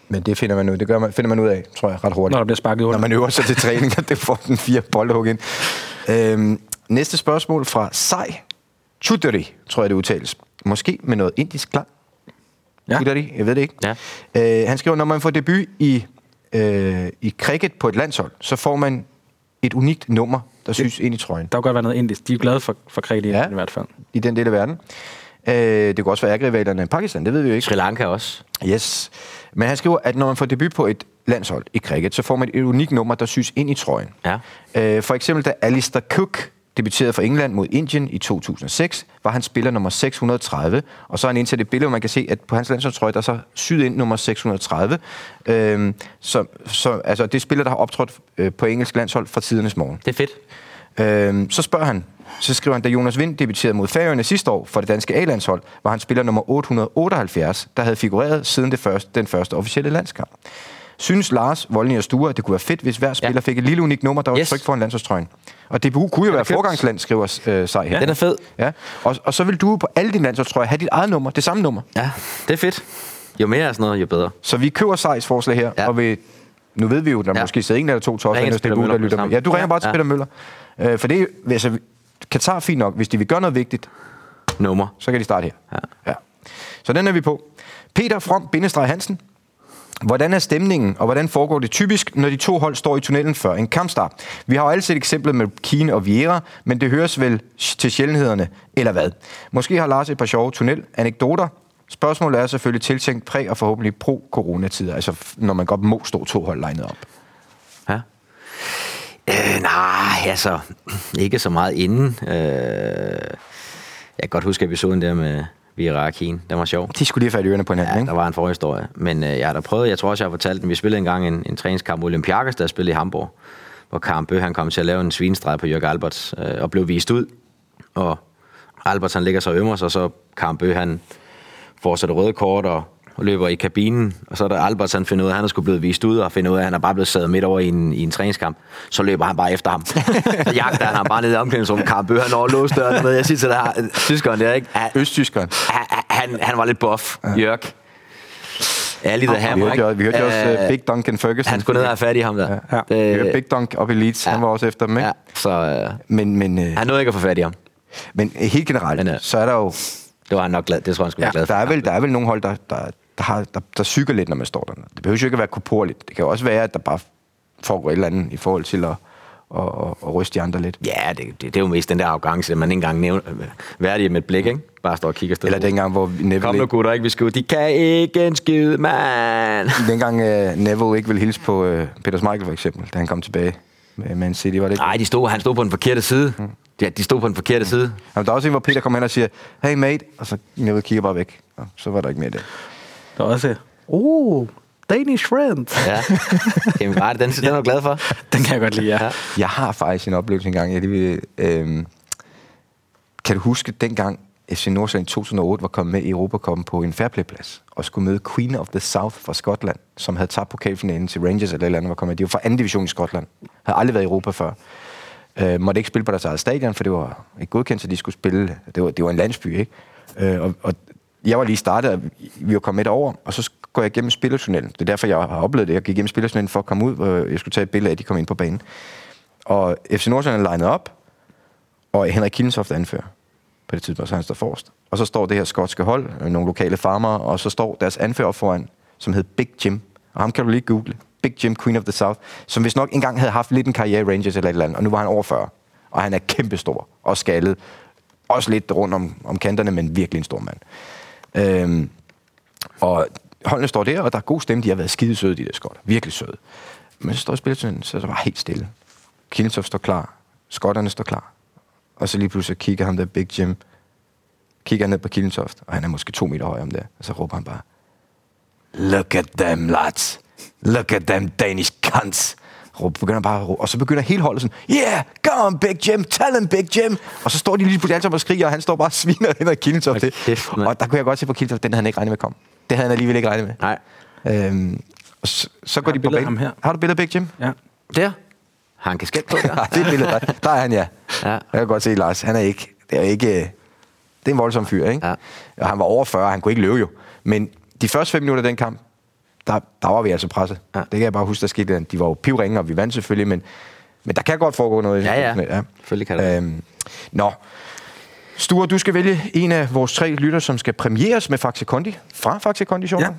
Men det finder man ud, det gør man, finder man ud af, tror jeg, ret hurtigt.
Når der bliver sparket under.
Når man øver sig til træning, og det får den fire boldhug ind. Øhm, næste spørgsmål fra Sej. Chudari, tror jeg, det udtales. Måske med noget indisk klang.
Ja.
Ja. Chudari, jeg ved det ikke. Ja. Øh, han skriver, når man får debut i, øh, i cricket på et landshold, så får man et unikt nummer, der synes ind i trøjen
Der kan godt være noget indisk. De er jo glade for, for kredit i, ja. i hvert fald.
i den del af verden. Øh, det kunne også være ærgerivalerne i Pakistan, det ved vi jo ikke.
Sri Lanka også.
Yes. Men han skriver, at når man får debut på et landshold i cricket, så får man et unikt nummer, der syes ind i trøjen.
Ja.
Øh, for eksempel da Alistair Cook debuterede for England mod Indien i 2006, var han spiller nummer 630, og så har han indsat et billede, hvor man kan se, at på hans landsholdstrøje, der er så syet ind nummer 630. Øhm, så, så, altså, det er spiller, der har optrådt øh, på engelsk landshold fra tidernes morgen.
Det er fedt.
Øhm, så spørger han, så skriver han, da Jonas Vind debuterede mod Færøerne sidste år for det danske A-landshold, var han spiller nummer 878, der havde figureret siden det første, den første officielle landskamp. Synes Lars Voldny og Sture, at det kunne være fedt, hvis hver spiller ja. fik et lille unikt nummer, der var yes.
Yes.
tryk foran landsholdstrøjen? Og DBU kunne jo være
købt.
forgangsland, skriver øh, Sej her.
Den er fed.
Ja. Og, og så vil du på alle dine landsholdstrøjer have dit eget nummer, det samme nummer.
Ja, det er fedt. Jo mere af sådan noget, jo bedre.
Så vi køber Sejs forslag her, ja.
Ja.
og vi, nu ved vi jo, der ja.
Ja.
måske sidder en eller to tosser,
Ringer
der
til Peter
stiller ud, der
Møller
lytter
med
med.
det
Ja, du
samme.
ringer bare til
Ja.
Peter Møller. Øh, for det, er- altså, Katar er fint nok. Hvis de vil gøre noget vigtigt,
Nummer.
så kan de starte her. Ja. ja. Så den er vi på. Peter From Bindestreg Hansen. Hvordan er stemningen, og hvordan foregår det typisk, når de to hold står i tunnelen før en kampstart? Vi har jo alle set eksemplet med Keane og Vieira, men det høres vel til sjældenhederne, eller hvad? Måske har Lars et par sjove tunnel-anekdoter. Spørgsmålet er selvfølgelig tiltænkt præ- og forhåbentlig pro-coronatider, altså f- når man godt må stå to hold legnet op.
Ja. Øh, nej, altså, ikke så meget inden. Øh, jeg kan godt huske episoden der med Vira og Keen. Den var sjov.
De skulle lige have fat i ørerne på hinanden,
Ja,
ikke?
der var en forhistorie. Men øh, jeg har da prøvet, jeg tror også, jeg har fortalt den. Vi spillede engang en, en træningskamp mod Olympiakos, der spillede i Hamburg. Hvor Karen Bøh, han kom til at lave en svinestreg på Jørg Alberts, øh, og blev vist ud. Og Alberts, han ligger så og ømmer sig, og så Karen Bøh, han får så det røde kort og, og løber i kabinen. Og så er der Alberts, han finder ud af, at han er skulle blevet vist ud, og finder ud af, at han er bare blevet sad midt over i en, i en træningskamp. Så løber han bare efter ham. så jagter han ham bare ned i omklædningsrummet. Karen Bøh, han overlåst døren med. Jeg siger til dig, her, tyskeren der, ikke? Han-
Østtyskeren.
han, han, han var lidt buff, ja. Jørg. Ærlig der
Ah, Vi hørte, jo-
hammer,
vi hørte jo også øh, Big Duncan Ferguson.
Han skulle ned og have fat i ham der.
Ja, vi hørte Big Dunk op i Leeds, ja. han var også efter dem, ikke?
ja,
Ja.
så øh,
Men, men, øh,
han nåede ikke at få fat i ham.
Men øh, helt generelt,
Men, øh,
så er der jo...
Det var han nok glad. Det tror jeg, han skulle
Ja,
være glad for.
der, er vel, der er vel nogle hold, der, der, der, har, der, der syger lidt, når man står dernede. Det behøver jo ikke at være koporligt. Det kan jo også være, at der bare foregår et eller andet i forhold til at, at, at, at ryste de andre lidt.
Ja, det, det, det, er jo mest den der arrogance, at man ikke engang nævner værdig med et blik, ikke? Bare står og kigger stedet.
Eller dengang, hvor Neville,
Kom nu gutter, ikke? Vi skal ud. De kan ikke en skid, mand.
ikke, dengang, uh, Neville ikke ville hilse på uh, Peter Schmeichel, for eksempel, da han kom tilbage med Man City, var det ikke?
Nej, de stod, han stod på den forkerte side.
Mm.
Ja, de stod på den forkerte side.
Jamen, der er også en, hvor Peter kommer hen og siger, hey mate, og så Neville kigger bare væk. Og så var der ikke mere det.
Der er også... Oh, Danish friend.
Ja. Jamen, var det den, den er du glad for?
Den kan jeg godt lide, ja.
Ja.
Jeg har faktisk en oplevelse engang. Jeg lige vil, øh, kan du huske dengang FC Nordsjælland i 2008 var kommet med i Europacupen på en fairplayplads og skulle møde Queen of the South fra Skotland, som havde tabt pokalfinalen til Rangers eller et eller andet, var kommet. De var fra anden division i Skotland. Havde aldrig været i Europa før. Øh, måtte ikke spille på deres eget stadion, for det var ikke godkendt, så de skulle spille. Det var, det var en landsby, ikke? Øh, og, og jeg var lige startet, og vi var kommet et over, og så går jeg igennem spillertunnelen. Det er derfor, jeg har oplevet det. Jeg gik igennem spillertunnelen for at komme ud, og jeg skulle tage et billede af, at de kom ind på banen. Og FC Nordsjælland er legnet op, og Henrik Kildensoft anfører på det tidspunkt, så han står forrest. Og så står det her skotske hold, øh, nogle lokale farmere, og så står deres anfører foran, som hed Big Jim. Og ham kan du lige google. Big Jim, Queen of the South, som hvis nok engang havde haft lidt en karriere i Rangers eller et eller andet, og nu var han over 40. Og han er kæmpestor og skaldet. Også lidt rundt om, om kanterne, men virkelig en stor mand. Øhm, og holdene står der, og der er god stemme. De har været skide søde, de der skotter. Virkelig søde. Men så står spilletiden, så er der bare helt stille. Kildensoff står klar. Skotterne står klar. Og så lige pludselig kigger ham der Big Jim. Kigger ned på Kildensoft, og han er måske to meter høj om det. Og så råber han bare, Look at them, lads. Look at them Danish cunts. Råb, begynder bare at råbe. Og så begynder hele holdet sådan, yeah, go on, Big Jim, tell him, Big Jim. Og så står de lige pludselig alle sammen og skriger, og han står bare og sviner hen og Kildensoft
Hold
det.
kæft, mand.
Og der kunne jeg godt se på Kildensoft, den havde han ikke regnet med kom. Det havde han alligevel ikke regnet med.
Nej.
Øhm, og så, så går
et
de på
billede af
banen.
ham her.
Har du billedet af Big Jim?
ja.
Der. Har han kasket på der?
Nej, det er et billede af dig. Der er han, ja.
Ja.
Jeg kan godt se, Lars, han er ikke... Det er jo ikke... øh, Det er en voldsom fyr, ikke?
Ja.
Og han var over 40, han kunne ikke løbe jo. Men de første fem minutter af den kamp, der, der var vi altså presset. Ja.
Ja.
Det kan jeg bare huske, der skete. det. De var jo pivringe, og vi vandt selvfølgelig, men, men der kan godt foregå noget. i
Ja, ja.
sådan noget,
Selvfølgelig kan der.
Øhm, nå. Sture, du skal vælge en af vores tre lytter, som skal premieres med Faxe Kondi. Fra Faxe Kondi, sjovt
ja.
nok.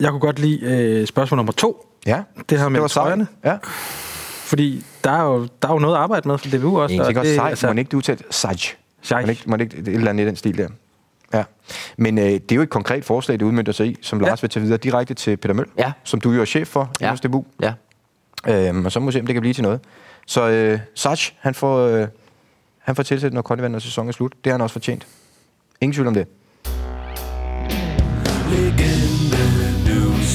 Jeg kunne godt lide øh, spørgsmål nummer to.
ja.
Det her med
sejt.
trøjerne.
Ja.
Fordi der er, jo, der er jo noget at arbejde med for DBU også.
Jeg
og
tænker også,
det- altså-
sej, må den ikke du udtale altså- sej?
Sej.
Må den ikke, må den ikke et eller andet i den stil der? Ja. Men øh, det er jo et konkret forslag, det udmyndter sig i, som Lars vil tage videre direkte til Peter Møl,
Ja.
som du jo er chef for ja. i hos DBU.
Ja.
Øhm, og så må vi se, om det kan blive til noget. Så øh, Saj, han får, øh, han får tilsæt noget kondivand, når sæsonen er slut. Det har han også fortjent. Ingen tvivl om det.
Legende news.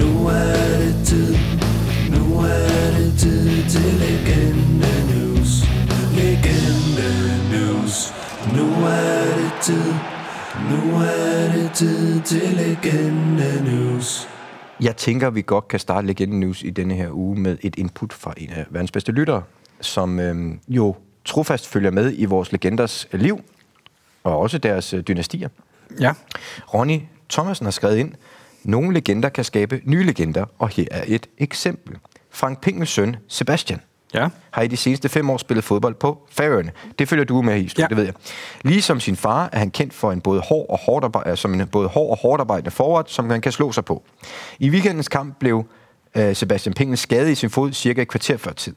Nu er det tid. Nu er det tid til legende news. Legende news. Nu er det tid. Nu er det tid til legende news.
Jeg tænker, vi godt kan starte Legenden News i denne her uge med et input fra en af verdens bedste lyttere, som øhm, jo trofast følger med i vores legenders liv, og også deres øh, dynastier.
Ja.
Ronny Thomasen har skrevet ind, nogle legender kan skabe nye legender, og her er et eksempel. Frank Pingels søn, Sebastian,
Ja.
har i de seneste fem år spillet fodbold på Færøerne. Det følger du med i, Stu, ja.
Ja.
det ved jeg. Ligesom sin far er han kendt for en både hård og hårdt arbejde, altså, som en både hård og hårdt arbejdende forward, som han kan slå sig på. I weekendens kamp blev øh, Sebastian Pingel skadet i sin fod cirka et kvarter før tid,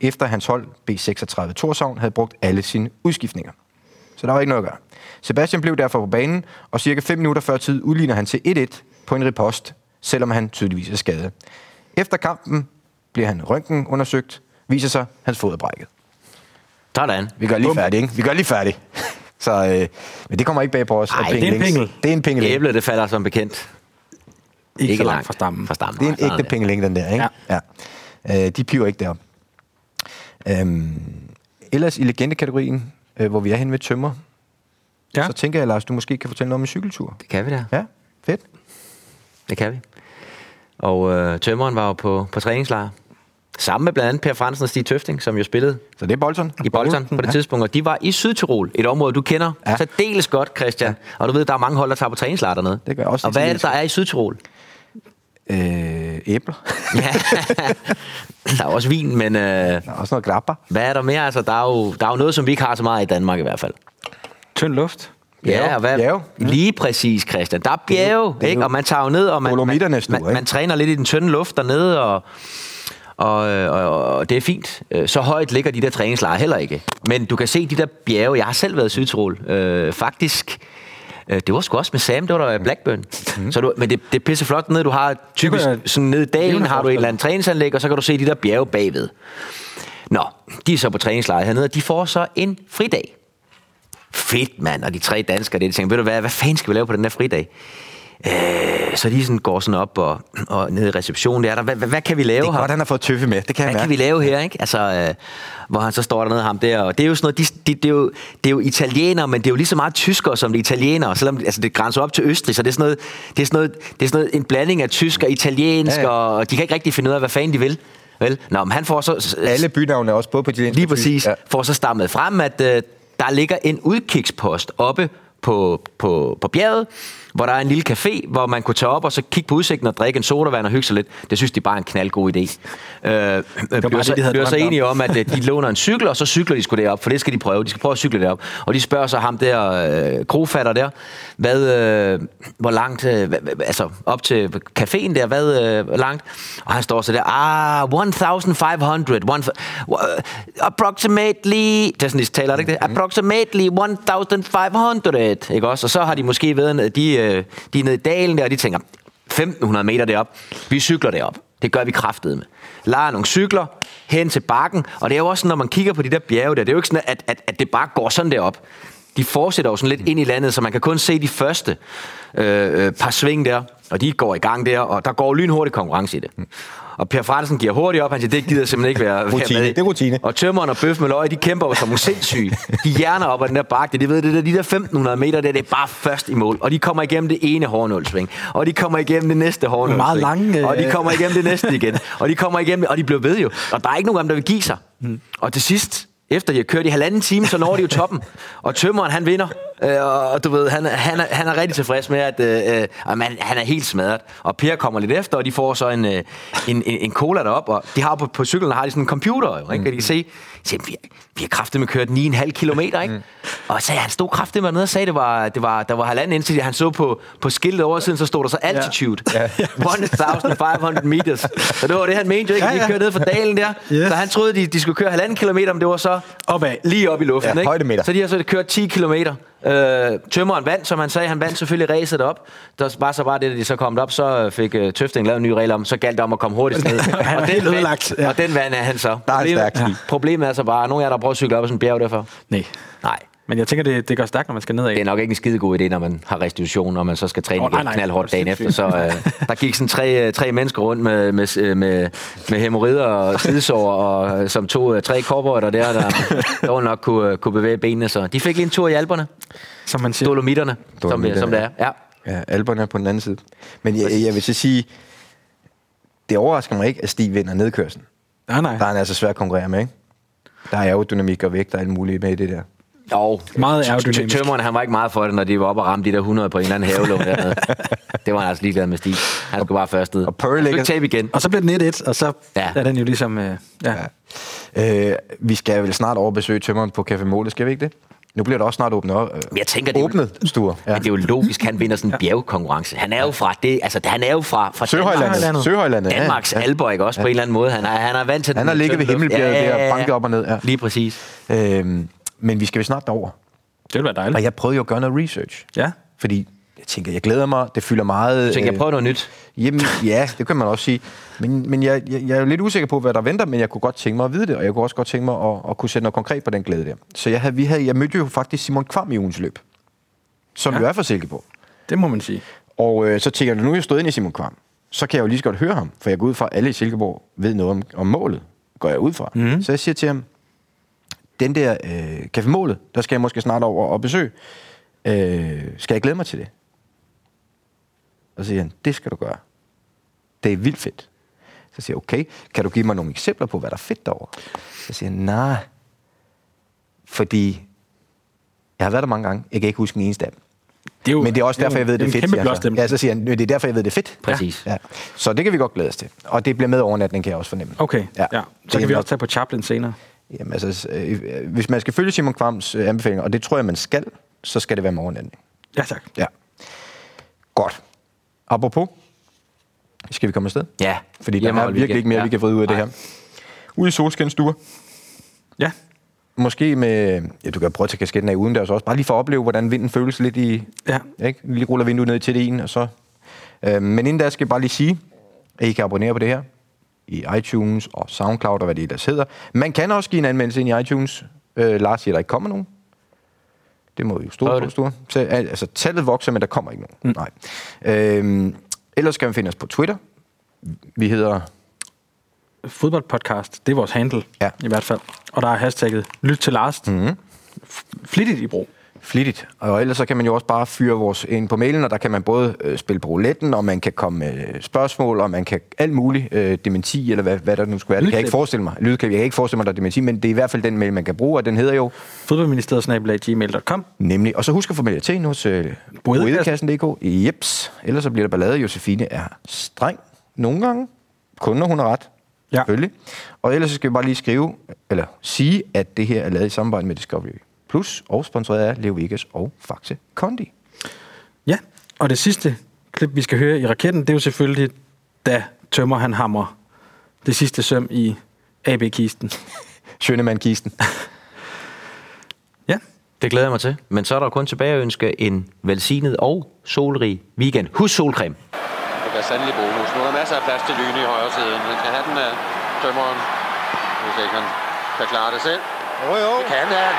efter hans hold B36 Torshavn havde brugt alle sine udskiftninger. Så der var ikke noget at gøre. Sebastian blev derfor på banen, og cirka 5 minutter før tid udligner han til 1-1 på en ripost, selvom han tydeligvis er skadet. Efter kampen bliver han røntgen undersøgt, viser sig, at hans fod er brækket.
Sådan.
Vi gør lige
Bum.
færdig, ikke? Vi gør lige færdig. Så, øh, men det kommer ikke bag på os. at
Ej, det er
en
Pingelings-
pingel.
Det er en pingel.
Æblet, det falder som bekendt.
Ikke, ikke så langt
langt
fra stammen.
Fra stammen.
Det er en
Nej, sådan
ægte pingeling, den der, ikke? Ja. ja. Øh, de piver ikke derop. Øhm, ellers i legendekategorien, øh, hvor vi er henne ved tømmer, ja.
Ja.
så tænker jeg, Lars, du måske kan fortælle noget om en cykeltur.
Det kan vi da.
Ja, fedt.
Det kan vi. Og øh, tømmeren var jo på, på træningslejr. Sammen med blandt andet Per Fransen og Stig Tøfting, som jo spillede
Så det er Bolton.
i Bolton på det
ja.
tidspunkt. Og de var i Sydtirol, et område, du kender
Ja.
ja. så dels godt, Christian. Ja. Og du ved, der er mange hold, der tager på træningslejr dernede.
Det gør også
og hvad er det,
italienske.
der er i Sydtirol?
Øh, æbler.
Ja. der er også vin, men øh,
Der er også noget grappa.
hvad er der mere? Altså, der, er jo, der er jo noget, som vi ikke har så meget i Danmark i hvert fald.
Tynd luft.
Ja,
Bjerge.
og hvad?
Bjerge.
Lige præcis, Christian. Der er bjerge,
det er jo
ikke? Og man tager jo ned, og man, man,
Dolomitternes tur,
man,
ikke?
man træner lidt i den tynde luft dernede, og, og, øh, og, og det er fint. Øh, Så højt ligger de der træningslejre heller ikke. Men du kan se de der bjerge. Jeg har selv været i Sydtirol. Øh, faktisk, øh, det var sgu også med Sam, det var der i Blackburn.
Mhm.
Mm. Så du, men det, det er pisse flot nede. Du har typisk
kunne jeg-
sådan nede i
det kunne
dalen,
jeg
har du et
forestille
eller andet træningsanlæg, og så kan du se de der bjerge bagved. Nå, de er så på træningslejr hernede, og de får så en fridag. Fedt, mand. Og de tre danskere, det de tænker, ved du hvad, hvad fanden skal vi lave på den her fridag? Øh, så de sådan går sådan op og, og ned i receptionen der. er Der, hvad, hvad, hvad kan vi lave
Det er
her?
godt, han har fået tøffe med. Det kan jeg
Hvad kan
mærke.
vi lave her, ikke? Altså, øh, hvor han så står dernede ham der, og det er jo sådan noget, de, de, det, er jo, det er jo italienere, men det er jo lige så meget tyskere som det er italienere, selvom altså, det grænser op til Østrig, så det er sådan noget, det er sådan noget, det er sådan noget en blanding af tysk og italiensk,
Ja,
ja,
ja.
ja. og de kan ikke rigtig finde ud af, hvad fanden de vil. Vel? Nå, men han får så...
Alle bynavne er også både på italiensk
Lige
og tysk.
præcis.
Ja.
Ja. Får så stammet frem, at øh, der ligger en udkigspost oppe på, på, på bjerget, hvor der er en lille café, hvor man kunne tage op og så kigge på udsigten og drikke en sodavand og hygge sig lidt. Det synes de bare er en knaldgod idé. Øh, det bliver
det,
så,
de havde
bliver så
drømt om.
enige om, at øh, de låner en cykel, og så cykler de sgu derop, for det skal de prøve. De skal prøve at cykle derop. Og de spørger så ham der, øh, krofatter der, hvad, øh, hvor langt, øh, hva- hva- altså op til caféen der, hvad øh, hvor langt? Og han står så der, ah, 1500, one, uh, approximately, det er sådan, de taler, det ikke det?
Mm-hmm.
Approximately 1500, ikke også? Og så har de måske været, at de, øh, de er nede i dalen der, og de tænker, 1500 meter derop, vi cykler derop. Det gør vi kraftedeme. med. Lejer nogle cykler hen til bakken, og det er jo også sådan, når man kigger på de der bjerge der, det er jo ikke sådan, at, at, at det bare går sådan derop. De fortsætter jo sådan
Mm.
lidt ind i landet, så man kan kun se de første øh, øh, par sving der, og de går i gang der, og der går lynhurtig konkurrence i det.
Mm.
Og Per Fransen giver hurtigt op, han siger, det gider jeg simpelthen ikke være,
Rutine,
være med i."
det er rutine.
Og tømmeren og bøf med løg, de kæmper jo som nogle sindssyge. De hjerner op ad den der bakke, de ved det der, de der 1500 meter, der, det er bare først i mål. Og de kommer igennem det ene hårnålsving, og de kommer igennem det næste hårnålsving.
Meget lange, øh,
Og de kommer igennem det næste igen, og de kommer igennem, og de bliver ved jo. Og der er ikke nogen af dem, der vil give sig. Og til sidst, efter de har kørt i halvanden time, så når de jo toppen. Og tømmeren, han vinder. Øh, og du ved, han, er- han, er, han er rigtig tilfreds med, at øh, øh, og man, han er helt smadret. Og Per kommer lidt efter, og de får så en, øh, en, en, en cola derop. Og de har jo på, på cyklen har de sådan en computer, jo, ikke? Mm. de kan se, se vi, vi har kraftigt med kørt 9,5 kilometer. Ikke? Mm. Og så han stod kraftigt med nede og sagde, det var, det var, der var halvanden indtil han så på, på skiltet over siden, så stod der så altitude. Ja. 1500 meters. Så det var det, han mente jo ikke, at de
Ja, ja.
kørte ned fra dalen der.
Yes.
Så han troede, de, de skulle køre halvanden kilometer, men det var så
Opad.
lige op i luften.
Ja,
ikke?
højdemeter.
Så de har så kørt 10 kilometer. Øh, tømmeren vandt, som han sagde. Han vandt selvfølgelig ræset op. Der var så bare det, at de så kom op, så fik øh, Tøfting lavet en ny regel om, så galt det om at komme hurtigst ned.
Han var
og,
helt
den
ødelagt,
vandt,
ja.
og den vandt er han så.
Der er han
problemet,
stærk.
problemet er så bare, at nogle af jer, der prøver at cykle op ad sådan en bjerg derfor.
Nej.
Nej,
Men jeg tænker, det, det går stærkt, når man skal nedad.
det er nok ikke en skide god idé, når man har restitution, og man så skal træne
Åh,
oh,
nej,
igen
nej.
knaldhårdt dagen efter.
Sindssygt.
Så øh, der gik sådan tre, øh, tre mennesker rundt med, med, øh, med, med hemorrider og sidesår, og, øh, som tog øh, tre korporter der, der dog nok kunne, øh, kunne bevæge benene. Så de fik lige en tur i alberne,
Som man siger.
dolomitterne, som,
Dolomitterne,
som det er. Ja.
Ja, alberne er på den anden side. Men jeg, jeg vil så sige, det overrasker mig ikke, at Stig vinder nedkørslen.
Nej, nej.
Der er han altså svær at konkurrere med, ikke? Der er aerodynamik og vægt og alt muligt med i det der.
Jo,
Meget aerodynamisk.
Tømmeren, han var ikke meget for det, når de var oppe og ramte de der 100 på en eller anden havelån dernede. det var han altså ligeglad med Stig. Han skulle bare først ned.
og Pearl
Han skulle
ligger-
ikke tabe igen.
Og så bliver den 1-1, og så
Ja.
ja. er den jo ligesom... Øh, ja. ja.
Øh, vi skal vel snart overbesøge tømmeren på Café Måle, skal vi ikke det? Nu bliver der også snart åbnet op. Øh,
Men jeg tænker, det er jo-
åbnet stuer.
Ja. Men det er jo logisk, han vinder sådan en bjergkonkurrence. Han er jo fra det, altså han er jo fra, fra
Søhøjlandet.
Søhøjlandet.
Søhøjlandet. ja.
Danmarks ja. alber, ikke også? Ja. På en eller anden måde. Han er, han er vant til
Han
den
har ligget ved
tynde luft.
himmelbjerget der og banket op og ned, ja.
Lige præcis.
Ja. Øhm, men vi skal vel snart derover.
Mm.
Det ville være
Og
dejligt.
jeg prøvede jo at gøre noget research.
Ja.
Fordi jeg tænker, jeg glæder mig. Det fylder meget.
Så tænker
øh,
jeg, prøv noget nyt.
Jamen, ja, det kan man også sige. Men, men jeg, jeg, jeg er jo lidt usikker på, hvad der venter, men jeg kunne godt tænke mig at vide det, og jeg kunne også godt tænke mig at, at kunne sætte noget konkret på den glæde der. Så jeg, havde, vi havde, jeg mødte jo faktisk Simon Kvam i ugens løb, som ja. jo er fra Silkeborg.
Det må man sige.
Og øh, så tænker jeg, nu er jeg stået ind i Simon Kvam, så kan jeg jo lige så godt høre ham, for jeg går ud fra, at alle i Silkeborg ved noget om, om målet, går jeg ud fra. Mm. Så jeg siger til ham, den der øh, kaffemålet, der skal jeg måske snart over og besøge. Øh, skal jeg glæde mig til det? Og så siger han, det skal du gøre. Det er vildt fedt. Så siger jeg, okay, kan du give mig nogle eksempler på, hvad der er fedt derovre? Så siger han, nej, fordi jeg har været der mange gange, jeg kan ikke huske en eneste af dem.
Det er
Men det er også derfor, jeg ved, det er fedt.
en
siger
kæmpe
han så.
blåstemme.
Ja, så siger han, det er derfor, jeg ved, det er fedt.
Præcis.
Ja. Så det kan vi godt glæde os til. Og det bliver med overnatning, kan jeg også fornemme.
Okay, ja. ja.
Det
Så
er
kan vi
nok-
også tage på Chaplin senere.
Jamen, altså, s- øh, øh, hvis man skal følge Simon Kvams øh, anbefalinger, og det tror jeg, man skal, så skal det være med overnatning.
Ja, tak.
Ja. Godt. Apropos, skal vi komme afsted?
Ja.
Fordi der
Hjemme
er
og
virkelig
weekend.
ikke mere,
Ja.
vi kan få ud af det
Nej.
her. Ude i solskinstuer.
Ja.
Måske med... Ja, du kan prøve at tage kasketten af udendørs også. Bare lige for at opleve, hvordan vinden føles lidt i...
Ja.
Ikke? Lige ruller vinduet ned til det ene, og så... Øh, men inden da skal jeg bare lige sige, at I kan abonnere på det her i iTunes og SoundCloud og hvad det ellers hedder. Man kan også give en anmeldelse ind i iTunes. Øh, Lars siger, der ikke kommer nogen. Det må vi jo
Prøv
stå på,
det.
store. Så, al- altså, tallet vokser, men der kommer ikke nogen. Mm. Nej. Øhm, ellers kan man finde os på Twitter. Vi hedder...
Fodboldpodcast, det er vores handle,
Ja.
ja. i hvert fald. Og der er hashtagget Lyt til Lars. Mm-hmm. Flittigt i brug.
Flittigt. Og ellers så kan man jo også bare fyre vores ind på mailen, og der kan man både øh, spille på rouletten, og man kan komme med øh, spørgsmål, og man kan alt muligt, øh, dementi, eller hvad, hvad der nu skulle være. Det kan jeg ikke
Lydklip.
forestille mig. Lydklip, jeg kan ikke forestille mig, der er dementi, men det er i hvert fald den mail, man kan bruge, og den hedder jo
Fodboldministeriet-gmail.com.
nemlig. Og så husk at få meldt til ind hos øh,
Brodekassen.
brodekassen.dk. Jeps. Ellers så bliver der ballade. Josefine er streng nogle gange. Kun når hun har ret.
Ja.
Selvfølgelig. Og ellers så skal vi bare lige skrive, eller sige, at det her er lavet i samarbejde med Discovery Plus, og sponsoreret af Leo Vegas og Faxe Kondi.
Ja, og det sidste klip, vi skal høre i raketten, det er jo selvfølgelig, da Tømmer han hammer det sidste søm i AB-kisten.
Schønemann-kisten.
Ja,
Det glæder jeg mig til. Men så er der jo kun tilbage at ønske en velsignet og solrig weekend. Husk solcreme.
Det er sandelig bonus. Nu er der masser af plads til Lyne i højre siden. Han kan have den øh, af tømmeren, hvis ikke han kan klare det selv. Jo, jo. Det kan han.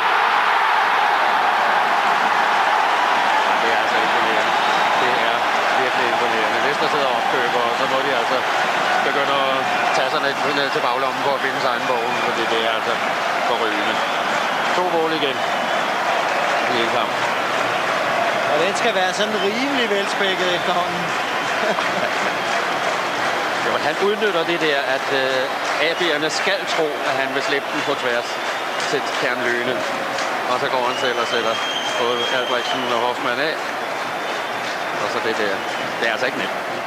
Det er altså imponerende. Det er virkelig imponerende. Vester sidder og opkøber, og så må de altså begynde at tage sig ned, ned til baglommen for at finde sig egen vogn, fordi det er altså forrygende. To mål igen i en kamp.
Og den skal være sådan rimelig velspækket efterhånden.
Jo, han udnytter det der, at øh, AB'erne skal tro, at han vil slippe den på tværs til Kernløne. Og så går han selv og sætter både Albrechtsen og Hoffmann af. Og så det der. Det er altså ikke nemt.